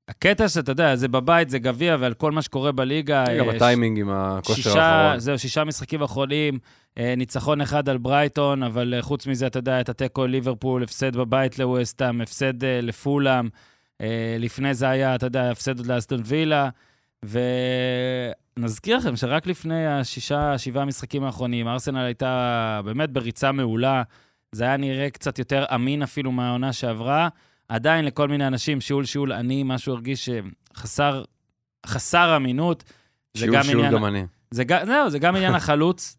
S1: הקטע שאתה יודע, זה בבית, זה גביע, ועל כל מה שקורה בליגה...
S6: גם
S1: אה,
S6: הטיימינג עם הכושר
S1: שישה,
S6: האחרון.
S1: זהו, שישה משחקים אחרונים, אה, ניצחון אחד על ברייטון, אבל אה, חוץ מזה, אתה יודע, את התיקו ליברפול, הפסד בבית לווסטאם, הפסד אה, לפולאם, אה, לפני זה היה, אתה יודע, הפסד עוד לאסטון וילה, ונזכיר לכם שרק לפני השישה, שבעה המשחקים האחרונים, ארסנל הייתה באמת בריצה מעולה, זה היה נראה קצת יותר אמין אפילו מהעונה שעברה. עדיין לכל מיני אנשים, שיעול שיעול עני, משהו הרגיש אה, חסר חסר אמינות. זה
S6: שיעור
S1: גם
S6: שיעור
S1: עניין...
S6: גם אני.
S1: זה גם- זהו, זה גם עניין החלוץ,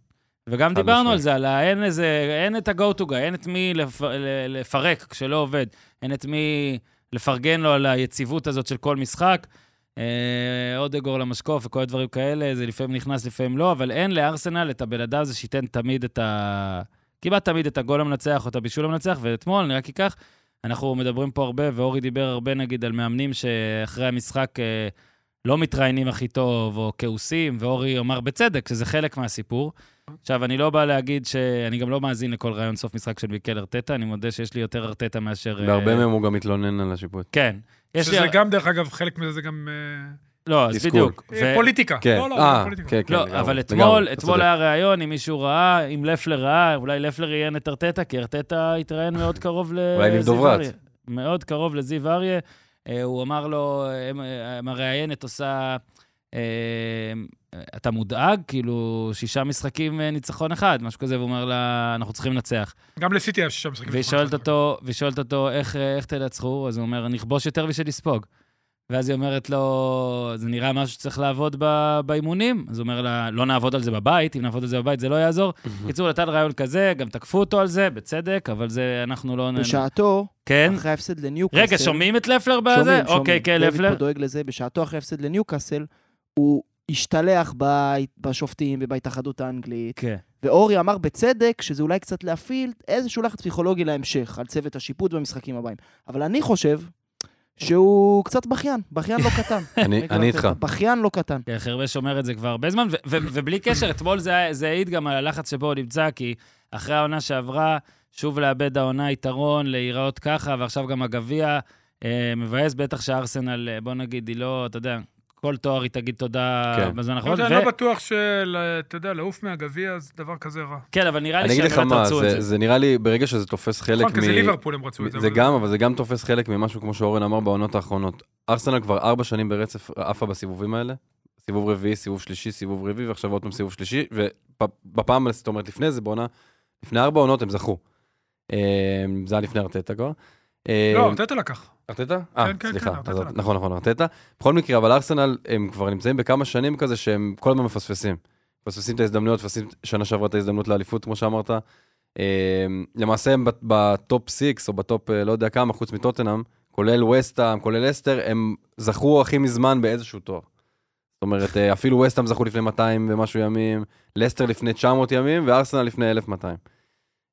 S1: וגם
S6: חד
S1: דיברנו
S6: משמעית.
S1: על זה, על ה- אין איזה, אין את ה-go to guy, אין את מי לפ... ל- לפרק כשלא עובד, אין את מי לפרגן לו על היציבות הזאת של כל משחק. אה, אודגור למשקוף וכל הדברים כאלה, זה לפעמים נכנס, לפעמים לא, אבל אין לארסנל את הבן אדם הזה שייתן תמיד את ה... כמעט תמיד את הגול המנצח או את הבישול המנצח, ואתמול, אני רק אקח, אנחנו מדברים פה הרבה, ואורי דיבר הרבה נגיד על מאמנים שאחרי המשחק אה, לא מתראיינים הכי טוב, או כעוסים, ואורי אמר בצדק שזה חלק מהסיפור. עכשיו, אני לא בא להגיד ש... אני גם לא מאזין לכל ראיון סוף משחק של מיקל ארטטה, אני מודה שיש לי יותר ארטטה מאשר... אה,
S6: בהרבה מהם הוא גם מתלונן על
S3: אה,
S6: השיפוט.
S1: כן. יש לי...
S3: שזה גם, דרך אגב, חלק מזה זה גם אה,
S1: לא, אז
S6: תסכול.
S1: בדיוק. ו-
S3: פוליטיקה.
S6: כן.
S3: לא, לא,
S6: אה,
S3: זה פוליטיקה.
S6: כן, כן.
S1: לא,
S6: לגמרי,
S1: אבל
S6: לגמרי,
S1: אתמול,
S6: אתה
S1: אתמול
S6: צודק.
S1: היה ראיון אם מישהו ראה, אם לפלר ראה, אולי לפלר ראיין את ארטטה, כי ארטטה התראיין מאוד קרוב לזיו
S6: אולי לבדוברת.
S1: אריה. מאוד קרוב לזיו אריה. אה, הוא אמר לו, אה, המראיינת עושה... אה, אתה מודאג? כאילו, שישה משחקים אה, ניצחון אחד, משהו כזה, והוא אומר לה, אנחנו צריכים לנצח.
S3: גם לסיטי היה שישה משחקים. נכון,
S1: והיא שואלת אותו, והיא שואלת אותו, "איך- איך תנצחו? אז הוא אומר, נכבוש יותר משנספוג. ואז היא אומרת לו, זה נראה משהו שצריך לעבוד ב- באימונים. אז הוא אומר לה, לא נעבוד על זה בבית, אם נעבוד על זה בבית זה לא יעזור. בקיצור, נתן רעיון כזה, גם תקפו אותו על זה, בצדק, אבל זה, אנחנו לא... נ-
S7: בשעתו,
S1: כן?
S7: אחרי ההפסד לניוקאסל...
S1: רגע, שומעים את לפלר בזה?
S7: שומעים,
S1: אוקיי,
S7: שומעים.
S1: כן,
S7: דויד
S1: לפלר.
S7: פה דואג לזה, בשעתו אחרי ההפסד לניוקאסל, הוא השתלח ב- בשופטים ובהתאחדות האנגלית,
S1: כן.
S7: ואורי אמר בצדק שזה אולי קצת להפעיל איזשהו לחץ פסיכולוגי להמשך על צוות השיפוט במשחקים הבאים. אבל אני חושב שהוא קצת בכיין, בכיין לא קטן.
S6: אני-
S7: מיקל
S6: אני
S7: ארטטה,
S6: איתך.
S7: בכיין לא קטן.
S1: כן, חרבש אומר את זה כבר הרבה זמן, ו- ו- ובלי קשר, אתמול זה היה- זה העיד גם על הלחץ שבו הוא נמצא, כי אחרי העונה שעברה, שוב לאבד העונה יתרון, להיראות ככה, ועכשיו גם הגביע אה, מבאס, בטח שארסנל, אה, בוא נגיד, היא לא, אתה יודע, כל תואר היא תגיד תודה
S6: כן.
S1: בזמן
S3: נכון,
S1: האחרון.
S3: אני
S1: ו-
S3: לא בטוח של, אתה יודע, לעוף מהגביע זה דבר כזה רע.
S1: כן, אבל נראה לי
S6: אני אגיד לך
S1: שהם לא
S6: מה,
S1: תרצו את
S6: זה-
S1: זה.
S6: זה נראה לי, ברגע שזה תופס חלק מ...
S3: נכון, כי זה ליברפול הם רצו את זה.
S6: זה
S3: אבל-
S6: גם, אבל זה גם תופס חלק ממשהו, כמו שאורן אמר, בעונות האחרונות. ארסנל כבר ארבע שנים ברצף עפה בסיבובים האלה. סיבוב רביעי, סיבוב שלישי, סיבוב רביעי, ועכשיו עוד פעם סיבוב שלישי, ובפעם, זאת אומרת, לפני זה, בעונה, לפני ארבע עונות הם זכו. אה, זה היה לפני ארטטה כבר. אה,
S3: לא, ארטטה לקח.
S6: ארטטה? אה,
S3: כן, כן,
S6: סליחה,
S3: ארטטה
S6: אז-
S3: לקח.
S6: נכון, נכון, ארטטה. בכל מקרה, אבל ארסנל, הם כבר נמצאים בכמה שנים כזה שהם כל הזמן מפספסים. מפספסים את ההזדמנויות, מפספסים שנה שעברה את ההזדמנות לאליפות, כמו שאמרת. אה, למעשה הם בט- בטופ 6 או בטופ אה, לא יודע כמה, חוץ מטוטנאם, כולל וסטאם, כולל אסטר, הם זכו הכי מזמן באיזשהו תואר. זאת אומרת, אה, אפילו וסטאם זכו לפני 200 ומשהו ימים, לסטר לפני 900 ימים, וארסנל לפני 1200.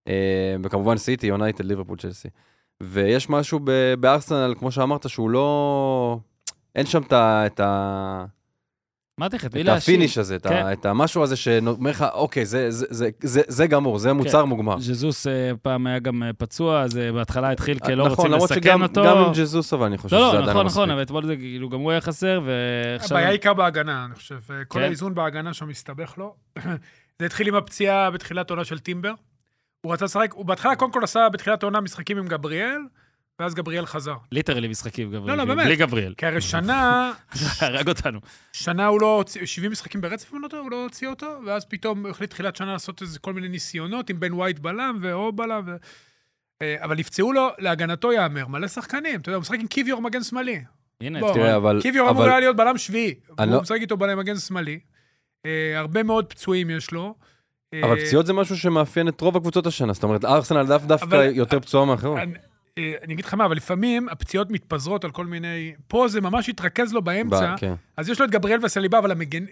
S6: אה, וכמובן סיטי, יונייטד, ליברפול, צ'לסי. ויש משהו ב- בארסנל, כמו שאמרת, שהוא לא... אין שם את ה- את ה-
S1: אמרתי לך, את מי
S6: את
S1: להאשים?
S6: הפיניש הזה, את ה-
S1: כן.
S6: את המשהו הזה שאומר לך, אוקיי, זה- זה- זה- זה זה גמור,
S1: כן.
S6: זה מוצר מוגמר.
S1: ז'זוס אה, פעם היה גם אה, פצוע, אז אה, בהתחלה התחיל כי לא
S6: נכון,
S1: רוצים
S6: למרות
S1: לסכן
S6: שגם-
S1: אותו.
S6: גם עם ג'זוס, אבל אני חושב שזה
S1: לא, לא,
S6: עדיין
S1: נכון,
S6: לא מספיק.
S1: נכון, אבל אתמול זה כאילו גם הוא היה חסר, ועכשיו...
S3: הבעיה עיקר בהגנה, אני חושב. אה, כל
S1: כן.
S3: האיזון בהגנה שם הסתבך לו. זה התחיל עם הפציעה בתחילת עונה של טימבר. הוא רצה לשחק, הוא בהתחלה קודם כל עשה בתחילת העונה משחקים עם גבריאל, ואז גבריאל חזר.
S1: ליטרלי משחקים, גבריאל.
S3: לא,
S1: כאילו,
S3: באמת.
S1: בלי גבריאל.
S3: כי הרי שנה,
S1: הרג אותנו.
S3: שנה הוא לא הוציא, 70 משחקים ברצף, אם אני לא טועה, הוא לא הוציא אותו, ואז פתאום הוא החליט תחילת שנה לעשות איזה כל מיני ניסיונות עם בן ווייט בלם ואו בלם. ו... אה, אבל נפצעו לו, להגנתו יאמר, מלא שחקנים. אתה יודע, הוא משחק עם קיוויור מגן שמאלי.
S1: הנה,
S3: בוא.
S1: אתמול-
S6: תראה, אבל...
S3: קיוויור אמור
S6: אבל-
S3: היה להיות בלם שביעי.
S6: אני
S3: הוא
S6: לא-
S3: משחק איתו בלם מגן שמאלי. אה, הרבה מאוד פצועים יש לו. אה,
S6: אבל פציעות זה משהו שמאפיין את רוב הקבוצות השנה, זאת אומרת, ארסנל דו- דווקא
S3: אבל-
S6: יותר פצועה מאחרות.
S3: אני- אה, אני אגיד לך מה, אבל לפעמים הפציעות מתפזרות על כל מיני... פה זה ממש התרכז לו באמצע.
S6: ב- כן.
S3: אז יש לו את גבריאל וסליבה, אבל המגן...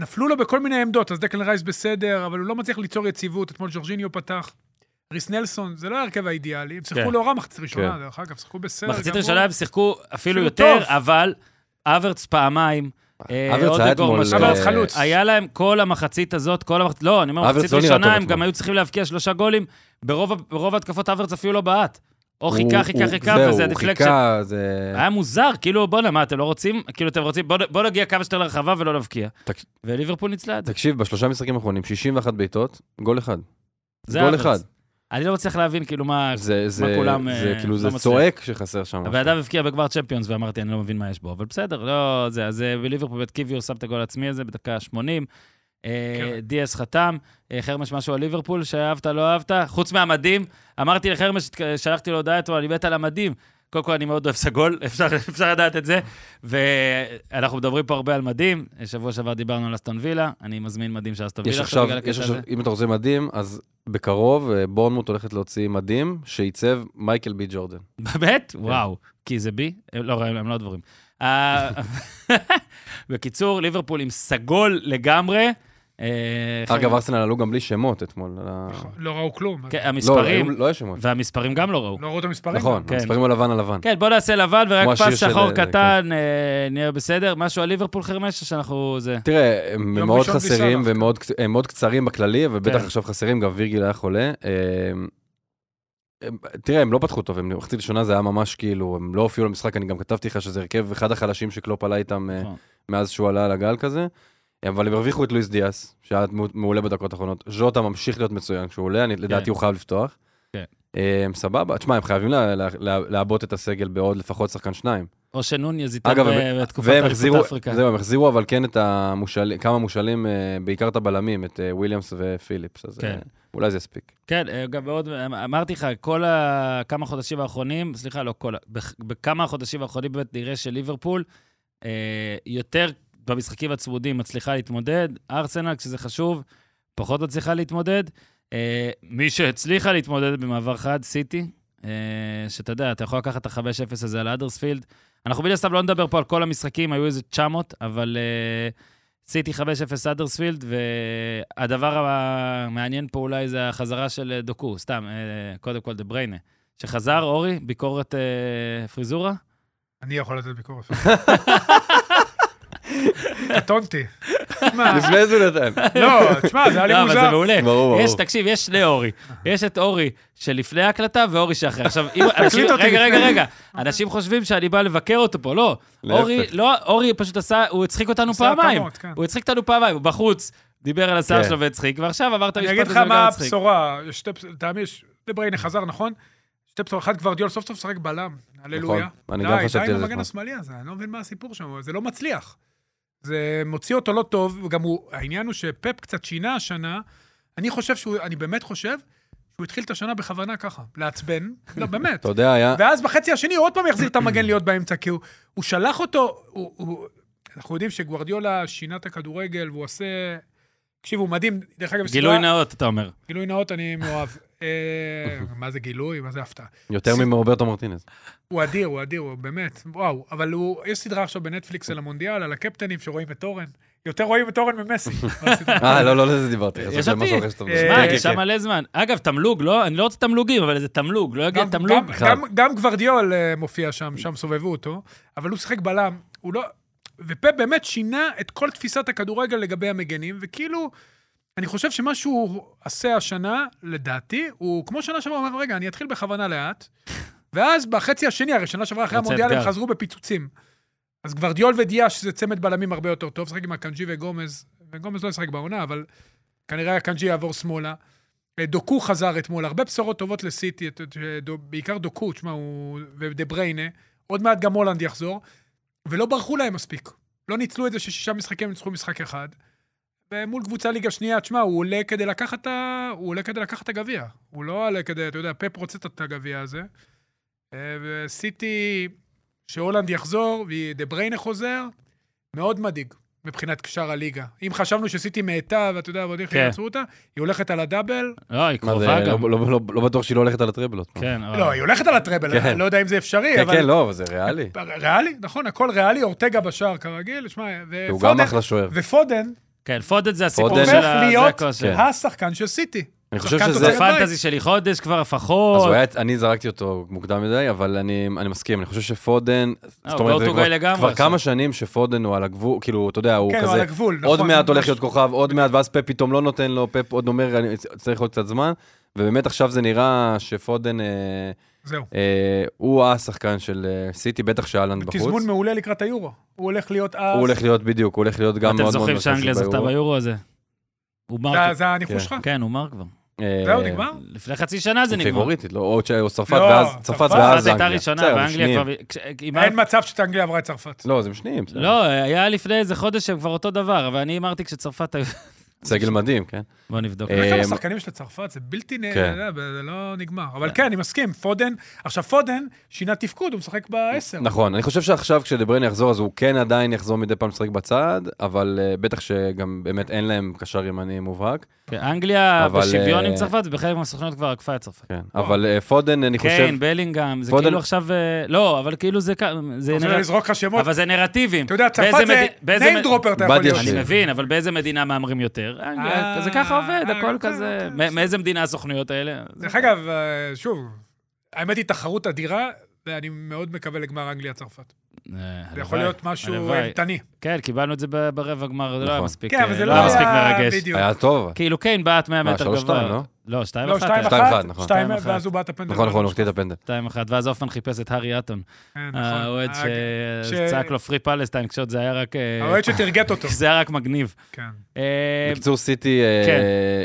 S3: נפלו לו בכל מיני עמדות, אז דקלן רייס בסדר, אבל הוא לא מצליח ליצור יציבות. אתמול ג'ורג'יניו פתח, ריס נלסון, זה לא ההרכב האידיאלי. הם שיחקו
S1: כן.
S3: לא רע מחצית ראשונה,
S6: כן.
S3: דרך אגב, שיחקו בסדר.
S1: מחצית
S3: גמור.
S1: ראשונה הם שיחקו אפילו
S3: אפילו
S1: יותר,
S3: טוב.
S1: אבל אברץ פעמיים. אה,
S6: אברץ היה
S1: אודגור
S6: אתמול...
S1: משל-
S3: אברץ
S6: אה,
S3: חלוץ.
S1: היה להם כל המחצית הזאת, כל המחצית, לא, אני אומר,
S6: אברץ
S1: מחצית
S6: לא נראה
S1: ראשונה
S6: טוב
S1: הם
S6: אתמול.
S1: גם היו צריכים להבקיע שלושה גולים. ברוב ה- ברוב ההתקפות אברץ אפילו לא בעט. או
S6: הוא-
S1: חיכה, חיכה,
S6: הוא-
S1: חיכה,
S6: זהו,
S1: וזה
S6: הוא
S1: דפלקשן.
S6: חיכה, זה...
S1: היה מוזר, כאילו, בואנה, מה, אתם לא רוצים? כאילו, אתם רוצים, בוא- בוא נגיע כמה שיותר לרחבה ולא נבקיע.
S6: תק-
S1: וליברפול ניצלה את זה.
S6: תקשיב, בשלושה משחקים האחרונים, 61 בעיטות, גול אחד.
S1: זה
S6: גול
S1: אברץ.
S6: אחד.
S1: אני לא מצליח להבין, כאילו, מה...
S6: זה, זה,
S1: כולם,
S6: זה
S1: אה,
S6: כאילו,
S1: לא
S6: זה
S1: מצליח.
S6: צועק שחסר שם.
S1: הבן אדם הבקיע בגמר צ'מפיונס, ואמרתי, אני לא מבין מה יש בו, אבל בסדר, לא זה. אז אה, בליברפול בית קיוויור שם את הגול העצמי הזה בדקה ה-80.
S3: כן.
S1: דיאס חתם, אה, חרמש משהו על ליברפול, שאהבת, לא אהבת, חוץ מהמדים. אמרתי לחרמש, התק- שלחתי לו הודעה אתמול, אני מת על המדים. קודם כל, אני מאוד אוהב סגול, אפשר, אפשר לדעת את זה. ואנחנו מדברים פה הרבה על מדים. שבוע שעבר דיברנו על אסטון וילה, אני מזמין מדים של אסטון
S6: יש
S1: וילה
S6: עכשיו,
S1: בגלל הקטע
S6: יש עכשיו,
S1: הזה.
S6: אם אתה רוצה מדים, אז בקרוב אה, בורנמוט הולכת להוציא מדים שעיצב מייקל בי ג'ורדן. כן.
S1: באמת? וואו. כי זה בי? הם לא, הם לא הדבורים. אה, בקיצור, ליברפול עם סגול לגמרי. אה,
S6: אגב,
S1: חבר'ה,
S6: ארסנל עלו גם בלי שמות אתמול. על ה-
S1: נכון.
S3: לא ראו כלום. אז
S1: כן,
S6: לא, היו-
S1: המספרים,
S6: לא היה שמות.
S1: והמספרים גם לא ראו.
S3: לא ראו את המספרים.
S6: נכון,
S1: כן.
S6: המספרים הלבן הלבן.
S1: כן, בוא נעשה לבן
S6: כמו
S1: ורק
S6: השיר
S1: פס
S6: של-
S1: שחור
S6: כן.
S1: קטן, אה, נהיה בסדר. משהו על ליברפול חרמש, או שאנחנו... זה...
S6: תראה, הם
S3: יום
S6: מאוד
S3: ראשון בלי
S6: חסרים
S3: סלאח.
S6: ומאוד קצ- הם מאוד קצרים בכללי, ובטח
S1: כן.
S6: עכשיו חסרים, גם וירגיל היה חולה. אמ, הם- תראה, הם לא פתחו טוב, הם במחצית ראשונה זה היה ממש כאילו, הם לא הופיעו למשחק, אני גם כתבתי לך שזה הרכב אחד החלשים שקלופ עלה איתם אה,
S1: נכון.
S6: מאז שהוא עלה על הגל כזה. אבל הם הרוויחו את לואיס דיאס, שהיה דמות מעולה בדקות האחרונות. ז'וטה ממשיך להיות מצוין, כשהוא עולה, אני, לדעתי הוא חייב לפתוח.
S1: כן.
S6: אמ, סבבה, תשמע, הם חייבים לה- לה- לה- לעבות את הסגל בעוד לפחות שחקן שניים.
S1: או שנוניז איתנו
S6: אגב,
S1: בתקופת
S6: והם
S1: אליפות
S6: החזירו,
S1: אפריקה.
S6: זהו, הם החזירו אבל כן את המושאלים, כמה מושאלים, אה, בעיקר את הבלמים, את אה, וויליאמס ופיליפס, אז
S1: כן.
S6: אה, אולי זה יספיק.
S1: כן, אה, גם מאוד, אמרתי לך, כל הכמה חודשים האחרונים, סליחה, לא כל, ה- בכ- בכמה החודשים האחרונים באמת נראה שליברפול אה, יותר במשחקים הצמודים מצליחה להתמודד, ארסנל, כשזה חשוב, פחות מצליחה להתמודד. אה, מי שהצליחה להתמודד במעבר חד, סיטי, אה, שאתה יודע, אתה יכול לקחת את ה-5-0 הזה על אדרספילד. אנחנו מן הסתם לא נדבר פה על כל המשחקים, היו איזה 900, אבל... אה, סיטי 5-0 אדרספילד, והדבר המעניין פה אולי זה החזרה של אה, דוקו, סתם, אה, קודם כל דה בריינה. שחזר, אורי, ביקורת אה, פריזורה?
S3: אני יכול לתת ביקורת. קטונתי. מה?
S6: לפני זה הוא נתן.
S3: לא, תשמע, זה היה לי
S1: לא, אבל זה
S3: מוזר.
S1: מעולה.
S6: ברור,
S1: יש,
S6: ברור.
S1: תקשיב, יש שני אורי. יש את אורי שלפני ההקלטה ואורי שאחרי. עכשיו, אם אנשים...
S3: אותי
S1: רגע, רגע,
S3: לפני.
S1: רגע. אנשים חושבים שאני בא לבקר אותו פה, לא.
S6: להפך.
S1: אורי, לא, אורי פשוט עשה, הוא הצחיק אותנו
S3: עושה
S1: פעמיים.
S3: התאמות, כן.
S1: הוא הצחיק אותנו פעמיים, הוא בחוץ. דיבר על השיער
S6: כן.
S1: שלו והצחיק, ועכשיו אמרת
S3: אני
S1: משפט
S3: אגיד
S1: הזה
S3: לך
S1: וגם
S3: מה
S1: הצחיק.
S3: הבשורה, יש שתי בש- לטעמי יש, דה בריינה חזר, נכון? שתי בשורות, אחת גוורדיול סוף סוף שחק בלם, הללויה.
S6: נכון, אני גם חשבתי
S3: די, די
S6: על
S3: עם המגן
S6: זה אתמול.
S3: השמאלי הזה, אני לא מבין מה הסיפור שם, זה לא מצליח. זה מוציא אותו לא טוב, וגם הוא, העניין הוא שפפ קצת שינה השנה, אני חושב שהוא, אני באמת חושב, שהוא התחיל את השנה בכוונה ככה, לעצבן, לא, באמת.
S6: אתה יודע, היה...
S3: ואז בחצי השני הוא עוד פעם יחזיר את המגן להיות באמצע, כי הוא, הוא שלח אותו, הוא, הוא, אנחנו יודעים שגוורדיולה שינה את הכדורגל, והוא עושה... תקשיבו, מדהים, דרך אגב,
S1: גילוי
S3: סדרה-
S1: נאות, אתה אומר.
S3: גילוי נאות אני מאוהב. אה, מה זה גילוי? מה זה הפתעה?
S6: יותר ממרוברטו מרטינז.
S3: הוא אדיר, הוא אדיר, הוא באמת, וואו. אבל הוא, יש סדרה עכשיו בנטפליקס על המונדיאל, על הקפטנים שרואים את אורן. יותר רואים את אורן ממסי. בסדרה.
S6: אה, לא, לא לזה דיברתי.
S1: יש
S6: זה
S1: אותי.
S6: משהו אחר שאתה מדבר.
S3: אה,
S1: מה,
S6: כן,
S1: יש
S6: כן,
S1: שם מלא זמן. אגב, תמלוג, לא? אני לא רוצה תמלוגים, אבל איזה תמלוג, לא יגיע
S3: גם-
S1: תמלוג.
S3: גם-
S6: בכלל.
S3: גם- גם גוורדיול אה, מופיע שם, שם סובבו אותו, אבל הוא שיחק בלם, הוא לא... ופפ באמת שינה את כל תפיסת הכדורגל לגבי המגנים, וכאילו, אני חושב שמה שהוא עשה השנה, לדעתי, הוא כמו שנה שעברה, הוא אמר, רגע, אני אתחיל בכוונה לאט, ואז בחצי השני, הרי שנה שעברה אחרי
S1: רוצה
S3: המונדיאל הם
S1: אתגר.
S3: חזרו בפיצוצים. אז גוורדיול ודיאש זה צמד בלמים הרבה יותר טוב, שחק עם הקנג'י וגומז, וגומז לא ישחק בעונה, אבל כנראה הקנג'י יעבור שמאלה. אה, דוקו חזר אתמול, הרבה בשורות טובות לסיטי, את- את- דו- בעיקר דוקו, תשמע, הוא... ודה בריינה. עוד מעט גם הולנד יחזור, ולא ברחו להם מספיק. לא ניצלו את זה ששישה משחקים ניצחו משחק אחד. ומול קבוצה ליגה שנייה, תשמע, הוא עולה כדי לקחת את ה... הוא עולה כדי לקחת את הגביע. הוא לא עולה כדי, אתה יודע, פפ רוצה את הגביע הזה. אה, וסיטי, שהולנד יחזור, ודה בריינה חוזר, מאוד מדאיג מבחינת שאר הליגה. אם חשבנו שסיטי מאטה, ואתה יודע, ועוד איך
S1: כן.
S3: ינצחו אותה, היא הולכת על הדאבל,
S1: לא, היא
S6: מה זה,
S1: קרובה
S6: לא-
S1: גם.
S6: לא- לא- לא בטוח שהיא לא הולכת על הטריבלות.
S1: כן, אבל-
S3: לא, היא הולכת על הטראבל,
S6: אה. כן.
S3: אני לא יודע אם זה אפשרי,
S6: כן,
S3: אבל...
S6: כן, לא, אבל זה ריאלי.
S3: ריאלי, נכון, הכל ריאלי, אורטגה בשער כרגיל, שמע,
S6: הוא
S3: ופודן,
S6: גם אחלה שוער.
S3: ופודן
S1: כן, פודד זה הסיפור
S6: פודן.
S1: של
S3: הופך
S1: ה- זה
S3: להיות
S1: הכושר.
S6: כן.
S3: השחקן של סיטי.
S6: אני חושב
S3: שחקן
S6: שזה...
S1: זה
S3: תוצרת
S1: פנטזי
S3: בית.
S1: שלי חודש כבר
S6: אז הוא
S1: לפחות.
S6: היה, אני זרקתי אותו מוקדם מדי, אבל אני, אני מסכים, אני חושב שפודן, זאת
S1: הוא
S6: אומרת, זה
S1: go to guy
S6: כבר,
S1: לגמרי
S6: כבר
S1: עכשיו.
S6: כמה שנים שפודן הוא על הגבול, כאילו, אתה יודע, הוא
S3: כן, הוא
S6: כזה,
S3: על הגבול, נכון.
S6: עוד מעט הולך
S3: ממש.
S6: להיות כוכב, עוד מעט, ואז פפ פתאום לא נותן לו, פפ עוד אומר, אני צריך עוד קצת זמן, ובאמת עכשיו זה נראה שפודן, אה,
S3: זהו.
S6: אה, הוא השחקן של אה, סיטי, בטח שאלנד בחוץ.
S3: תזמון מעולה לקראת היורו. הוא הולך להיות אז...
S6: הוא הולך להיות, בדיוק, הוא הולך להיות גם
S1: אתם
S6: מאוד מאוד
S1: זוכרים שאנגליה זכתה
S6: ביורו.
S1: ביורו הזה? הוא מר.
S3: אה, זה- נכון. זה הניחוש
S6: כן.
S3: שלך?
S1: כן, הוא מר כבר.
S6: אה,
S3: זהו, נגמר?
S1: לפני חצי שנה זה
S6: היא
S1: נגמר.
S6: פיבוריטית, לא? או ש- או צרפת,
S3: לא,
S6: ואז,
S3: צרפת.
S6: צרפת
S1: אז
S6: ואז
S1: הייתה
S6: אנגליה.
S1: ראשונה,
S6: בסדר,
S1: ואנגליה
S6: שנייה.
S1: כבר... כש- עם
S3: אין מצב שאנגליה עברה את צרפת.
S6: לא, זה משניים. בסדר.
S1: לא, היה לפני איזה חודש, הם כבר אותו דבר, אבל אני אמרתי כשצרפת היו...
S6: סגל מדהים, כן?
S1: בוא נבדוק.
S6: אה,
S3: כמה
S6: אמ,
S3: שחקנים יש לצרפת, זה בלתי נ...
S6: כן. אה.
S3: זה זה לא נגמר. אבל כן, אני מסכים, פודן, עכשיו פודן שינה תפקוד, הוא משחק בעשר.
S6: נכון, אני חושב שעכשיו כשדבריינה יחזור, אז הוא כן עדיין יחזור מדי פעם לשחק בצד, אבל אה, בטח שגם באמת אין להם קשר ימני מובהק.
S1: כן, אנגליה
S6: אבל,
S1: בשוויון
S6: אה,
S1: עם צרפת, ובחלק מהסוכנות כבר עקפה את צרפת.
S6: כן. אבל אה, פודן, אני חושב...
S1: כן, בלינגהם, זה
S6: פודל-
S1: כאילו עכשיו... אה, לא, אבל כאילו זה... כ- זה
S3: רוצה
S6: אה,
S1: נרא-
S3: לזרוק לך שמות?
S1: אבל זה נרטיבים.
S3: אתה יודע,
S1: באיזה
S3: צרפת זה
S1: מד- באיזה מד-
S3: name dropper אתה יכול
S6: בדיה
S3: להיות.
S1: אני
S6: שלי.
S1: מבין, אבל באיזה מדינה מהמרים יותר? אנגליה,
S3: אה,
S1: זה ככה עובד,
S3: אה,
S1: הכל
S3: אוקיי,
S1: כזה...
S3: אוקיי,
S1: מא-
S3: בסדר.
S1: מאיזה מדינה הסוכנויות האלה?
S3: דרך אגב, אה, שוב, האמת היא תחרות אדירה, ואני מאוד מקווה לגמר אנגליה-צרפת.
S1: אה,
S3: זה
S1: הלוואי,
S3: יכול להיות משהו
S1: הלוואי.
S3: אימתני.
S1: כן, קיבלנו את זה ב- ברבע גמר, זה לא היה
S6: נכון.
S1: מספיק
S3: כן, אבל
S1: אה,
S3: זה
S1: לא
S3: לא
S1: היה מספיק
S3: היה...
S1: מרגש.
S3: בדיוק.
S6: היה טוב.
S1: כאילו קיין בעט 100
S6: מה,
S1: מטר
S6: שלוש, שתיים,
S1: גבוה.
S6: לא?
S1: לא, 2-1.
S3: לא, 2-1,
S6: 2-1, נכון.
S3: 2-1,
S1: נכון.
S3: ואז הוא בעט את הפנדל.
S6: נכון, נכון, הוא החטיא את הפנדל.
S1: 2-1, ואז הופמן חיפש את הארי אטון.
S3: כן, נכון.
S1: האוהד
S3: אה, ש-
S1: שצעק לו פרי פלסטיין, כשעוד זה היה רק... אה,
S3: האוהד שתרגט אותו.
S1: זה היה רק מגניב.
S3: כן.
S1: אה,
S6: בקיצור, סיטי אה,
S1: כן.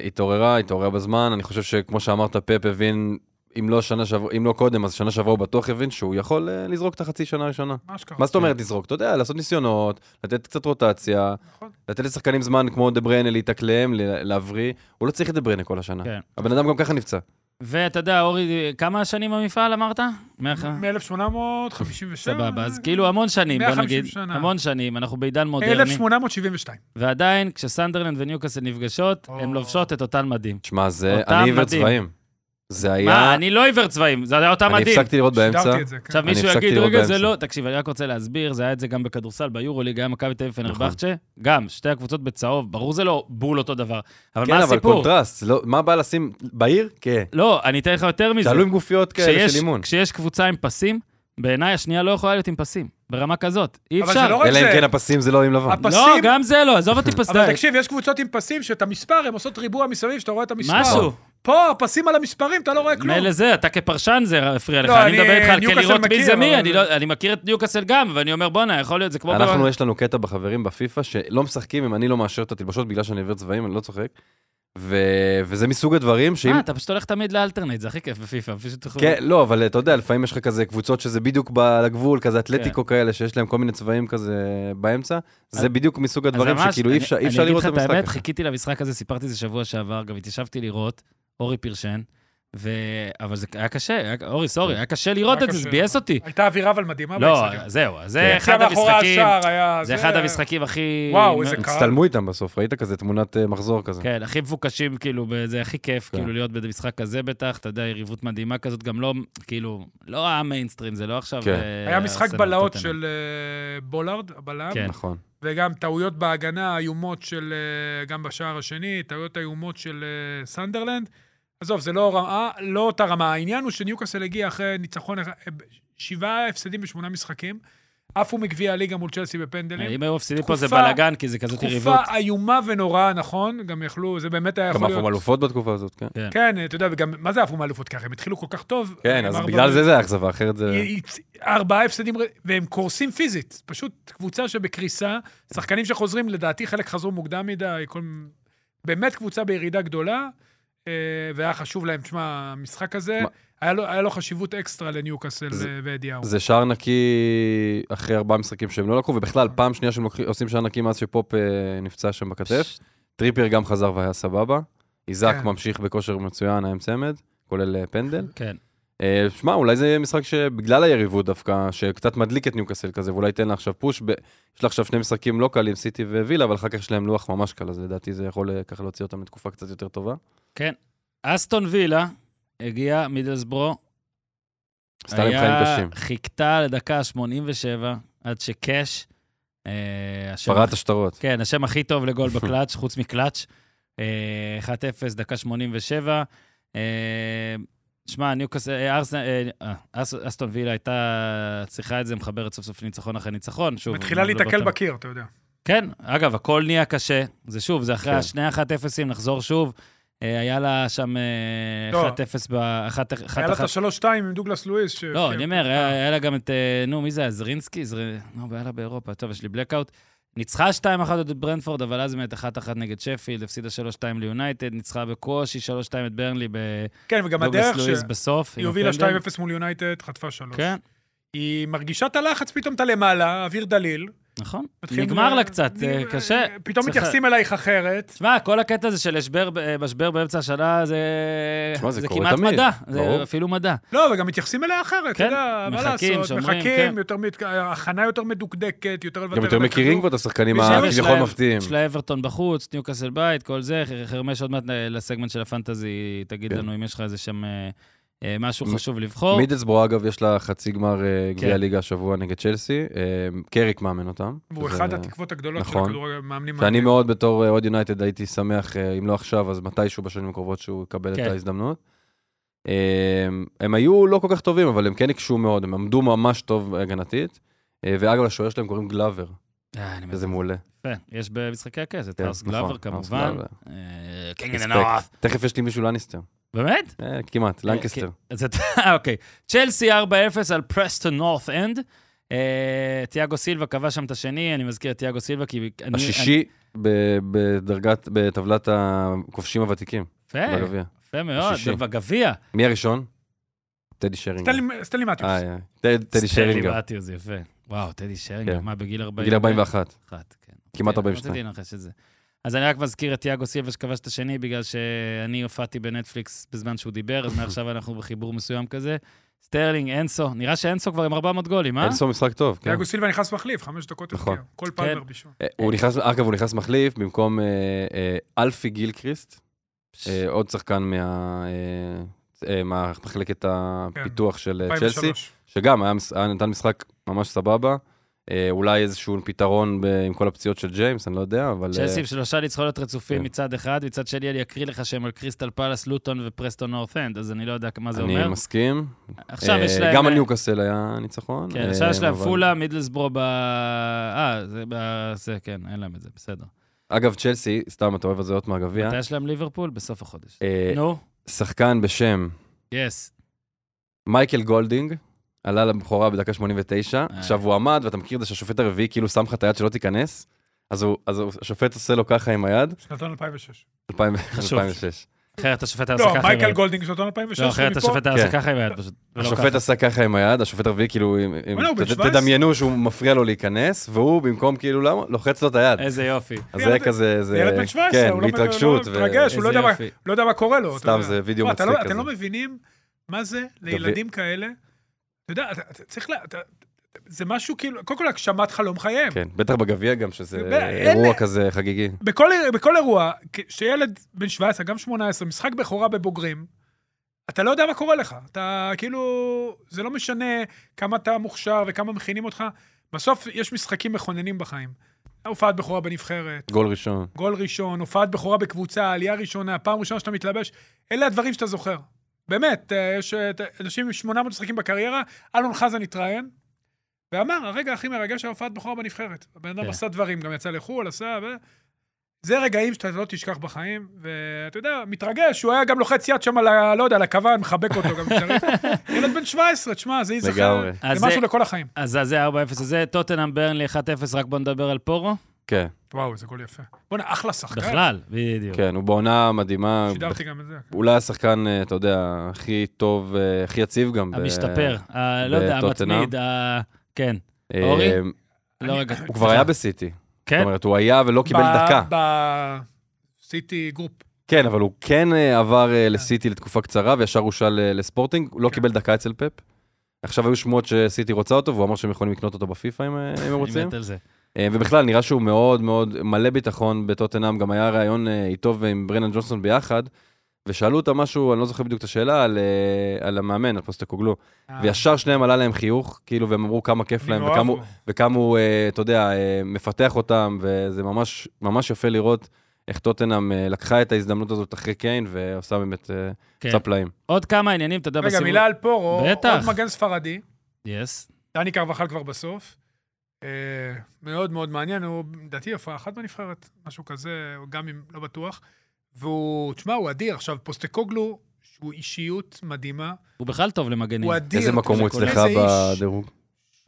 S6: התעוררה, התעוררה בזמן. אני חושב שכמו שאמרת, פאפ הבין, אם לא שנה שעברה, אם לא קודם, אז שנה שעברה הוא בטוח הבין שהוא יכול אה, לזרוק את החצי שנה הראשונה.
S3: מה שקרה.
S6: מה זאת אומרת לזרוק? אתה יודע, לעשות ניסיונות, לתת קצת רוטציה,
S3: נכון.
S6: לתת לשחקנים זמן כמו דה בריינה להתאקלם, ל- להבריא. הוא לא צריך את דה בריינה כל השנה.
S1: כן.
S6: הבן אדם גם ככה נפצע.
S1: ואתה יודע, אורי, כמה שנים המפעל אמרת? מאה ח-
S3: מ-1857. אה,
S1: סבבה, אז כאילו המון שנים, בוא
S3: 150
S1: נגיד.
S3: שנה.
S1: המון שנים, אנחנו בעידן מודרני.
S3: 1872.
S1: ועדיין, כשסנדרלנד וניוקאסל נפגשות,
S3: או.
S1: הן לובשות את אותן מדים.
S6: שמע, זה
S1: אותם
S6: אני עיוור
S1: מדהים.
S6: צבעים. זה היה...
S1: מה, אני לא עיוור צבעים, זה היה אותם
S6: אני
S1: מדים.
S6: הפסקתי לראות באמצע.
S3: שידרתי את זה, כן.
S1: עכשיו
S6: אני
S1: מישהו
S6: הפסקתי
S1: יגיד,
S6: לראות
S1: רגע, זה
S6: באמצע."
S1: לא... תקשיב, אני רק רוצה להסביר, זה היה את זה גם בכדורסל, ביורוליג, היה מכבי תל אביב
S6: נכון.
S1: פנרבחצ'ה, גם, שתי הקבוצות בצהוב, ברור זה לא בול אותו דבר, אבל
S6: כן,
S1: מה
S6: אבל
S1: הסיפור?
S6: קונטרסט, לא- מה בא לשים בעיר? כן.
S1: לא, אני אתן לך יותר מזה.
S6: תעלו עם גופיות כאלה
S1: כשיש-
S6: של אימון.
S1: כשיש קבוצה עם פסים, בעיניי השנייה לא יכולה להיות עם פסים, ברמה כזאת. אי
S3: אבל זה
S1: אפשר.
S3: לא רק
S6: אלא אם
S3: זה.
S6: כן הפסים זה לא עם לבן.
S3: הפ-
S1: לא,
S3: פסים-
S1: גם זה לא, עזוב אותי פסים.
S3: אבל תקשיב, יש קבוצות עם פסים שאת המספר, הן עושות ריבוע מסביב, שאתה רואה את המספר.
S1: משהו.
S3: פה, הפסים על המספרים, אתה לא רואה כלום.
S1: מילא זה, אתה כפרשן זה הפריע לך,
S3: לא,
S1: אני
S3: אני-
S1: מדבר איתך על
S3: ניוקאסל
S1: כלי רוט מי
S3: מכיר,
S1: זה מי,
S3: אבל-
S1: אני לא- אני מכיר את ניוקאסל גם, ואני אומר בואנה, יכול להיות, זה כמו...
S6: אנחנו, יש לנו קטע בחברים בפיפא, שלא משחקים אם אני לא מאשר את התלבשות בגלל שאני עיוור צבעים, אני לא צוחק. ו- וזה מסוג הדברים שאם...
S1: אה, אתה פשוט הולך תמיד לאלטרנט, זה הכי כיף בפיפ"א, פשוט תוכלו...
S6: כן, לא, אבל אתה יודע, לפעמים יש לך כזה קבוצות שזה בדיוק ב- על הגבול, כזה אתלטיקו
S1: כן.
S6: כאלה, שיש להם כל מיני צבעים כזה באמצע. זה בדיוק מסוג הדברים
S1: אז ממש,
S6: שכאילו אי
S1: אני-
S6: אפשר- אי אפשר לראות את
S1: אני אגיד לך את
S6: המשחק.
S1: האמת, חיכיתי למשחק הזה, סיפרתי את זה שבוע שעבר, גם התיישבתי לראות, אורי פרשן, ו... אבל זה היה קשה, היה- אורי, סורי, היה קשה לראות
S3: היה
S1: את זה, זה
S3: קשה.
S1: ביאס אותי.
S3: הייתה אווירה אבל מדהימה.
S1: לא,
S3: באצטדיון.
S1: זהו, זה
S6: כן.
S1: אחד
S3: יצא מאחורי
S1: המשחקים,
S3: השער היה-
S1: זה אחד המשחקים הכי...
S3: וואו, איזה קהל.
S6: הצטלמו איתם בסוף, ראית כזה תמונת אה, מחזור כזה.
S1: כן, הכי מבוקשים, כאילו, ב- זה הכי כיף,
S6: כן.
S1: כאילו, להיות במשחק כזה בטח, אתה יודע, יריבות מדהימה כזאת, גם לא, כאילו, לא המיינסטרים, זה לא עכשיו...
S6: כן.
S1: אה,
S3: היה משחק
S1: ארסנל,
S3: בלהות
S1: טוטנהאם.
S3: של אה, בולארד, הבלם,
S1: כן.
S6: נכון.
S3: וגם טעויות בהגנה איומות של, אה, גם בשער השני, טעויות איומות של אה, סנדרלנד. עזוב, זה לא רמה- לא אותה רמה. העניין הוא שניוקאסל הגיע אחרי ניצחון, אחד- אה, שבעה הפסדים בשמונה משחקים, עפו מגביע הליגה מול צ'לסי
S6: אה,
S3: בפנדלים.
S1: אם היו מפסידים פה זה
S3: תקופה-
S1: בלאגן, כי זה כזאת יריבות.
S3: תקופה איומה ונוראה, נכון? גם יכלו, זה באמת היה
S6: גם
S3: יכול
S6: אנחנו
S3: להיות...
S6: אלופות בתקופה הזאת, כן.
S3: כן, אתה יודע, וגם, מה זה עפו מאלופות ככה? הם התחילו כל כך טוב.
S6: כן,
S3: הם
S6: אז
S3: ארבע-
S6: בגלל זה זה היה אכזבה, אחרת זה...
S3: היא- היא- ארבעה הפסדים, ר- והם קורסים פיזית. פשוט קבוצה שבקריסה, שחקנים שחוזרים, לדעתי חלק חזרו מוקדם מדי, כל... מ- באמת קבוצה בירידה גדולה, אה, והיה חשוב להם, תשמע, המשחק הזה,
S6: מה?
S3: היה לו, היה לו חשיבות אקסטרה לניוקאסל
S6: זה-
S3: אה, ואדיהו.
S6: זה שער נקי אחרי ארבעה משחקים שהם לא לקחו,
S1: אה.
S6: ובכלל, פעם שנייה שהם לוקחים- עושים שער נקי מאז שפופ אה, נפצע שם בכתף. טריפר גם חזר והיה סבבה. איזק
S3: כן.
S6: ממשיך בכושר מצוין, היה עם צמד, כולל אה, פנדל.
S1: כן.
S6: אה, שמע, אולי זה יהיה משחק שבגלל היריבות דווקא, שקצת מדליק את ניוקאסל כזה, ואולי ייתן לה עכשיו פוש. ב... יש לה עכשיו שני משחקים לא קלים, סיטי ווילה, אבל אחר כך יש להם לוח ממש קל, אז לדעתי זה יכול אה, ככה להוציא אותם לתקופה קצת יותר טובה.
S1: אסטון וילה הגיע מידלסברו.
S6: עשתה להם חיים
S1: היה-
S6: קשים.
S1: חיכתה לדקה 87, עד שקאש, אה, השם-
S6: פרעת השטרות.
S1: כן, השם הכי טוב לגול בקלאץ', חוץ מקלאץ'. אה, 1-0, דקה 87. אה, שמע, ניוקאסל, אה, ארסנל, אה, אה, אס- אסטון וילה הייתה צריכה את זה, מחברת סוף סוף ניצחון אחרי ניצחון. שוב,
S3: מתחילה
S1: אני לא
S3: להיתקל
S1: באותה-
S3: בקיר, אתה יודע.
S1: כן, אגב, הכל נהיה קשה. זה שוב, זה אחרי
S6: כן.
S1: השני 1-0, נחזור שוב. אה, היה לה שם אה,
S3: לא.
S1: 1-0 ב... 1-1.
S3: היה לה את השלוש-שתיים עם דוגלס לואיס. ש- כן.
S1: לא, אני אומר, היה היה לה גם את, אה, נו, מי זה היה? זרינסקי? זר- נו, היה לה באירופה. טוב, יש לי בלקאוט. ניצחה 2-1 את ברנפורד, אבל אז באמת 1-1 נגד שפילד, הפסידה 3-2 ליונייטד, ניצחה בקושי 3-2 את ברנלי בדוגלס
S3: כן, וגם הדרך
S1: לואיס בסוף. עם
S3: שהיא הובילה
S1: הפנדל.
S3: 2-0 מול יונייטד, חטפה 3.
S1: כן,
S3: היא מרגישה את הלחץ פתאום, אתה למעלה, אוויר דליל,
S1: נכון.
S3: מתחילים
S1: נגמר
S3: ל-
S1: לה קצת,
S3: אני-
S1: אה, קשה.
S3: אה, פתאום
S1: צריך-
S3: מתייחסים אלייך אחרת.
S1: תשמע, כל הקטע הזה של השבר, אה, משבר באמצע השנה, זה,
S6: תשמע, זה קורה
S1: כמעט
S6: תמיד,
S1: מדע.
S6: ברור.
S1: זה אפילו מדע.
S3: לא, וגם מתייחסים אליה אחרת, אתה
S1: כן,
S3: יודע, מה
S1: מחכים,
S3: לעשות,
S1: שומרים,
S3: מחכים,
S1: כן.
S3: יותר מת- הכנה יותר מדוקדקת, יותר לוותר
S6: גם יותר
S3: על
S6: מכירים
S3: הכדור.
S6: כבר את השחקנים
S3: בשביל זה יש
S6: הכביכול
S1: להם-
S6: מפתיעים.
S1: יש לה אברטון בחוץ, ניוקאסל בית, כל זה. חר- חרמש עוד מעט ל- לסגמנט של הפנטזי, תגיד
S6: כן.
S1: לנו אם יש לך איזה שם אה, אה, משהו
S6: מ-
S1: חשוב לבחור.
S6: מידלסבורג, אגב, יש לה חצי גמר אה,
S1: כן.
S6: גביע ליגה השבוע נגד צ'לסי. אה, קריק מאמן אותם.
S3: הוא
S6: שזה-
S3: אחד התקוות הגדולות של
S6: נכון.
S3: הכדורגל, מאמנים.
S6: שאני
S3: מאמנים.
S6: מאוד בתור אה, אוהד יונייטד הייתי שמח, אה, אם לא עכשיו, אז מתישהו בשנים הקרובות שהוא יקבל את
S1: כן.
S6: ההזדמנות. אה, הם היו לא כל כך טובים, אבל הם כן הקשו מאוד, הם עמדו ממש טוב הגנתית. אה, ואגב, לשוער שלהם קוראים גלאבר,
S1: אה, אני
S6: שזה
S1: מבין.
S6: מעולה.
S1: יפה. יש במשחקי הכס, את
S6: כן,
S1: האוס
S6: נכון,
S1: גלאבר
S6: האוס
S1: כמובן.
S6: גלאבר.
S1: אה, קינג אין הנוף.
S6: אספקט. תכף יש לי מישהו לניסטר.
S1: באמת?
S6: אה, כמעט,
S1: כן,
S6: לנקסטר.
S1: אז אתה, אוקיי. צ'לסי 4-0 על פרסטון נורת אנד. אה, תיאגו סילבה קבע שם את השני, אני מזכיר את תיאגו סילבה, כי... אני-
S6: השישי ב- בדרגת, בטבלת הכובשים הוותיקים
S1: אני- יפה,
S6: בגביע.
S1: יפה מאוד,
S6: השישי.
S1: בגביע.
S6: מי הראשון? טדי שרינגר.
S3: סטנלי- סטנלי מתיוס.
S6: אה, אה, טד- טדי שרינגר.
S1: באטיוס, זה יפה. וואו, טדי שרינגר,
S6: כן.
S1: מה, בגיל 40?
S6: בגיל 41.
S1: אחת, כן.
S6: כמעט
S1: רציתי-
S6: 42.
S1: רציתי לנחש את זה. אז אני רק מזכיר את תיאגו סילבה שכבש את השני, בגלל שאני הופעתי בנטפליקס בזמן שהוא דיבר, אז מעכשיו אנחנו בחיבור מסוים כזה. סטרלינג, אינסו, נראה שאינסו כבר עם 400 גולים, אה?
S6: אין סוף משחק טוב, כן.
S3: יאגו סילבה נכנס מחליף, חמש דקות
S6: נכון.
S3: הפקיע. כל פלמר
S1: כן.
S3: בישול.
S6: אה, הוא נכנס, אגב, הוא נכנס מחליף במקום אה, אה, אלפי גילקריסט, אה, עוד שחקן מה... אה, אה, מהמחלקת הפיתוח של אה, צ'לסי,
S3: 2003.
S6: שגם היה מס- היה נתן משחק ממש סבבה. אה, אולי איזשהו פתרון ב- עם כל הפציעות של ג'יימס, אני לא יודע, אבל... אה,
S1: צ'לסי עם שלושה ניצחונות רצופים
S6: כן.
S1: מצד אחד, מצד שני אני אקריא לך שהם על קריסטל פלאס, לוטון ופרסטון נורת אנד, אז אני לא יודע מה זה אומר.
S6: אני מסכים.
S1: עכשיו
S6: אה,
S1: יש להם...
S6: גם
S1: אה,
S6: על ניוקאסל היה ניצחון.
S1: כן, עכשיו יש
S6: אה,
S1: להם
S6: אבל-
S1: פולה, מידלסבורו ב... אה, זה ב... זה, כן, אין להם את זה, בסדר.
S6: אגב, צ'לסי, סתם, אתה אוהב את זה עוד מהגביע.
S1: מתי יש להם ליברפול? בסוף החודש.
S6: אה,
S1: נו,
S6: שחקן בשם
S1: יס.
S6: מייקל גולדינג, עלה לבכורה בדקה 89,
S1: אה.
S6: עכשיו הוא עמד, ואתה מכיר את זה שהשופט הרביעי כאילו שם לך את היד שלא תיכנס, אז הוא- אז הוא- השופט עושה לו ככה עם היד,
S3: שנתון 2006.
S6: 2000
S1: חשוב.
S6: 2006.
S1: אחרת השופט היה עושה
S3: לא,
S1: ככה עם
S3: מייקל
S1: היד.
S3: גולדינג שנתון 2006.
S1: לא, אחרת
S3: ומפה-
S1: השופט היה עושה
S6: כן.
S1: ככה עם היד פשוט. ולא
S6: השופט
S1: ככה.
S6: עשה ככה עם היד, השופט הרביעי כאילו, אם- אם-
S3: וואלה, לא, הוא בן
S6: ת-
S3: 17.
S6: תדמיינו שהוא מפריע לו להיכנס, והוא במקום כאילו, למה? לוחץ לו את היד.
S1: איזה יופי.
S6: אז זה היה
S3: אה, ילד-
S6: כזה, זה...
S3: זה ילד בן 17,
S6: כן,
S3: הוא לא-
S6: בהתרגשות.
S3: לא
S6: ו-
S3: מתרגש, הוא
S1: איזה
S3: לא יודע מה-
S1: יופי.
S3: לא יודע מה קורה לו. אתה
S6: סתם,
S3: יודע.
S6: זה וידאו
S3: וואי, אתה לא-
S6: מצחיק
S3: אתם
S6: כזה.
S3: לא מבינים מה זה לילדים כאלה. אתה יודע, אתה- אתה צריך ל... אתה- זה משהו כאילו, קודם כל הגשמת חלום חייהם.
S6: כן, בטח בגביע גם, שזה
S3: ב- אין-
S6: אירוע כזה חגיגי.
S3: בכל, בכל אירוע, כשילד בן 17, גם 18, משחק בכורה בבוגרים, אתה לא יודע מה קורה לך. אתה כאילו, זה לא משנה כמה אתה מוכשר וכמה מכינים אותך. בסוף יש משחקים מכוננים בחיים. הופעת בכורה בנבחרת,
S6: גול ראשון.
S3: גול ראשון, הופעת בכורה בקבוצה, עלייה ראשונה, פעם ראשונה שאתה מתלבש, אלה הדברים שאתה זוכר. באמת, אה, יש אה, ת- אנשים עם 800 משחקים בקריירה, אלון חזן התראיין, ואמר, הרגע הכי מרגש היה הופעת בכורה בנבחרת. הבן אדם
S1: כן.
S3: עשה דברים, גם יצא לחו"ל, עשה... ו... זה רגעים שאתה לא תשכח בחיים, ואתה יודע, מתרגש, הוא היה גם לוחץ יד שם על ה... לא יודע, על הכוון, מחבק אותו גם כשצריך. ילד בן 17, תשמע, זה ייזכר,
S6: לגמרי.
S1: אז
S3: זה משהו
S1: זה-
S3: לכל החיים.
S1: אז אז זה 4-0 הזה, טוטנאם ברנלי 1-0, רק בוא נדבר על פורו.
S6: כן,
S3: וואו, זה גול יפה. בוא'נה, אחלה שחקן.
S1: בכלל, בדיוק.
S6: כן, הוא בעונה מדהימה.
S3: שידרתי גם את זה.
S6: אולי השחקן, אה, אתה יודע, הכי טוב, אה, הכי יציב גם. ב-
S1: המשתפר, ה- לא יודע,
S6: בטוטנהאם.
S1: המתמיד, ה- כן.
S6: אה,
S1: אורי?
S3: אני-
S1: לא, רגע.
S6: הוא כבר היה בסיטי.
S1: כן?
S6: זאת אומרת, הוא היה ולא קיבל
S3: ב-
S6: דקה.
S3: בסיטי גרופ.
S6: כן, אבל הוא כן אה, עבר אה, לסיטי לתקופה קצרה, וישר הושל אה, לספורטינג, הוא לא
S3: כן.
S6: קיבל דקה אצל פפ. עכשיו היו שמועות שסיטי רוצה אותו, והוא אמר שהם יכולים לקנות אותו בפיפא אם אה, אם הם
S1: אני
S6: רוצים.
S1: מת על זה.
S6: אה, ובכלל, נראה שהוא מאוד מאוד מלא ביטחון בטוטנאם. גם היה ראיון אה, איתו ועם ברנן ג'ונסון ביחד, ושאלו אותה משהו, אני לא זוכר בדיוק את השאלה, על, אה, על המאמן, על פוסטקוגלו.
S3: אה,
S6: וישר שניהם עלה להם חיוך, כאילו, והם אמרו כמה כיף
S3: אני
S6: להם,
S3: מאוהב
S6: וכמה,
S3: בו.
S6: וכמה הוא, אה, אתה יודע, אה, מפתח אותם, וזה ממש, ממש יפה לראות איך טוטנאם אה, לקחה את ההזדמנות הזאת אחרי קיין, ועושה באמת, אה,
S1: כן.
S6: עושה פלאים.
S1: עוד כמה עניינים, אתה יודע,
S3: רגע, מילה על פורו,
S1: בטח.
S3: עוד מגן ספרדי,
S1: יס.
S3: דני קרבחל כבר בסוף. אה, מאוד מאוד מעניין, הוא לדעתי הופעה אחת בנבחרת, משהו כזה, או גם אם לא בטוח. והוא, תשמע, הוא אדיר. עכשיו, פוסטקוגלו, שהוא אישיות מדהימה,
S1: הוא בכלל טוב למגנים.
S3: הוא אדיר.
S6: איזה מקום הוא
S3: זה כל-
S6: אצלך
S3: איזה איש.
S6: בדירוג?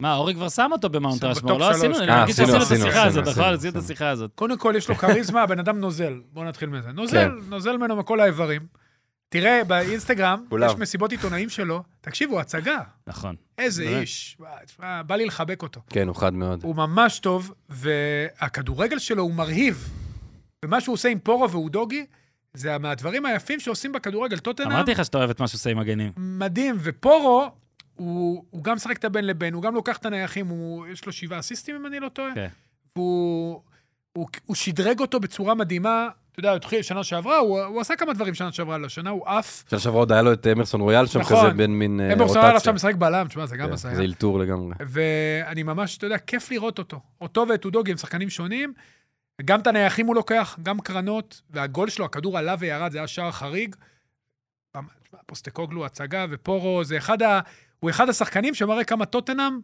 S1: מה, אורי כבר שם אותו במאונט
S3: שם
S1: רשמור,
S3: בטופ
S1: לא עשינו,
S3: שלוש.
S1: אני
S6: אה,
S1: מרגיש
S6: עשינו,
S1: שעשינו את
S6: עשינו,
S1: השיחה הזאת,
S6: עשינו,
S1: נכון,
S6: עשינו,
S1: עשינו את
S6: עשינו.
S1: השיחה הזאת.
S6: כן.
S3: קודם כל, יש לו כריזמה, הבן אדם נוזל. בואו נתחיל מזה. נוזל, נוזל ממנו כל האיברים. תראה, באינסטגרם,
S6: כולם.
S3: יש מסיבות עיתונאים שלו, תקשיבו, הצגה.
S1: נכון.
S3: איזה
S1: באמת.
S3: איש. וואי, תשמע, בא לי לחבק אותו.
S6: כן, הוא חד מאוד.
S3: הוא ממש טוב, והכדורגל שלו הוא מרהיב. ומה שהוא עושה עם פורו והודוגי, זה מהדברים היפים שעושים בכדורגל. טוטנאם,
S1: אמרתי לך שאתה אוהב את מה שעושה עם הגנים.
S3: מדהים. ופורו, הוא, הוא גם משחק את הבין לבין, הוא גם לוקח את הנייחים, הוא, יש לו שבעה אסיסטים, אם אני לא טועה.
S1: כן.
S3: הוא, הוא, הוא שדרג אותו בצורה מדהימה. אתה יודע, הוא התחיל שנה שעברה, הוא, הוא עשה כמה דברים שנה שעברה, לשנה הוא עף.
S6: שנה שעברה עוד היה לו את אמרסון רויאל שם
S3: נכון.
S6: כזה בין מין אה, רוטציה.
S3: אמרסון היה עכשיו משחק בלם, תשמע, זה גם אה,
S6: כן,
S3: עשה.
S6: זה אלתור לגמרי.
S3: ואני ממש, אתה יודע, כיף לראות אותו. אותו ואת אודוגי הם שחקנים שונים. גם את הנייחים הוא לוקח, גם קרנות, והגול שלו, הכדור עלה וירד, זה היה שער חריג. פעם- תשמע, פוסטקוגלו, הצגה ופורו, זה אחד ה... הוא אחד השחקנים שמראה כמה טוטנאם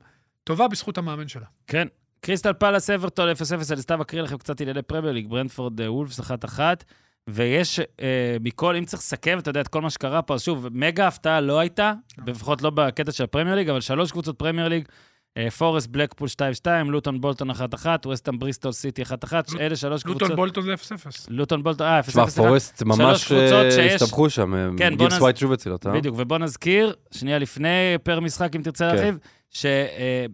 S3: טובה בזכות המאמן שלה.
S1: כן. קריסטל פלאס אברטון 0-0, אני סתם אקריא לכם קצת ענייני פרמייר ליג, ברנדפורד אה, וולפס 1-1, ויש אה, מכל, אם צריך לסכם, אתה יודע, את כל מה שקרה פה, אז שוב, מגה הפתעה לא הייתה, לפחות לא בקטע של הפרמייר ליג, אבל שלוש קבוצות פרמייר ליג, אה, פורסט בלקפול 2-2, לוטון בולטון 1-1, וסטאם בריסטול סיטי 1-1, אלה שלוש קבוצות.
S3: לוטון בולטון זה 0-0.
S1: לוטון בולטון, אה, 0-0.
S6: תשמע,
S1: סליחה.
S6: פורסט ממש
S1: קבוצות
S6: אה,
S1: שיש-
S6: הסתבכו שם. אה,
S1: כן, בוא
S6: גיבס
S1: נז-
S6: ווייט שוב אצל אותה.
S1: בדיוק, ובוא נזכיר, שנייה לפני, פר משחק, אם תרצה
S6: כן.
S1: להרחיב, אה,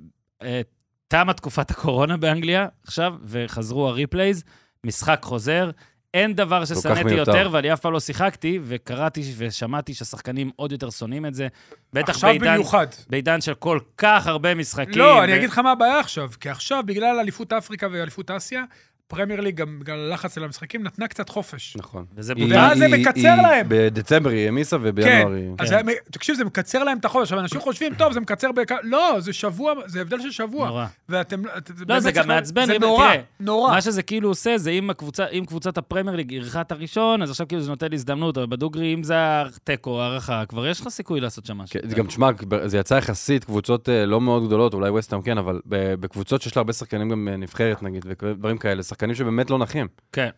S1: שתמה תקופת הקורונה באנגליה עכשיו, וחזרו הריפלייז, משחק חוזר. אין דבר ששנאתי
S6: מיותר.
S1: יותר, ואני אף פעם לא שיחקתי, וקראתי ושמעתי שהשחקנים עוד יותר שונאים את זה. בטח
S3: עכשיו
S1: בעידן,
S3: במיוחד.
S1: בעידן של כל כך הרבה משחקים.
S3: לא, אני אגיד לך מה הבעיה עכשיו, כי עכשיו, בגלל אליפות אפריקה ואליפות אסיה, פרמייר ליג, גם בגלל הלחץ על המשחקים, נתנה קצת חופש.
S6: נכון.
S1: וזה
S6: היא-
S1: בוטל.
S3: ואז זה
S6: היא-
S3: מקצר
S6: היא-
S3: להם.
S6: בדצמבר היא העמיסה
S3: כן,
S6: ובינואר היא...
S3: אז
S1: כן.
S3: זה- תקשיב, זה מקצר להם את החודש. עכשיו, אנשים חושבים, טוב, זה מקצר בעיקר... לא, זה שבוע, זה הבדל של שבוע.
S1: נורא.
S3: ואתם... את-
S1: לא,
S3: באמת
S1: זה גם
S3: צריך-
S1: מעצבן.
S3: זה
S1: אם-
S3: נורא,
S1: תראה,
S3: נורא.
S1: מה שזה כאילו עושה, זה אם, הקבוצה, אם קבוצת הפרמייר ליג אירחה את הראשון, אז עכשיו כאילו זה נותן לי הזדמנות, אבל בדוגרי, אם זה התיקו, הערכה, כבר יש לך סיכוי לעשות שם משהו.
S6: כן, זה גם, תשמע, זה יצא יחסית, קבוצות אה, לא מאוד גדולות, אולי ווסטהאם כן, אבל ב- בקבוצות שיש לה הרבה שחקנים גם אה, נבחרת נגיד, ודברים כאלה, שחקנים שבאמת לא נחים.
S1: כן.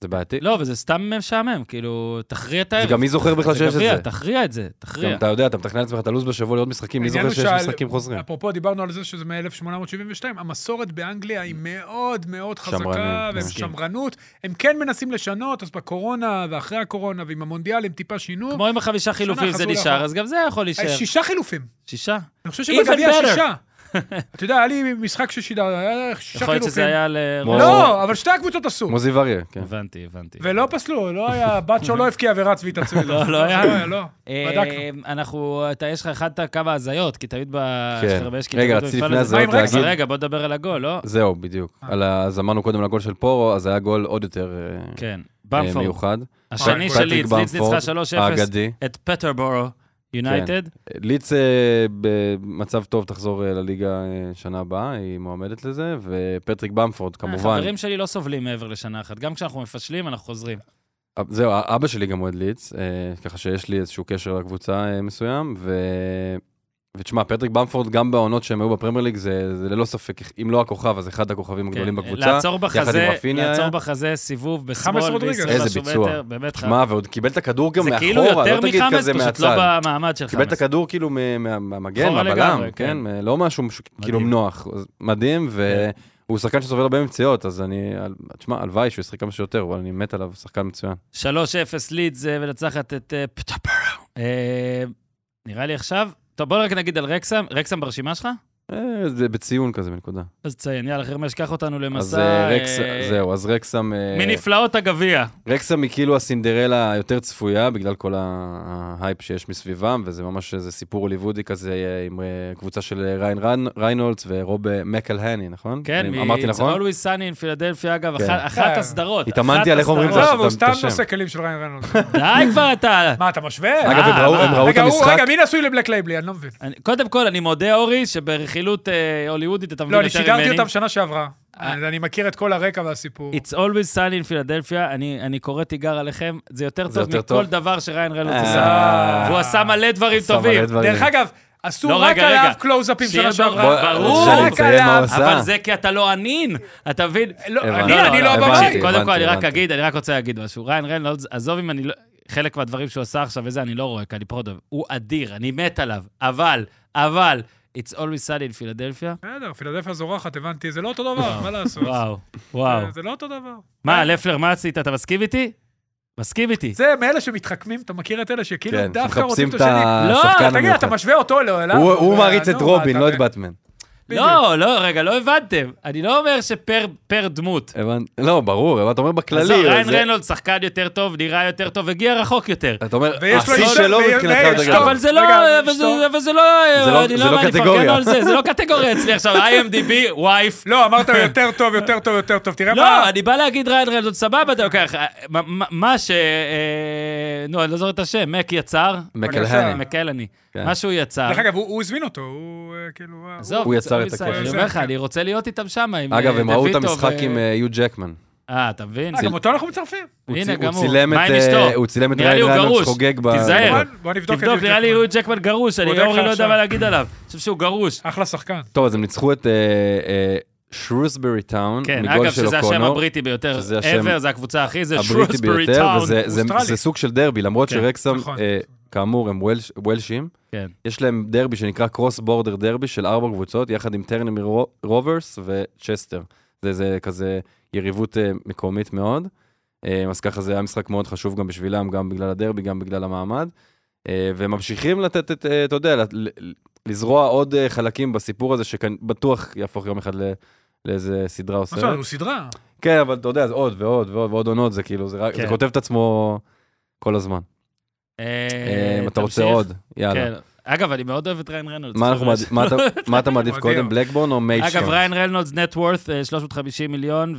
S6: זה בעייתי.
S1: לא, וזה סתם משעמם, כאילו, תכריע את
S6: זה
S1: הערב.
S6: גם מי זוכר בכלל שיש את
S1: גביע,
S6: זה.
S1: תכריע את זה, תכריע.
S6: גם אתה יודע, אתה מתכנן לעצמך את הלו"ז בשבוע לראות משחקים, מי
S3: העניין
S6: זוכר
S3: הוא
S6: שיש
S3: שעל-
S6: משחקים חוזרים.
S3: אפרופו, דיברנו על זה שזה מ-1872, המסורת באנגליה היא מאוד מאוד חזקה,
S6: שמרנית,
S3: והם
S6: מסכים.
S3: שמרנות. הם כן מנסים לשנות, אז בקורונה ואחרי הקורונה ועם המונדיאל הם טיפה שינו.
S1: כמו עם החמישה חילופים זה
S3: חזרו
S1: נשאר,
S3: לאחור.
S1: אז גם זה יכול להישאר.
S3: שישה חילופים.
S1: שישה?
S3: אני חושב
S1: Even
S3: שבגביע
S1: better.
S3: שישה. אתה יודע, היה לי משחק ששידר, היה שישה
S1: יכול להיות שזה
S3: חילופים.
S1: היה ל...
S6: כמו-
S3: לא, אבל שתי הקבוצות עשו.
S6: כמו זיו אריה, כן.
S1: הבנתי, הבנתי.
S3: ולא פסלו, לא היה, בת שלו לא הבקיעה ורץ והתעצבן.
S1: לא, לא היה.
S3: לא,
S1: אה,
S3: בדקנו.
S1: אנחנו, אתה, יש לך אחד את כמה הזיות, כי תמיד ב...
S6: כן.
S1: יש לך הרבה- יש
S6: רגע,
S1: כתבות
S6: רציתי
S1: במפעל
S6: לפני אה,
S1: הזה.
S3: הזיות מה עם
S1: אבל
S3: להגיד-
S1: רגע, בוא נדבר על הגול, לא?
S6: זהו, בדיוק. על ה- אז אמרנו קודם על הגול של פורו, אז היה גול עוד יותר אה,
S1: כן.
S6: אה,
S1: במפורד.
S6: מיוחד.
S1: השני
S3: פטריק
S1: של לידס, לידס
S6: במפורד,
S1: ניצחה 3-0
S6: האגדי. כן,
S1: את פטרבורו יונייטד.
S6: ליץ אה, במצב טוב תחזור אה, לליגה אה, שנה הבאה, היא מועמדת לזה, ופטריק
S1: אה,
S6: במפורד כמובן.
S1: החברים שלי לא סובלים מעבר לשנה אחת. גם כשאנחנו מפשלים, אנחנו חוזרים.
S6: אב- זהו, א- אבא שלי גם אוהד ליץ, אה, ככה שיש לי איזשהו קשר לקבוצה אה, מסוים, ו... ותשמע, פטריק במפורד, גם בעונות שהם היו בפרמייר ליג, זה, זה ללא ספק, אם לא הכוכב, אז אחד הכוכבים הגדולים
S1: כן,
S6: בקבוצה.
S1: לעצור בחזה,
S6: עם רפיניה
S1: לעצור
S6: היה.
S1: בחזה, סיבוב בשמאל,
S3: חמאס רודריגז.
S1: ב-20
S6: איזה
S1: משהו
S6: ביצוע.
S1: מטר, באמת חם.
S6: שמע, ועוד קיבל את הכדור גם
S1: זה
S6: מאחורה,
S1: כאילו יותר
S6: לא תגיד
S1: מחמאס,
S6: כזה
S1: פשוט
S6: מהצד.
S1: לא במעמד של
S6: קיבל את
S1: חמאס.
S6: הכדור כאילו מה- מה- מהמגן,
S1: אחורה
S6: מהבלם,
S1: לגמרי, כן.
S6: כן, מ- לא משהו ש- כאילו
S1: מדהים. כן.
S6: נוח, אז מדהים, והוא שחקן שסובל הרבה מפציעות, אז אני, על- תשמע, הלוואי שהוא ישחק כמה שיותר, אבל אני מת עליו, שחקן מצוין.
S1: 3-0 לידס אה, מנצחת את אה, פטרבורו. אה, נראה לי עכשיו, טוב, בוא רק נגיד על רקסם, רקסם ברשימה שלך?
S6: אה, זה בציון כזה, בנקודה.
S1: אז תציין, יאללה, חרמש, קח אותנו
S6: אז
S1: למסע...
S6: אה,
S1: אה,
S6: רקס, זהו, אז רקסם... אה,
S1: מנפלאות הגביע.
S6: רקסם היא כאילו הסינדרלה היותר צפויה, בגלל כל ה- ההייפ שיש מסביבם, וזה ממש איזה סיפור הוליוודי כזה אה, עם אה, קבוצה של אה, ריין רן- ריינולדס ורוב אה, מקלהני, נכון?
S1: כן,
S6: אני-
S1: מ-
S6: אמרתי
S1: It's
S3: לא
S6: נכון?
S1: Always Sunny in פילדלפיה, אגב,
S6: כן.
S1: אחת- אחת
S3: כן.
S1: הסדרות.
S6: התאמנתי
S1: אחת
S6: על איך אומרים את
S1: הסדרות.
S6: זה.
S3: לא, והוא
S6: אתה-
S3: סתם
S6: אתה שם.
S3: נושא כלים של ריין רנולד.
S1: די כבר אתה.
S3: מה, אתה משווה? לא.
S6: אגב, הם
S1: אה,
S6: ראו-
S1: אה.
S6: הם ראו את
S3: רגע, הוא-
S6: המשחק,
S3: רגע, מי נשוי לבלק לייבלי? אני לא מבין.
S1: אני- קודם כל, אני מודה, אורי, שברכילות אה, הוליוודית אתה מבין
S3: לא, אני
S1: יותר ממני.
S3: שידרתי אותם שנה שעברה.
S1: אה.
S3: אז אני מכיר את כל הרקע והסיפור.
S1: It's always sunny in Philadelphia, אני, אני קורא תיגר עליכם, זה יותר
S6: זה
S1: טוב
S6: יותר
S1: מכל
S6: טוב.
S1: דבר שריין ריינולדס
S6: אה.
S1: עשה. והוא עשה מלא דברים
S6: שם מלא
S1: טובים.
S6: דברים.
S3: דרך אגב, עשו
S1: לא,
S3: רק
S1: רגע, רגע.
S3: עליו קלוזאפים
S1: שיהיה
S3: שנה שעברה.
S1: ברור.
S6: בוא, שאני
S1: רק
S6: אציין מה
S3: עליו.
S6: הוא עשה.
S1: אבל זה כי אתה לא ענין, אתה מבין?
S3: לא,
S6: הבנתי.
S3: אני אני לא
S6: הבנתי.
S3: הבמאי.
S1: קודם כל, אני רק
S6: הבנתי.
S1: אגיד, אני רק רוצה להגיד משהו. ריין ריינולדס, עזוב אם אני לא... חלק מהדברים שהוא עשה עכשיו וזה, אני לא רואה, כי אני פחות אוהב. הוא אדיר, אני מת עליו, אבל, אבל, It's always sunny in Philadelphia.
S3: בסדר, פילדלפיה זורחת, הבנתי. זה לא אותו דבר, מה לעשות?
S1: וואו, וואו.
S3: זה לא אותו דבר.
S1: מה, לפלר, מה עשית? אתה מסכים איתי? מסכים איתי.
S3: זה מאלה שמתחכמים, אתה מכיר את אלה שכאילו
S6: כן,
S3: דווקא
S6: מחפשים
S3: רוצים את
S6: את
S3: השני.
S6: השחקן
S3: אה, תגיד, אתה
S6: המיוחד.
S3: משווה אותו לא, אליו?
S6: הוא- הוא מעריץ את
S3: נו, מה,
S6: רובין,
S3: אתה כן.
S6: לא את
S3: מבין?
S6: באטמן.
S1: לא, לא, רגע, לא הבנתם. אני לא אומר שפר פר דמות.
S6: הבנ- לא, ברור, אבל אתה אומר
S1: עזוב,
S6: בכללי.
S1: ריין
S6: זה-
S1: ריינולד שחקן יותר טוב, נראה יותר טוב, הגיע רחוק יותר.
S6: אתה אומר,
S3: ויש לו
S6: השיא
S3: אישה-
S6: שלו
S3: ויש-
S6: מבחינתך,
S3: ויש
S6: אתה
S3: לו-
S6: גם-
S1: אבל זה לא,
S3: רגע,
S1: אבל זה-
S3: אשתו.
S1: אבל זה לא,
S6: זה לא-
S1: אני
S6: זה
S1: לא
S6: לא
S1: אומר, אני מפרגן לו
S6: קטגוריה.
S1: על זה, זה לא קטגוריה אצלי עכשיו, IMDb, וייף.
S3: לא, אמרת יותר טוב, יותר טוב, יותר טוב, תראה מה...
S1: לא, אני בא להגיד ריין ריינולד, סבבה, אתה לוקח, אה, מה- מה- מה ש... אה, נו, אני לא זוכר את השם, מק יצר.
S6: מקלהני.
S1: מקלהני.
S6: כן.
S1: מה שהוא יצר.
S3: דרך אגב, הוא- הוא הזמין אותו, הוא אה, כאילו... אה,
S1: עזוב,
S6: הוא יצר את
S1: מסיים.
S6: הקשר.
S1: אני אומר לך, אני רוצה להיות איתם שם, עם
S6: אגב,
S1: אה,
S6: הם ראו את
S1: דויטו
S6: המשחק
S1: ו-
S6: עם אה, יו ג'קמן.
S1: אה, אתה מבין?
S3: אה, גם אותו אנחנו מצרפים.
S6: הוא
S1: הנה,
S6: צי-
S1: גם
S6: הוא
S1: הוא.
S6: צילם את
S1: מה עם
S6: אה,
S1: אשתו?
S6: הוא צילם את
S1: נראה לי
S6: ריין
S1: הוא
S6: ריינולדס
S1: גרוש.
S6: חוגג ב...
S1: תיזהר.
S3: בוא- בוא נבדוק את
S1: תבדוק,
S3: יוג'קמן.
S1: נראה לי הוא ג'קמן גרוש, אני
S3: בודק לך
S1: אורי לא יודע
S3: עכשיו.
S1: מה להגיד עליו. אני חושב שהוא גרוש.
S3: אחלה שחקן.
S6: טוב, אז הם ניצחו את אה, שרוסברי טאון,
S1: כן,
S6: מגול
S1: אגב,
S6: של
S1: שזה השם
S6: אוקונו,
S1: הבריטי ביותר
S6: שזה השם
S1: ever, זה הקבוצה הכי, זה
S6: הבריטי
S1: שרוסברי
S6: ביותר,
S1: טאון.
S6: וזה זה-
S3: אוסטרלי.
S6: זה סוג של דרבי, למרות
S1: כן,
S6: שרקסם,
S3: נכון.
S6: אה, כאמור, הם וולש- וולשים.
S1: כן.
S6: יש להם דרבי שנקרא קרוס בורדר דרבי של ארבע קבוצות, יחד עם טרנמי רו- רוברס וצ'סטר. זה, זה כזה יריבות אה, מקומית מאוד. אה, אז ככה זה היה משחק מאוד חשוב גם בשבילם, גם בגלל הדרבי, גם בגלל המעמד. אה, והם ממשיכים לתת את, אה, אתה יודע, לת- ל- לזרוע עוד אה, חלקים בסיפור הזה, שבטוח יהפוך יום אחד ל- לאיזה סדרה או
S3: מה זאת אומרת,
S6: סרט.
S3: הוא סדרה.
S6: כן, אבל אתה יודע, זה עוד ועוד ועוד ועוד עונות, זה כאילו, זה רק-
S1: כן.
S6: זה כותב את עצמו כל הזמן.
S1: אה,
S6: אה, אתה רוצה
S1: תמשיך.
S6: עוד, יאללה.
S1: כן. אגב, אני מאוד אוהב את ריין ריינולדס.
S6: מה אנחנו מעדיף- מה אתה- מה אתה מעדיף
S3: מדהים.
S6: קודם, בלקבורן או מיידסטון?
S1: אגב, ריין ריינולדס נט וורת 350 מיליון,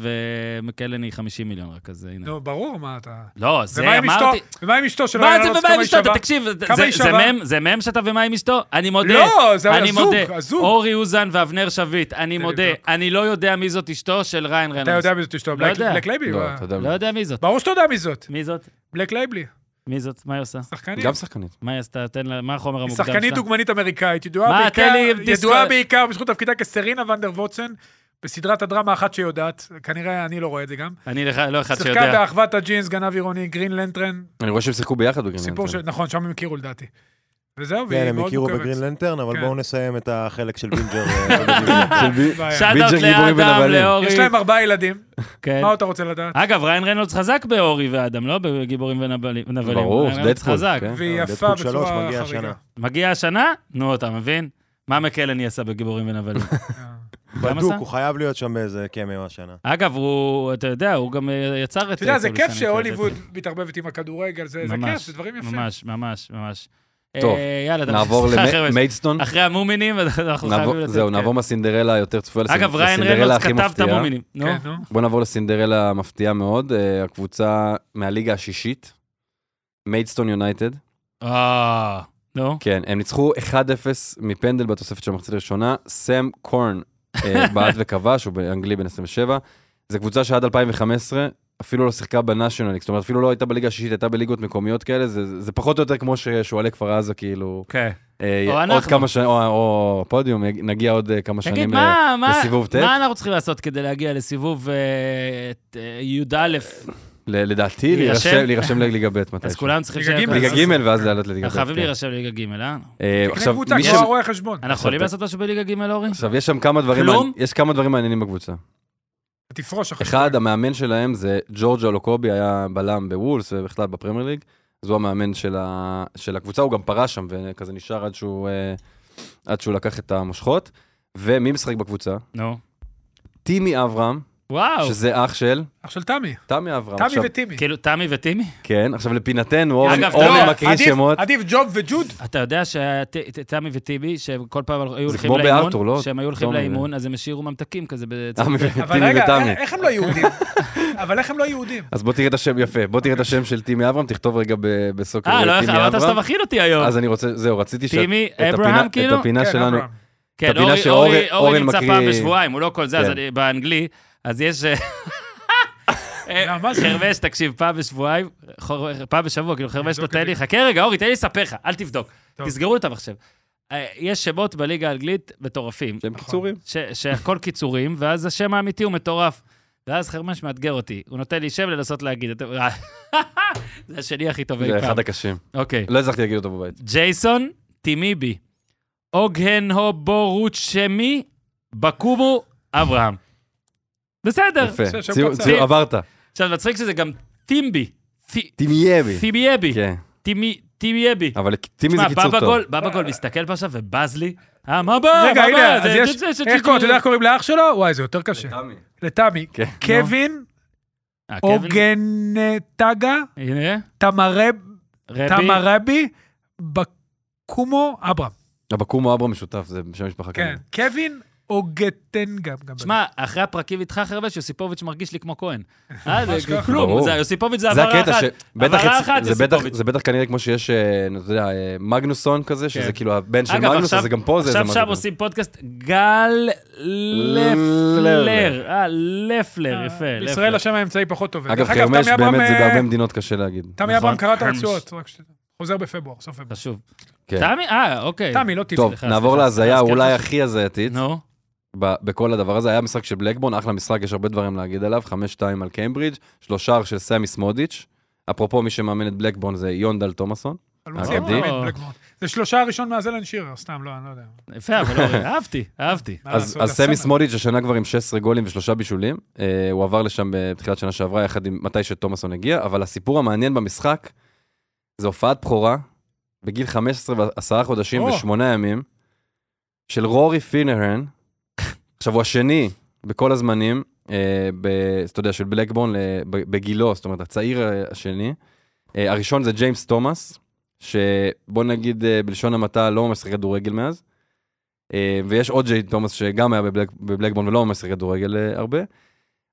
S1: ומקלני 50 מיליון רק, אז הנה.
S3: נו, ברור, מה אתה...
S1: לא, זה
S3: ומה עם
S1: אמרתי...
S3: אשתו? ומה עם אשתו שלו?
S1: מה זה ומה עם אשתו? אתה תקשיב, זה-
S3: כמה
S1: זה-
S3: היא
S1: זה
S3: שווה?
S1: מם- זה מם שאתה ומה עם אשתו? אני מודה.
S3: לא, זה
S1: אני
S3: הזוג,
S1: מודה.
S3: הזוג.
S1: אורי אוזן ואבנר שביט, אני
S3: לי
S1: מודה.
S3: לבדוק.
S1: אני לא יודע מי זאת אשתו של ריין
S3: אתה
S1: ריינולדס.
S3: יודע מי זאת אשתו,
S1: לא
S3: בלק
S1: יודע.
S3: בלק לייבלי? הוא
S6: לא,
S3: ה-
S6: אתה יודע.
S1: לא יודע מי זאת.
S3: ברור שאתה יודע מי זאת,
S1: מי זאת?
S3: בלק לייבלי,
S1: מי זאת? מה היא עושה?
S3: שחקנית.
S6: גם שחקנית.
S1: מה היא עשתה? תן לה, מה החומר
S3: היא
S1: המוקדם שלה?
S3: שחקנית דוגמנית אמריקאית, ידועה
S1: מה,
S3: בעיקר-
S1: תן לי
S3: ידועה
S1: דיסק-
S3: בעיקר בזכות תפקידה כסרינה ונדר ווצן, בסדרת הדרמה אחת שיודעת, כנראה אני לא רואה את זה גם.
S1: אני לך- לא אחד
S3: שיחקה
S1: שיודע.
S3: באחוות הג'ינס, גנב עירוני, גרין לנטרן,
S6: אני רואה שהם שיחקו ביחד בגרינלנד.
S3: סיפור ש... נכון, שם הם הכירו לדעתי. וזהו,
S8: כן,
S3: והיא
S8: הם
S3: מאוד
S8: הכירו
S3: מוכרת.
S8: בגרין לנטרן, אבל
S3: כן.
S8: בואו נסיים את החלק של בינג'ר. אה, בדיוק.
S3: בעיה.
S1: שאט
S6: ביג'ר
S1: אאוט
S6: גיבורים
S1: לאדם,
S6: ונבלים.
S1: לאורי.
S3: יש להם ארבעה ילדים,
S1: כן.
S3: מה עוד אתה רוצה לדעת?
S1: אגב, ריין ריינולדס חזק באורי ואדם, לא בגיבורים ונבלים.
S6: ברור,
S1: ריין ריינולדס
S6: דדפול,
S1: חזק.
S6: כן.
S3: והיא
S8: אה,
S3: יפה
S8: דדפול שלוש
S3: בצורה
S8: מגיע
S3: חריגה.
S8: השנה.
S1: מגיע השנה? נו, אתה מבין? מה מקלני עשה בגיבורים ונבלים?
S3: אה.
S1: כמה
S8: בדוק,
S1: עשה?
S8: הוא חייב להיות שם באיזה קמיו השנה.
S1: אגב, הוא, אתה יודע, הוא גם אה, יצר את...
S3: אתה יודע, זה
S1: כל
S3: כיף
S1: שנה,
S3: שהוליווד מתערבבת עם הכדורגל, זה זה
S1: ממש,
S3: כיף, זה דברים יפים.
S1: ממש, ממש, ממש.
S6: טוב,
S1: אה, יאללה, תמשיך.
S6: נעבור
S1: סליחה, חבר'ה,
S6: למיידסטון.
S1: אחרי המומינים, אנחנו חייבים לצאת.
S6: זהו,
S1: כן.
S6: נעבור מהסינדרלה היותר צפויה לסינ-
S1: אגב, ריין
S6: לסינדרלה
S1: ריינולדס
S6: הכי
S1: כתב את
S6: מפתיעה.
S1: המומינים. נו,
S3: כן, נו.
S6: בואו נעבור לסינדרלה המפתיעה מאוד, אה, הקבוצה מהליגה השישית, מיידסטון יונייטד.
S1: אה, נו.
S6: כן, הם ניצחו 1-0 מפנדל בתוספת של המחצית הראשונה. סם קורן אה, בעט וכבש, הוא באנגלי בן 27. זו קבוצה שעד 2015 אפילו לא שיחקה בנאשיונליק, זאת אומרת אפילו לא הייתה בליגה השישית, הייתה בליגות מקומיות כאלה, זה, זה פחות או יותר כמו ששועלי כפר עזה, כאילו,
S1: כן.
S6: אה,
S1: או
S6: עוד
S1: אנחנו.
S6: כמה שנים, או, או פודיום, נגיע עוד אה, כמה
S1: תגיד,
S6: שנים
S1: כן, מה, מה,
S6: לסיבוב ט'.
S1: מה אנחנו צריכים לעשות כדי להגיע לסיבוב אה, את, אה, י"א?
S6: ל- לדעתי,
S1: להירשם?
S6: להירשם- להירשם לליגה ב' מתי.
S1: אז כולם צריכים...
S3: ליגה
S1: ש-
S3: ג'.
S6: ליגה
S3: אז-
S6: ג' ואז לעלות לליגה ב'.
S1: אנחנו חייבים
S6: כן.
S1: להירשם לליגה ג', אה?
S6: אה,
S3: תקנה
S6: עכשיו,
S3: קבוצה,
S6: מי
S3: כמו
S6: ש-
S3: הרואה חשבון.
S1: אנחנו יכולים
S6: אתה-
S1: לעשות משהו בליגה ג', אורי?
S6: עכשיו, יש שם כמה דברים,
S1: כלום?
S6: מעניין- יש כמה דברים מעניינים בקבוצה.
S3: תפרוש אחרי
S6: אחד, המאמן שלהם זה ג'ורג'ו לוקובי, היה בלם בוולס ובכלל בפרמייר ליג. אז הוא המאמן של, ה... של הקבוצה, הוא גם פרש שם וכזה נשאר עד שהוא, אה, עד שהוא לקח את המושכות. ומי משחק בקבוצה?
S1: נו.
S6: טימי אברהם,
S1: וואו.
S6: שזה אח של
S3: אח של תמי,
S6: תמי אברהם.
S3: תמי
S6: עכשיו,
S3: וטימי.
S1: כאילו, תמי וטימי?
S6: כן, עכשיו לפינתנו, אורן
S1: אגב,
S3: לא,
S1: אורן
S6: אורן מקריא
S3: עדיף-
S6: שמות.
S3: עדיף ג'וב וג'וד.
S1: אתה יודע שתמי וטיבי, שהם כל פעם היו הולכים
S6: כמו
S1: לאימון,
S6: בארתור, לא? אה,
S1: שהם היו הולכים
S6: תומר,
S1: לאימון, אז הם השאירו ממתקים כזה בצד.
S6: תמי
S3: אבל
S6: וטימי
S3: רגע,
S6: ותמי.
S3: איך הם לא יהודים? אבל איך הם לא יהודים?
S6: אז בוא תראה את השם, יפה, בוא תראה את השם של טימי אברהם, תכתוב רגע ב- בסוקר
S1: אה, לא,
S6: טימי
S1: אמרת שאתה
S6: אברהם.
S1: מכין אותי היום.
S6: אז אני רוצה, זהו, רציתי ש...
S1: טימי
S6: את הפינה-
S1: אברהם, כאילו?
S6: את הפינה
S3: כן,
S6: שלנו,
S3: אברהם.
S1: כן,
S6: את הפינה
S1: אורי-
S6: שאורן-
S1: אורי- אורי
S6: אורן
S1: נמצא
S6: מקריא-
S1: פעם בשבועיים, הוא לא כל זה, אז
S6: כן.
S1: אני באנגלי, אז יש... אה,
S3: לא, מה זה?
S1: חרבש, תקשיב, פעם בשבועיים, חור- פעם בשבוע, כאילו חרבש
S3: נבדוק
S1: נותן
S3: את
S1: לי, חכה רגע, אורי, תן לי לספר לך, אל תבדוק.
S3: טוב.
S1: תסגרו את המחשב. אה, יש שמות בליגה האנגלית מטורפים.
S6: שהם
S3: נכון.
S6: קיצורים.
S1: ש- שהכל קיצורים, ואז השם האמיתי הוא מטורף. ואז חרמש מאתגר אותי, הוא נותן לי שם לנסות להגיד. אתם- אה, זה השני הכי
S3: נכון.
S1: טוב אי
S6: זה
S1: פעם.
S6: אחד הקשים.
S1: אוקיי.
S6: לא הצלחתי להגיד אותו בבית.
S1: ג'ייסון טימיבי, אוגהן הובורוצ'מי, בקומו אברהם. בסדר.
S6: יפה,
S3: שם
S6: ציור-
S3: קצר.
S6: ציור- עברת.
S1: עכשיו, מצחיק שזה גם טימבי. פי-
S6: טימייבי.
S1: טימייבי.
S6: כן,
S1: טימי- טימייבי.
S6: אבל טימי זה
S1: תשמע,
S6: קיצור
S1: בבא
S6: טוב.
S1: גול, בבא גול מסתכל פה עכשיו ובז לי. אה, מה בא?
S3: רגע,
S1: מה
S3: הנה,
S1: בא?
S3: אז
S1: זה-
S3: יש...
S1: זה- זה-
S3: איך
S1: זה-
S3: קוראים, אתה יודע איך קוראים לאח שלו? וואי, זה יותר קשה. לתמי.
S6: כן.
S3: קווין
S1: אה, קווין?
S3: אוגנטגה
S1: הנה,
S3: תמרב-
S1: רבי.
S3: תמרבי בקומו אברהם.
S6: הבקומו אברהם משותף, זה שם משפחה
S3: כן.
S6: כנראה.
S3: קווין אוגטנגם. גם
S1: שמע, אחרי הפרקים איתך חרבש, יוסיפוביץ' מרגיש לי כמו כהן. אה,
S3: ממש
S1: זה
S3: ככה.
S1: כלום,
S6: ברור.
S1: זה- יוסיפוביץ' זה
S6: זה
S1: עברה
S6: הקטע
S1: אחת.
S6: ש... בטח
S1: עברה
S6: אצ-
S1: אחת,
S6: זה בטח-
S1: יוסיפוביץ'.
S6: זה בטח כנראה כמו שיש, אה, אתה יודע, אה, מגנוסון כזה,
S1: כן.
S6: שזה כאילו הבן של
S1: אגב,
S6: מגנוס,
S1: עכשיו-
S6: אז גם פה זה...
S1: עכשיו
S6: זה
S1: שם
S6: משהו.
S1: עושים פודקאסט גל לפלר. אה, לפלר, יפה.
S3: אה, בישראל
S1: לפלר.
S3: השם האמצעי פחות טוב.
S6: אגב,
S3: דרך אגב,
S6: חרמש
S3: תמי אברהם,
S6: באמת זה
S3: אה,
S6: בהרבה מדינות קשה להגיד.
S3: תמי אברהם
S1: נכון.
S3: קרא את
S1: חרמש.
S3: הרצועות, רק שתדע. חוזר בפברואר, סוף פברואר.
S1: חשוב.
S6: כן.
S1: תמי, אה, אוקיי.
S3: תמי, לא טיפ.
S6: טוב,
S1: סליחה,
S6: נעבור
S1: סליחה.
S6: להזיה
S1: אז כן,
S6: אולי
S1: חשוב.
S6: הכי הזייתית
S1: נו,
S6: ב- בכל הדבר הזה. היה משחק של בלקבורן, אחלה משחק, יש הרבה דברים להגיד עליו, 5-2 על קיימברידג', שלושה של סמי סמודיץ'. אפרופו, מי שמאמן את בלקבורן זה יונדל תומאסון.
S3: אבל הוא מוציא את
S1: אגדי.
S3: תמיד בלקמוט. לא זה שלושה הראשון מאזלן שירר, סתם, לא, אני לא יודע.
S1: יפה, אבל לא, אהבתי, אהבתי.
S3: מה
S6: אז,
S3: לעשות,
S6: אז
S3: הסמל.
S6: סמי סמודיץ' השנה כבר עם 16 גולים ושלושה בישולים. אה, הוא עבר לשם בתחילת שנה שעברה, יחד עם מתי שתומאסון הגיע, אבל הסיפור המעניין במשחק, זה הופעת בכורה, בגיל 15 ועשרה חודשים
S3: או.
S6: ושמונה ימים, של רורי פינרן. עכשיו, הוא השני בכל הזמנים, אה, ב, אתה יודע, של בלקבורן ל- ב- בגילו, זאת אומרת, הצעיר אה, השני. אה, הראשון זה ג'יימס תומאס, שבוא נגיד אה, בלשון המעטה לא ממש שיחק כדורגל מאז. אה, ויש עוד ג'יי תומאס שגם היה בבלק, בבלקבורן ולא ממש שיחק כדורגל אה, הרבה.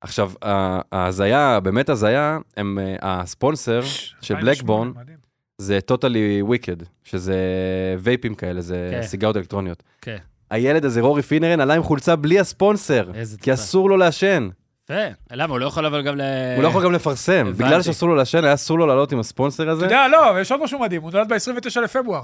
S6: עכשיו, ה- ההזיה, באמת הזיה, הם, אה, הספונסר של
S3: 2008,
S6: בלקבורן
S3: מדהים.
S6: זה טוטלי וויקד, שזה וייפים כאלה, זה
S1: כן.
S6: סיגריות אלקטרוניות.
S1: כן.
S6: הילד הזה, רורי פינרן, עלה עם חולצה בלי הספונסר,
S1: איזה
S6: כי
S1: טיפה.
S6: אסור לו לעשן.
S1: יפה. למה, הוא לא יכול אבל גם ל...
S6: הוא לא יכול גם לפרסם.
S1: הבנתי.
S6: בגלל שאסור לו לעשן, היה אסור לו לעלות עם הספונסר הזה.
S3: אתה יודע, לא, יש עוד משהו מדהים, הוא נולד ב-29 לפברואר.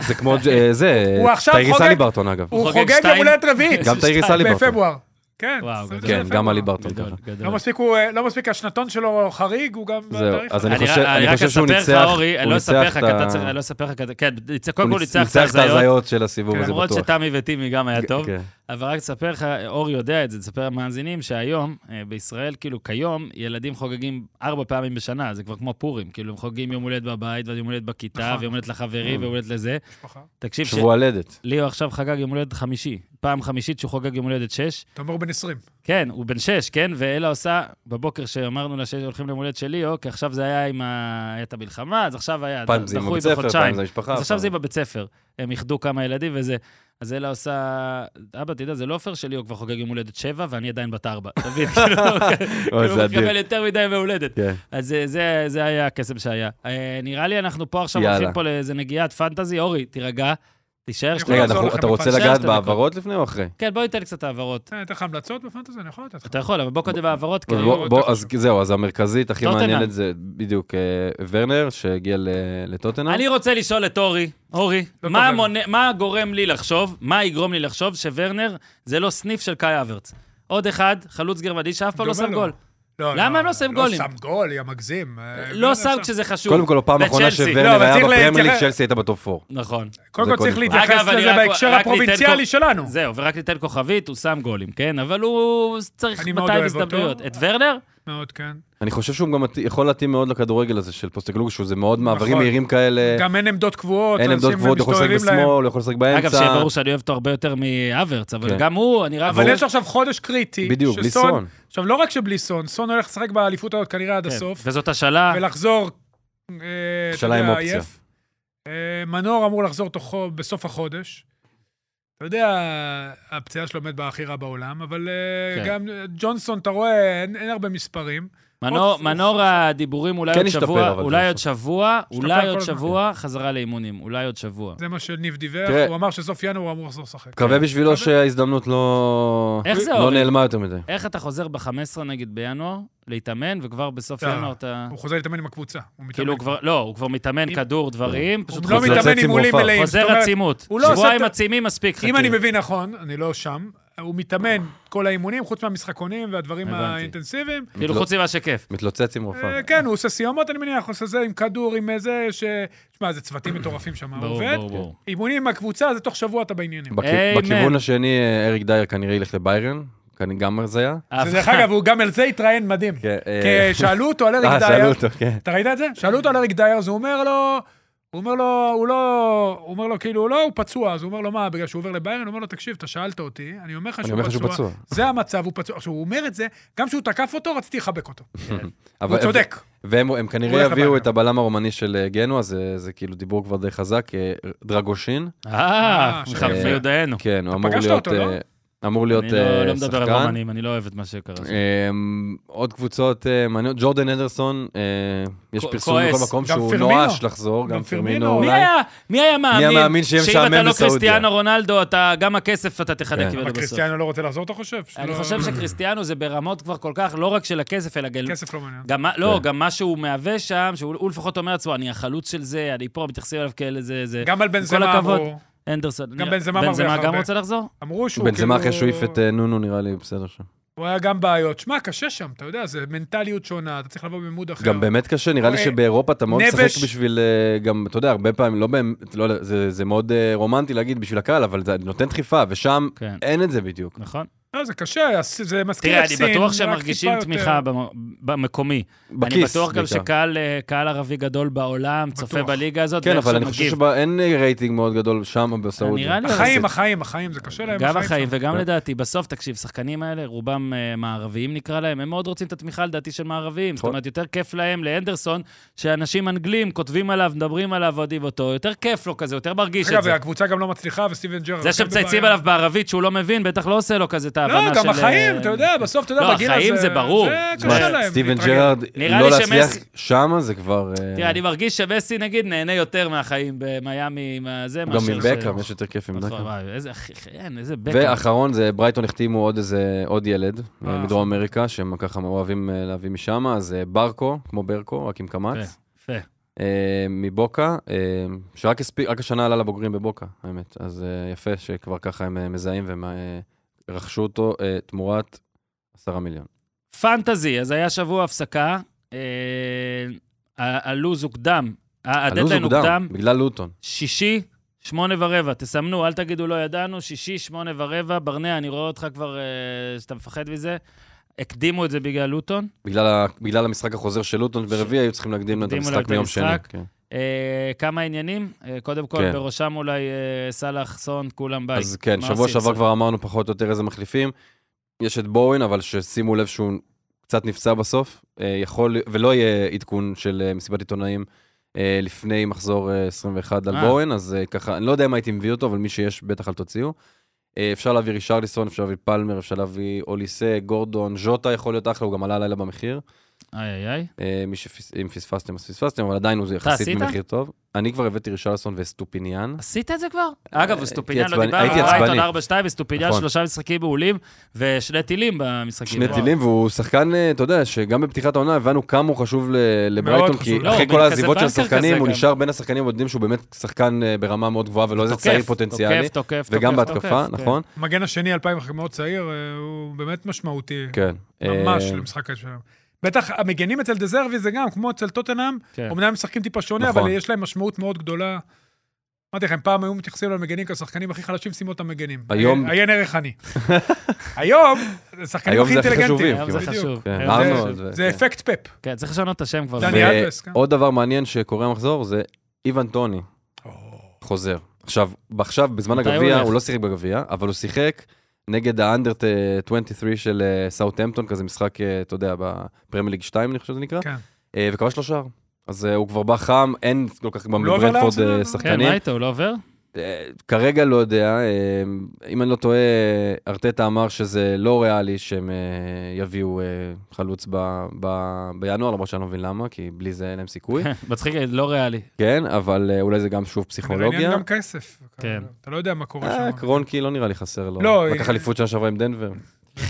S6: זה כמו, אה, זה,
S3: הוא עכשיו
S6: תאירי
S3: חוגג-
S6: סליברטון אגב.
S3: הוא
S1: חוגג
S3: חוגג
S1: שתיים.
S3: יום הולדת רביעית.
S6: גם תאירי
S1: שתיים,
S6: סליברטון.
S3: בפברואר. כן,
S1: וואו,
S3: 29
S1: גדול.
S6: כן,
S3: לפברואר.
S6: גם עלי ברטון
S1: גדול,
S6: ככה.
S1: גדול.
S3: לא מספיק הוא, אה, לא מספיק השנתון שלו חריג, הוא גם...
S6: זהו,
S3: בתאריך
S6: אז
S3: הזה.
S6: אני
S1: אני
S6: חושב-
S1: רק-
S6: אני
S1: אני רק
S6: חושב שהוא
S1: אספר לך,
S6: ניצח-
S1: אורי, אני
S6: הוא
S1: לא
S6: ניצח
S1: אספר לך,
S6: את
S1: כי אתה
S6: ה-
S1: צריך, אני לא אספר לך, כי אתה- כן, ניצח- קודם
S6: הוא
S1: כל
S6: ניצ-
S1: ניצח את ההזיות,
S6: ההזיות של הסיבוב
S3: כן,
S6: הזה
S1: למרות
S6: בטוח.
S1: שתמי וטימי גם היה טוב.
S6: כן.
S1: אבל רק תספר לך, אור יודע את זה, תספר למאזינים שהיום, אה, בישראל, כאילו כיום, ילדים חוגגים ארבע פעמים בשנה, זה כבר כמו פורים. כאילו, הם חוגגים יום הולדת בבית, ואז יום הולדת בכיתה,
S3: נכון.
S1: ויום הולדת לחברים,
S6: Mm.
S1: ויום הולדת לזה.
S3: משפחה.
S1: תקשיב, ש-
S6: שבוע הולדת.
S1: ליאו עכשיו חגג יום הולדת חמישי. פעם חמישית שהוא חוגג יום הולדת שש.
S3: אתה אומר הוא בן 20.
S1: כן, הוא בן שש, כן? ואלה עושה, בבוקר שאמרנו לה שהולכים ליום הולדת של ליאו, כי עכשיו זה היה עם ה... הייתה המלחמה, אז עכשיו היה
S6: פעם זה עם
S1: דחוי
S6: הבית ספר,
S1: בחודשיים.
S6: פעם זה המשפחה.
S1: אז עכשיו
S6: פעם-
S1: זה יהיה בבית ספר. הם איחדו כמה ילדים וזה. אז אלה עושה, אבא, תדע, זה לא פייר שלי, הוא כבר חוגג יום הולדת שבע, ואני עדיין בת ארבע. אתה מבין? כאילו,
S6: אוי,
S1: כאילו,
S6: זה
S1: הוא
S6: אדיר.
S1: מקבל יותר מדי מהולדת.
S6: כן.
S1: אז אה, זה- זה היה הקסם שהיה. אה, נראה לי אנחנו פה עכשיו
S6: יאללה.
S1: הולכים פה לאיזה נגיעת פנטזי. אורי, תירגע, תישאר
S3: יכול
S1: שנייה.
S6: רגע,
S3: לעזור
S6: אנחנו-
S3: לכם
S6: אתה רוצה
S1: בפרשת
S6: לגעת
S1: הדקות.
S6: בהעברות לפני או אחרי?
S1: כן, בוא ניתן קצת העברות.
S3: אה, אתן לך המלצות בפנטזי? אני יכול לתת לך.
S1: אתה יכול, אבל בוא קודם העברות, כי
S6: אז
S1: היו-
S6: בוא- בוא, אז זהו, אז המרכזית הכי
S1: טוטנהאם.
S6: מעניינת זה בדיוק אה, ורנר, שהגיע ל- לטוטנאם.
S1: אני רוצה לשאול את אורי, אורי,
S3: לא
S1: מה,
S3: קובע.
S1: מונע, מה גורם לי לחשוב, מה יגרום לי לחשוב שוורנר זה לא סניף של קאי אברץ? עוד אחד, חלוץ גרמני שאף פעם לא
S3: דומה
S1: שם
S3: לו.
S1: גול.
S3: לא,
S1: למה
S3: לא,
S1: הם לא שמים
S3: לא
S1: גולים?
S3: שם גול, יא מגזים. אה,
S1: לא
S3: שם.
S1: שם כשזה חשוב.
S6: קודם כל, הפעם האחרונה
S1: וצ'לסי.
S3: לא,
S6: שוורנר
S3: אבל
S6: היה
S3: צריך
S6: בפרמייר ליג,
S3: להתייחס-
S6: צ'לסי הייתה בטופ 4.
S1: נכון.
S3: קודם
S6: זה
S3: כל צריך
S6: קודם כל.
S3: להתייחס
S1: אגב, אני
S3: לזה
S1: רק-
S3: בהקשר
S1: רק ניתן
S3: הפרובינציאלי
S1: פה-
S3: שלנו.
S1: זהו, ורק ניתן כוכבית, הוא שם גולים, כן? אבל הוא צריך
S3: אני מאוד
S1: 200
S3: אוהב אותו.
S1: הזדמנויות. את ורנר?
S3: מאוד, כן.
S6: אני חושב שהוא גם מת- יכול להתאים מאוד לכדורגל הזה של פוסטגלוג, שהוא זה מאוד מעברים
S3: נכון.
S6: מהירים כאלה,
S3: גם אין עמדות קבועות.
S6: אה, אין עמדות
S3: אנשים
S6: גבוהות, הוא יכול לשחק
S3: מסתובבים להם.
S6: בשמאל, הוא יכול לשחק
S1: אגב, שיהיה
S6: באמצע.
S1: ברור שאני אוהב אותו הרבה יותר מאברץ, אבל
S6: כן.
S1: גם הוא, אני רק...
S3: אבל יש עכשיו חודש קריטי.
S6: בדיוק, בלי
S3: שסון-
S6: סון. כן.
S3: עכשיו, לא רק שבלי סון, סון הולך לשחק באליפות הזאת כנראה עד הסוף,
S1: כן. וזאת השאלה.
S3: ולחזור, אה, אתה
S6: שאלה
S3: יודע,
S6: עם אופציה.
S3: עייף. אה, מנור אמור לחזור תוכו בסוף החודש. אתה יודע, הפציעה שלו באמת בהכי רע בעולם, אבל אה,
S1: כן.
S3: גם אה, ג'ונסון, אתה רואה, אין אין הרבה מספרים.
S1: מנור,
S3: עוד-
S1: מנור הדיבורים אולי
S6: כן
S1: עוד
S6: השתפר,
S1: שבוע,
S6: אבל
S1: אולי
S6: זה
S1: עוד שבוע,
S3: השתפר
S1: אולי עוד
S3: כל הזמן.
S1: שבוע, חזרה לאימונים, אולי עוד שבוע.
S3: זה מה שניב דיווח,
S6: תראה.
S3: הוא אמר שסוף ינואר הוא אמור לחזור לשחק.
S6: מקווה בשבילו שההזדמנות לא
S1: איך זה,
S6: לא
S1: אורי?
S6: נעלמה יותר מדי.
S1: איך אתה חוזר ב-15 נגיד בינואר, להתאמן, וכבר בסוף
S3: לא.
S1: ינואר אתה...
S3: הוא חוזר להתאמן עם הקבוצה. הוא מתאמן.
S1: כאילו הוא כבר, לא, הוא כבר מתאמן
S3: אם-
S1: כדור, דברים, פשוט
S3: הוא לא
S1: חוזר-
S6: לצאת
S3: מתאמן
S6: עם
S3: אימונים
S6: מופע.
S3: מלאים. זאת
S1: חוזר
S3: אומרת,
S1: עצימות.
S3: הוא לא עושה
S1: שבועיים
S3: את ה-
S1: עצימים מספיק, חכה.
S3: אם אני מבין נכון, אני לא שם, הוא מתאמן כל האימונים, חוץ מהמשחקונים והדברים
S1: הבנתי. נכון.
S3: האינטנסיביים.
S1: כאילו,
S6: לא.
S1: חוץ ממה שכיף.
S6: מתלוצץ עם רופא.
S3: אה, כן, הוא עושה סיומות, אני מניח, הוא עושה זה עם כדור, עם איזה ש... תשמע, זה צוותים מטורפים שם, הוא
S1: ברור,
S3: אה, עובד.
S1: ברור, ברור.
S3: אימונים עם הקבוצה, זה תוך שבוע אתה בעניינים.
S6: בכ- אה,
S1: אמן.
S6: בכיוון השני, אה, אריק דייר כנראה ילך לביירן. כאן גם הזיה.
S3: שדרך אגב, הוא גם על זה התראיין מדהים.
S6: כן, אה,
S3: כי שאלו אותו על אריק
S6: אה,
S3: דייר,
S6: שאלו אותו, כן.
S3: אתה ראית את זה? שאלו אותו על אריק דייר, אז הוא אומר לו, הוא אומר לו, הוא לא, הוא אומר לו, כאילו, הוא לא, הוא פצוע, אז הוא אומר לו, מה, בגלל שהוא עובר לביירן? הוא אומר לו, תקשיב, אתה שאלת אותי, אני אומר לך
S6: אני אומר לך
S3: שהוא
S6: שהוא
S3: פצוע.
S6: פצוע.
S3: זה המצב, הוא פצוע. עכשיו, הוא אומר את זה, גם כשהוא תקף אותו, רציתי לחבק אותו.
S6: אבל-
S3: הוא צודק.
S6: והם הם
S3: הוא
S6: כנראה
S3: הולך
S6: יביאו
S3: לביירן.
S6: את הבלם הרומני של אה, גנוע, זה זה כאילו דיבור כבר די חזק, אה, דרגושין.
S1: אה,
S3: אה,
S1: מחרפי
S6: אה,
S1: יודענו.
S6: כן, הוא אמור
S3: פגשת
S6: להיות
S3: אותו, לא?
S6: אה, אמור להיות
S1: אני לא- לא
S6: אה,
S1: מדבר על
S6: שחקן.
S1: רומנים, אני לא אוהב את מה שקרה. שם.
S6: אמ, עוד קבוצות אה, מעניינות, ג'ורדן אדרסון, אה, יש
S1: כ-
S6: פרסום
S1: כועס.
S6: בכל מקום
S3: גם
S6: שהוא
S3: פרמינו.
S6: נואש לחזור,
S3: גם
S6: גם
S3: פרמינו.
S6: פרמינו
S1: מי
S6: אולי.
S1: היה- מי היה מאמין?
S6: אה, מאמין שיהיה
S1: שאם אתה
S6: משעמם
S1: לא
S6: בסעודיה?
S1: קריסטיאנו רונלדו, אתה גם הכסף אתה תחלק
S6: כן.
S1: ממנו
S3: אבל
S1: בסוף.
S3: קריסטיאנו לא רוצה לחזור, אתה חושב?
S1: אני
S3: שלא-
S1: חושב שקריסטיאנו זה ברמות כבר כל כך, לא רק של הכסף, אלא גל...
S3: כסף לא מעניין.
S1: גם, מה- לא,
S6: כן.
S1: גם מה שהוא מהווה שם, שהוא הוא לפחות אומר לעצמו, אני החלוץ של זה, אני פה, מתייחסים אליו כאלה, זה... זה.
S3: גם על בן זמה
S1: הכבוד.
S3: אמרו,
S1: אנדרסון.
S3: גם
S1: אני-
S3: בנזמה
S1: בנזמה
S3: מרוויח
S1: גם
S3: הרבה.
S1: רוצה לחזור?
S3: אמרו שהוא כאילו-
S6: בנזמה אחרי
S1: כאילו-
S6: שהוא העיף את אה, נונו נראה לי בסדר שם.
S3: הוא היה גם בעיות. שמע, קשה שם, אתה יודע, זה מנטליות שונה, אתה צריך לבוא במוד אחר.
S1: כן.
S6: גם באמת קשה, נראה לי
S3: אה,
S6: שבאירופה אתה מאוד משחק
S3: נפש.
S6: בשביל, אה, גם, אתה יודע, הרבה פעמים, לא באמת, לא יודע, זה- זה מאוד אה, רומנטי להגיד בשביל הקהל, אבל זה נותן דחיפה, ושם
S1: כן.
S6: אין את זה בדיוק.
S1: נכון.
S3: לא, זה קשה, הס- זה מזכיר
S1: תראה,
S3: את סין.
S1: אני בטוח שהם
S3: רק
S1: מרגישים
S3: טיפה יותר.
S1: תמיכה במ- במקומי.
S6: בכיס,
S1: אני בטוח גם
S6: בעיקר.
S1: שקהל אה, קהל ערבי גדול בעולם צופה
S3: בטוח.
S1: בליגה הזאת,
S6: כן,
S1: ואיך
S6: אבל
S1: שהוא
S6: אני חושב
S1: מגיב.
S6: שאין רייטינג מאוד גדול שם בסעודיה.
S1: נראה לי אבל
S3: החיים,
S1: זה-
S3: החיים, החיים, זה קשה להם.
S1: גם החיים
S3: שם.
S1: וגם
S6: כן.
S1: לדעתי, בסוף, תקשיב, שחקנים האלה, רובם אה, מערביים נקרא להם, הם מאוד רוצים את התמיכה לדעתי של מערביים. זאת
S6: נכון.
S1: אומרת, יותר כיף להם, לאנדרסון, שאנשים אנגלים כותבים עליו, מדברים עליו, אוהדים אותו, יותר כיף לו כזה, יותר מרגיש
S3: אגב,
S1: את זה.
S3: הקבוצה גם לא מצליחה, וסטיבן ג'רארד...
S1: זה שמצייצים עליו בערבית שהוא לא מבין, בטח לא עושה לו כזה את ההבנה של...
S3: לא, גם החיים,
S1: אה,
S3: אתה יודע, בסוף, אתה יודע,
S1: לא,
S3: בגיל הזה...
S1: החיים זה ברור.
S3: זה
S1: מה,
S3: קשה להם.
S6: סטיבן
S3: להתרגל.
S6: ג'רארד,
S1: נראה
S6: לא
S1: לי
S6: להצליח
S1: שמסי-
S6: שם זה כבר... אה,
S1: תראה, אני מרגיש שמסי, נגיד, נהנה יותר מהחיים במיאמי, מה זה,
S6: הוא גם
S1: מאשר...
S6: עם
S1: ש-
S6: בקאם, יש יותר כיף עם
S1: נכון,
S6: בקאם.
S1: וואי, איזה אחי, כן, איזה בקאם.
S6: ואחרון זה ברייטון החתימו עוד איזה, עוד ילד
S3: אה.
S6: אה,
S1: נכון.
S6: מדרום אמריקה, שהם ככה אוהבים אה, להביא משם, אז אה, ברקו, כמו ברקו, רק עם קמץ,
S1: יפה, יפה.
S6: אה, מבוקה, אה, שרק הספיק, רק השנה עלה לבוגרים בבוקה, האמת. אז אה, יפה שכבר ככה הם אה, מזהים והם אה, רכשו אותו אה, תמורת 10 מיליון.
S1: פנטזי, אז היה שבוע הפסקה, אה, ה- הלו"ז הוקדם, ה- הדדליין הוקדם,
S6: בגלל לוטון.
S1: שישי, שמונה ורבע, תסמנו, אל תגידו לא ידענו, שישי, שמונה ורבע, ברנע, אני רואה אותך כבר, אה, שאתה מפחד מזה. הקדימו את זה בגלל לוטון.
S6: בגלל, ה- בגלל המשחק החוזר של לוטון ברביעי, היו צריכים להקדים את
S1: הקדימו להם את
S6: המשחק מיום שני.
S1: המשחק.
S6: כן.
S1: אה, כמה עניינים? אה, קודם כל,
S6: כן.
S1: בראשם אולי אה, סאלח, סון, כולם ביי.
S6: אז כן,
S1: מה
S6: שבוע
S1: עושים?
S6: שעבר כבר אמרנו פחות או יותר איזה מחליפים. יש את בואוין, אבל ששימו לב שהוא קצת נפצע בסוף. אה, יכול, ולא יהיה עדכון של אה, מסיבת עיתונאים אה, לפני מחזור אה, 21 על
S1: אה.
S6: בואוין, אז אה, ככה, אני לא יודע אם הייתי מביא אותו, אבל מי שיש, בטח אל תוציאו. אה, אפשר להביא רישרליסון, אפשר להביא פלמר, אפשר להביא אוליסה, גורדון, ז'וטה יכול להיות אחלה, הוא גם עלה הלילה במחיר.
S1: איי, איי, איי.
S6: אה, מי שפס- אם פספסתם, אז פספסתם, אבל עדיין הוא יחסית
S1: עשית?
S6: במחיר טוב. אני כבר הבאתי רישרליסון וסטופיניאן.
S1: עשית את זה כבר? אגב, וסטופיניאן, לא
S6: עצבני-
S1: דיברנו,
S6: הייתי
S1: ברייטון
S6: עצבני.
S1: 4-2, וסטופיניאן
S6: נכון.
S1: שלושה משחקים מעולים, ושני טילים במשחקים.
S6: שני טילים, והוא שחקן, אה, אתה יודע, שגם בפתיחת העונה הבנו כמה הוא חשוב ל- לברייטון,
S3: חשוב.
S6: כי
S1: לא, הוא
S6: אחרי
S1: בן
S6: כל
S1: כזה
S6: העזיבות של
S1: בנקר
S6: שחקנים,
S1: כזה
S6: הוא
S1: גם.
S6: נשאר בין השחקנים הבודדים שהוא באמת שחקן אה, ברמה מאוד גבוהה ולא איזה
S1: תוקף,
S6: צעיר
S1: תוקף,
S6: פוטנציאלי,
S1: תוקף, תוקף.
S6: וגם
S1: תוקף,
S6: בהתקפה,
S1: כן.
S6: נכון?
S3: המגן השני, 2000, מאוד צעיר, אה, הוא באמת משמעותי.
S6: כן.
S3: ממש
S6: אה,
S3: למשחק שלהם. בטח, המגנים אצל דזרבי זה גם, כמו אצל טוטנאם,
S1: כן.
S3: אומנם הם משחקים טיפה שונה,
S6: נכון.
S3: אבל יש להם משמעות מאוד גדולה. אמרתי לכם, פעם היו מתייחסים למגנים כשחקנים הכי חלשים, שימו אותם מגנים.
S6: היום-
S3: עיין ערך אני. היום, זה שחקנים
S6: היום
S3: הכי
S6: זה הכי
S3: אינטליגנטים.
S6: חשובים,
S1: היום זה
S3: בדיוק.
S1: חשוב.
S6: כן,
S1: היום אה, זה
S3: זה-
S6: ארנולד.
S1: חשוב.
S6: ו-
S3: זה
S6: כן.
S3: אפלט פאפ.
S1: כן, צריך לשנות את השם כבר.
S3: דני
S1: ו-
S3: אלפס, כן.
S6: ועוד דבר מעניין שקורה המחזור זה איוון טוני חוזר. עכשיו, עכשיו, בזמן
S1: מתי הוא
S6: הגביע,
S1: הולך?
S6: הוא לא שיחק בגביע, אבל הוא שיחק נגד האנדרט 23 של סאוטהמפטון, כזה משחק, אה, אתה יודע, בפרמייר ליג 2, אני חושב שזה נקרא.
S3: כן.
S6: אה, וכבש לו שער. אז אה, הוא כבר בא חם, אין כל כך גם
S3: לא עובר
S6: לברנפורד
S3: לארסנל?
S6: אה,
S3: כן,
S1: כן,
S6: שחקנים.
S1: מה איתו, הוא לא עובר?
S6: אה, כרגע לא יודע, אה, אם אני לא טועה, ארטטה אמר שזה לא ריאלי שהם אה, יביאו אה, חלוץ ב- ב- בינואר, למרות שאני לא מבין למה, כי בלי זה אין להם סיכוי.
S3: כן.
S1: מצחיק, לא ריאלי.
S6: כן, אבל אה, אולי זה גם שוב
S3: כנראה עניין
S6: פסיכולוגיה.
S3: גם כסף.
S1: כן.
S3: אתה לא יודע מה קורה
S6: אה,
S3: שם.
S6: קרונקי לא נראה לי חסר לו.
S3: לא,
S6: לקח
S3: אה,
S6: אליפות שנה שעברה עם דנבר.
S1: כן.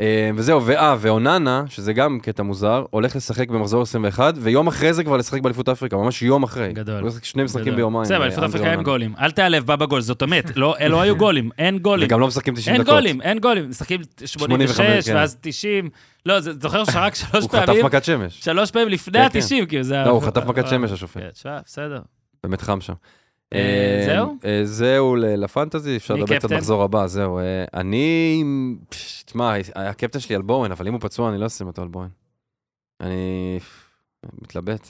S6: אה, וזהו, ואה, ואוננה, שזה גם קטע מוזר, הולך לשחק במחזור 21, ויום אחרי זה כבר לשחק באליפות אפריקה, ממש יום אחרי.
S1: גדול.
S6: הוא לשחק שני משחקים
S1: גדול.
S6: ביומיים.
S1: בסדר,
S6: אה,
S1: באליפות
S6: אנדרי
S1: אפריקה אין
S6: אוננה.
S1: גולים. אל תיעלב, בא בגול, זאת אמת. לא לא היו גולים, אין גולים.
S6: וגם לא משחקים 90
S1: אין
S6: דקות.
S1: גולים, אין גולים. משחקים 86,
S6: 85, כן.
S1: ואז 90. לא, זה- זוכר שרק שלוש
S6: הוא חטף
S1: פעמים,
S6: מכת שמש.
S1: שלוש פעמים לפני
S6: כן,
S1: ה-90, כאילו זה...
S6: לא, הוא חטף מכת שמש, השופט.
S1: כן, תשמע, בסדר.
S6: באמת חם שם.
S1: אה, זהו?
S6: אה, זהו ל- לפנטזי, אפשר
S1: מי
S6: לדבר קצת
S1: קפטן?
S6: מחזור הבא, זהו. אה, אני... פש, תשמע, הקפטן שלי על בורן, אבל אם הוא פצוע, אני לא אשים אותו על בורן. אני מתלבט.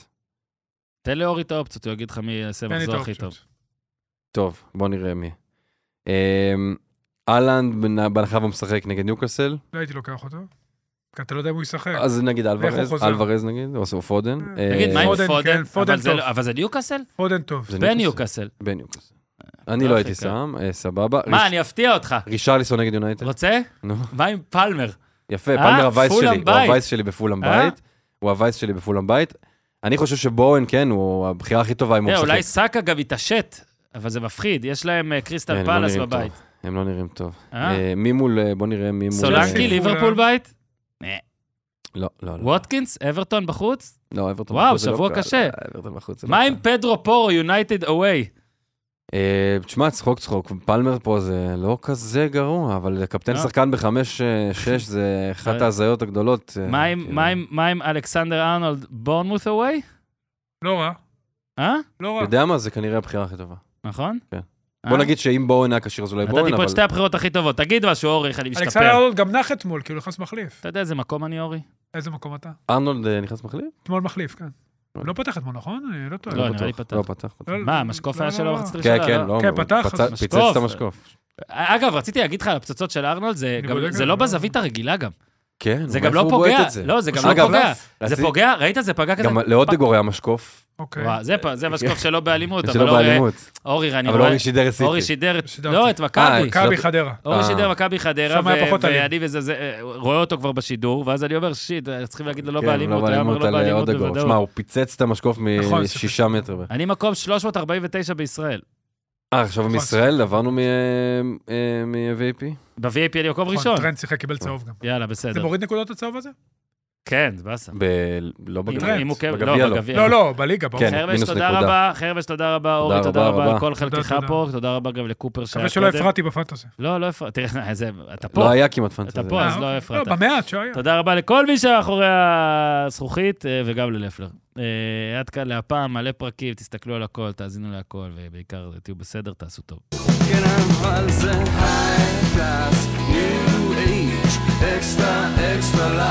S1: תן לאורי את האופציות, הוא יגיד לך מי יעשה
S3: תן לי את
S1: מחזור הכי טוב.
S3: האופציות.
S6: טוב, בוא נראה מי. אה, אהלן, בנ- בהנחה והוא משחק נגד ניוקאסל,
S3: לא הייתי לוקח אותו. כי אתה לא יודע אם הוא ישחק.
S6: אז נגיד
S3: ואיך הוא
S6: אלוורז,
S3: חוזר?
S6: אלוורז נגיד, או או פודן.
S3: אה,
S1: תגיד, מה עם
S3: פודן,
S1: פודן?
S3: כן, פודן
S1: אבל זה
S3: טוב.
S1: לא- אבל זה ניוקאסל?
S3: פודן טוב.
S6: זה
S1: בניוקאסל.
S6: בניוקאסל. אני
S1: לא
S6: לא הייתי
S1: הכי קל.
S6: שם, אה, סבבה.
S1: מה,
S6: ריש-
S1: אני אפתיע אותך.
S6: רישרליסון נגד יונייטד.
S1: רוצה?
S6: נו.
S1: מה עם פלמר?
S6: יפה,
S1: אה,
S6: פלמר הווייס
S1: פולאם
S6: שלי, הוא
S1: בית.
S6: הווייס שלי בפולאם
S1: אה?
S6: בית. הוא הווייס שלי בפולאם בית. אני חושב שבורן, כן, הוא הבחירה הכי טובה אם הוא
S1: תראה, אה, אולי
S6: משחק.
S1: סאקה גם יתעשת, אבל זה מפחיד, יש להם אה,
S6: כן,
S1: קריסטל
S6: הם לא
S1: פאלאס
S6: נראים
S1: בבית.
S6: הם לא נראים טוב.
S1: אה?
S6: אה, מי מול, אה, בוא נראה מי מול...
S1: סולנקי,
S3: צ'לסי,
S1: ליברפול
S3: פולאם.
S1: בית?
S6: לא, לא, לא.
S1: ווטקינס, אברטון בחוץ?
S6: לא, אברטון
S1: וואו,
S6: בחוץ זה לא
S1: שבוע
S6: קל.
S1: קשה.
S6: אה, אברטון בחוץ זה לא
S1: מה
S6: קל.
S1: עם פדרו פורו, יונייטד אווי?
S6: אה, תשמע, צחוק צחוק, פלמר פה זה לא כזה גרוע, אבל קפטן
S1: לא.
S6: שחקן בחמש, אה, שש, זה אחת
S1: אה.
S6: ההזיות הגדולות. אה,
S1: מה עם-
S6: כאילו.
S1: מה עם- מה עם אלכסנדר ארנולד בורנמות' אווי?
S3: לא רע,
S1: אה?
S3: לא
S6: אתה
S3: רע.
S6: יודע מה? זה כנראה הבחירה הכי טובה.
S1: נכון?
S6: כן.
S1: אה?
S6: בוא נגיד שאם בורן היה כשיר אז אולי בורן,
S1: נתתי פה
S6: אבל...
S1: את שתי הבחירות הכי טובות. תגיד משהו, אורי, איך אני
S3: אלכסנדר
S1: משתפר.
S3: ארנולד גם נח אתמול, כי הוא נכנס מחליף.
S1: אתה יודע איזה מקום אני, אורי?
S3: איזה מקום אתה?
S6: ארנולד אה, נכנס מחליף?
S3: אתמול מחליף, כן. הוא לא פתח אתמול, נכון? אני לא טועה.
S1: לא, נראה לי פתח.
S6: לא, פתח. פתח.
S1: מה, המשקוף
S3: לא,
S1: היה
S3: לא,
S1: שלו
S3: לא.
S1: בחצי
S6: כן,
S1: ראשונה?
S6: כן,
S1: לא.
S6: לא.
S3: כן, פתח,
S6: פצ-
S3: אז
S6: פיצץ
S1: משקוף.
S6: את המשקוף.
S1: אגב, רציתי להגיד לך על הפצצות של ארנולד, זה
S3: אני
S1: גם-
S3: בודק
S1: זה
S3: את
S1: לא
S3: זה.
S1: בזווית הרגילה גם.
S6: כן,
S1: זה
S6: מאיפה
S1: גם לא
S6: הוא
S1: פוגע.
S6: בועט את זה?
S1: לא, זה גם
S6: אגב,
S1: לא פוגע. זה
S6: רציתי-
S1: פוגע, ראית? זה פגע כזה.
S6: גם לאודגור היה משקוף,
S3: אוקיי.
S1: וואו, זה פ- זה משקוף שלא באלימות, אבל
S6: שלא
S1: אורי-
S6: לא באלימות.
S1: אורי, אני לא
S6: אבל
S1: רואה...
S6: אורי שידר את
S1: אורי
S6: סיטי.
S1: שידר, את-
S3: שידרתי.
S1: לא, את מכבי.
S6: אה,
S3: מכבי חדרה.
S1: אורי
S6: אה.
S1: שידר מכבי חדרה,
S3: שם היה
S1: ו-
S3: פחות אלים.
S1: ואני וזה, זה- אה, רואה אותו כבר בשידור, ואז אני אומר, שיט, צריכים להגיד לו לא
S6: כן,
S1: באלימות, היה אומר לא
S6: על
S1: באלימות
S6: אודגור. שמע,
S1: בוודאות.
S6: הוא פיצץ את המשקוף
S3: נכון,
S6: משישה מטר. בערך.
S1: אני מקום 349 בישראל.
S6: אה, עכשיו
S3: נכון.
S6: מישראל עברנו מ-VAP?
S1: ב-VAP אני מקום
S3: נכון,
S1: ראשון.
S3: טרנד שיחק, קיבל צהוב גם.
S1: יאללה,
S3: זה
S1: בסדר.
S3: מוריד נקודות הצהוב הזה?
S1: כן, זה באסה.
S6: לא
S1: אם-
S6: בגביע.
S1: אם הוא כן-
S6: בגביע
S1: לא,
S6: לא.
S1: בגביע.
S3: לא, לא, בליגה, ברור.
S6: כן.
S1: חרבש,
S6: מינוס
S1: תודה
S6: נקודה.
S1: רבה, חרבש, תודה רבה, אורי, תודה
S6: רבה,
S1: רבה על
S6: רבה.
S1: כל חלקך
S3: תודה.
S1: פה, תודה רבה גם לקופר שהיה
S3: מקווה שלא
S1: קודם.
S3: הפרעתי בפנטסי.
S1: לא, לא הפרעת, תראה, זה- אתה פה,
S6: לא היה כמעט פנטזיה.
S1: אתה פה, אז
S3: אה,
S1: לא
S3: אוקיי.
S1: הפרעת.
S3: לא, במעט שהיה.
S1: תודה רבה לכל מי שמאחורי הזכוכית, אה, וגם ללפלר. אה, עד כאן להפעם, מלא פרקים, תסתכלו על הכל, תאזינו להכל, ובעיקר תהיו בסדר, תעשו טוב.
S5: כן, אבל זה היי קלאס, ניו אייג', אקסטרה, אקסטרה Mm, E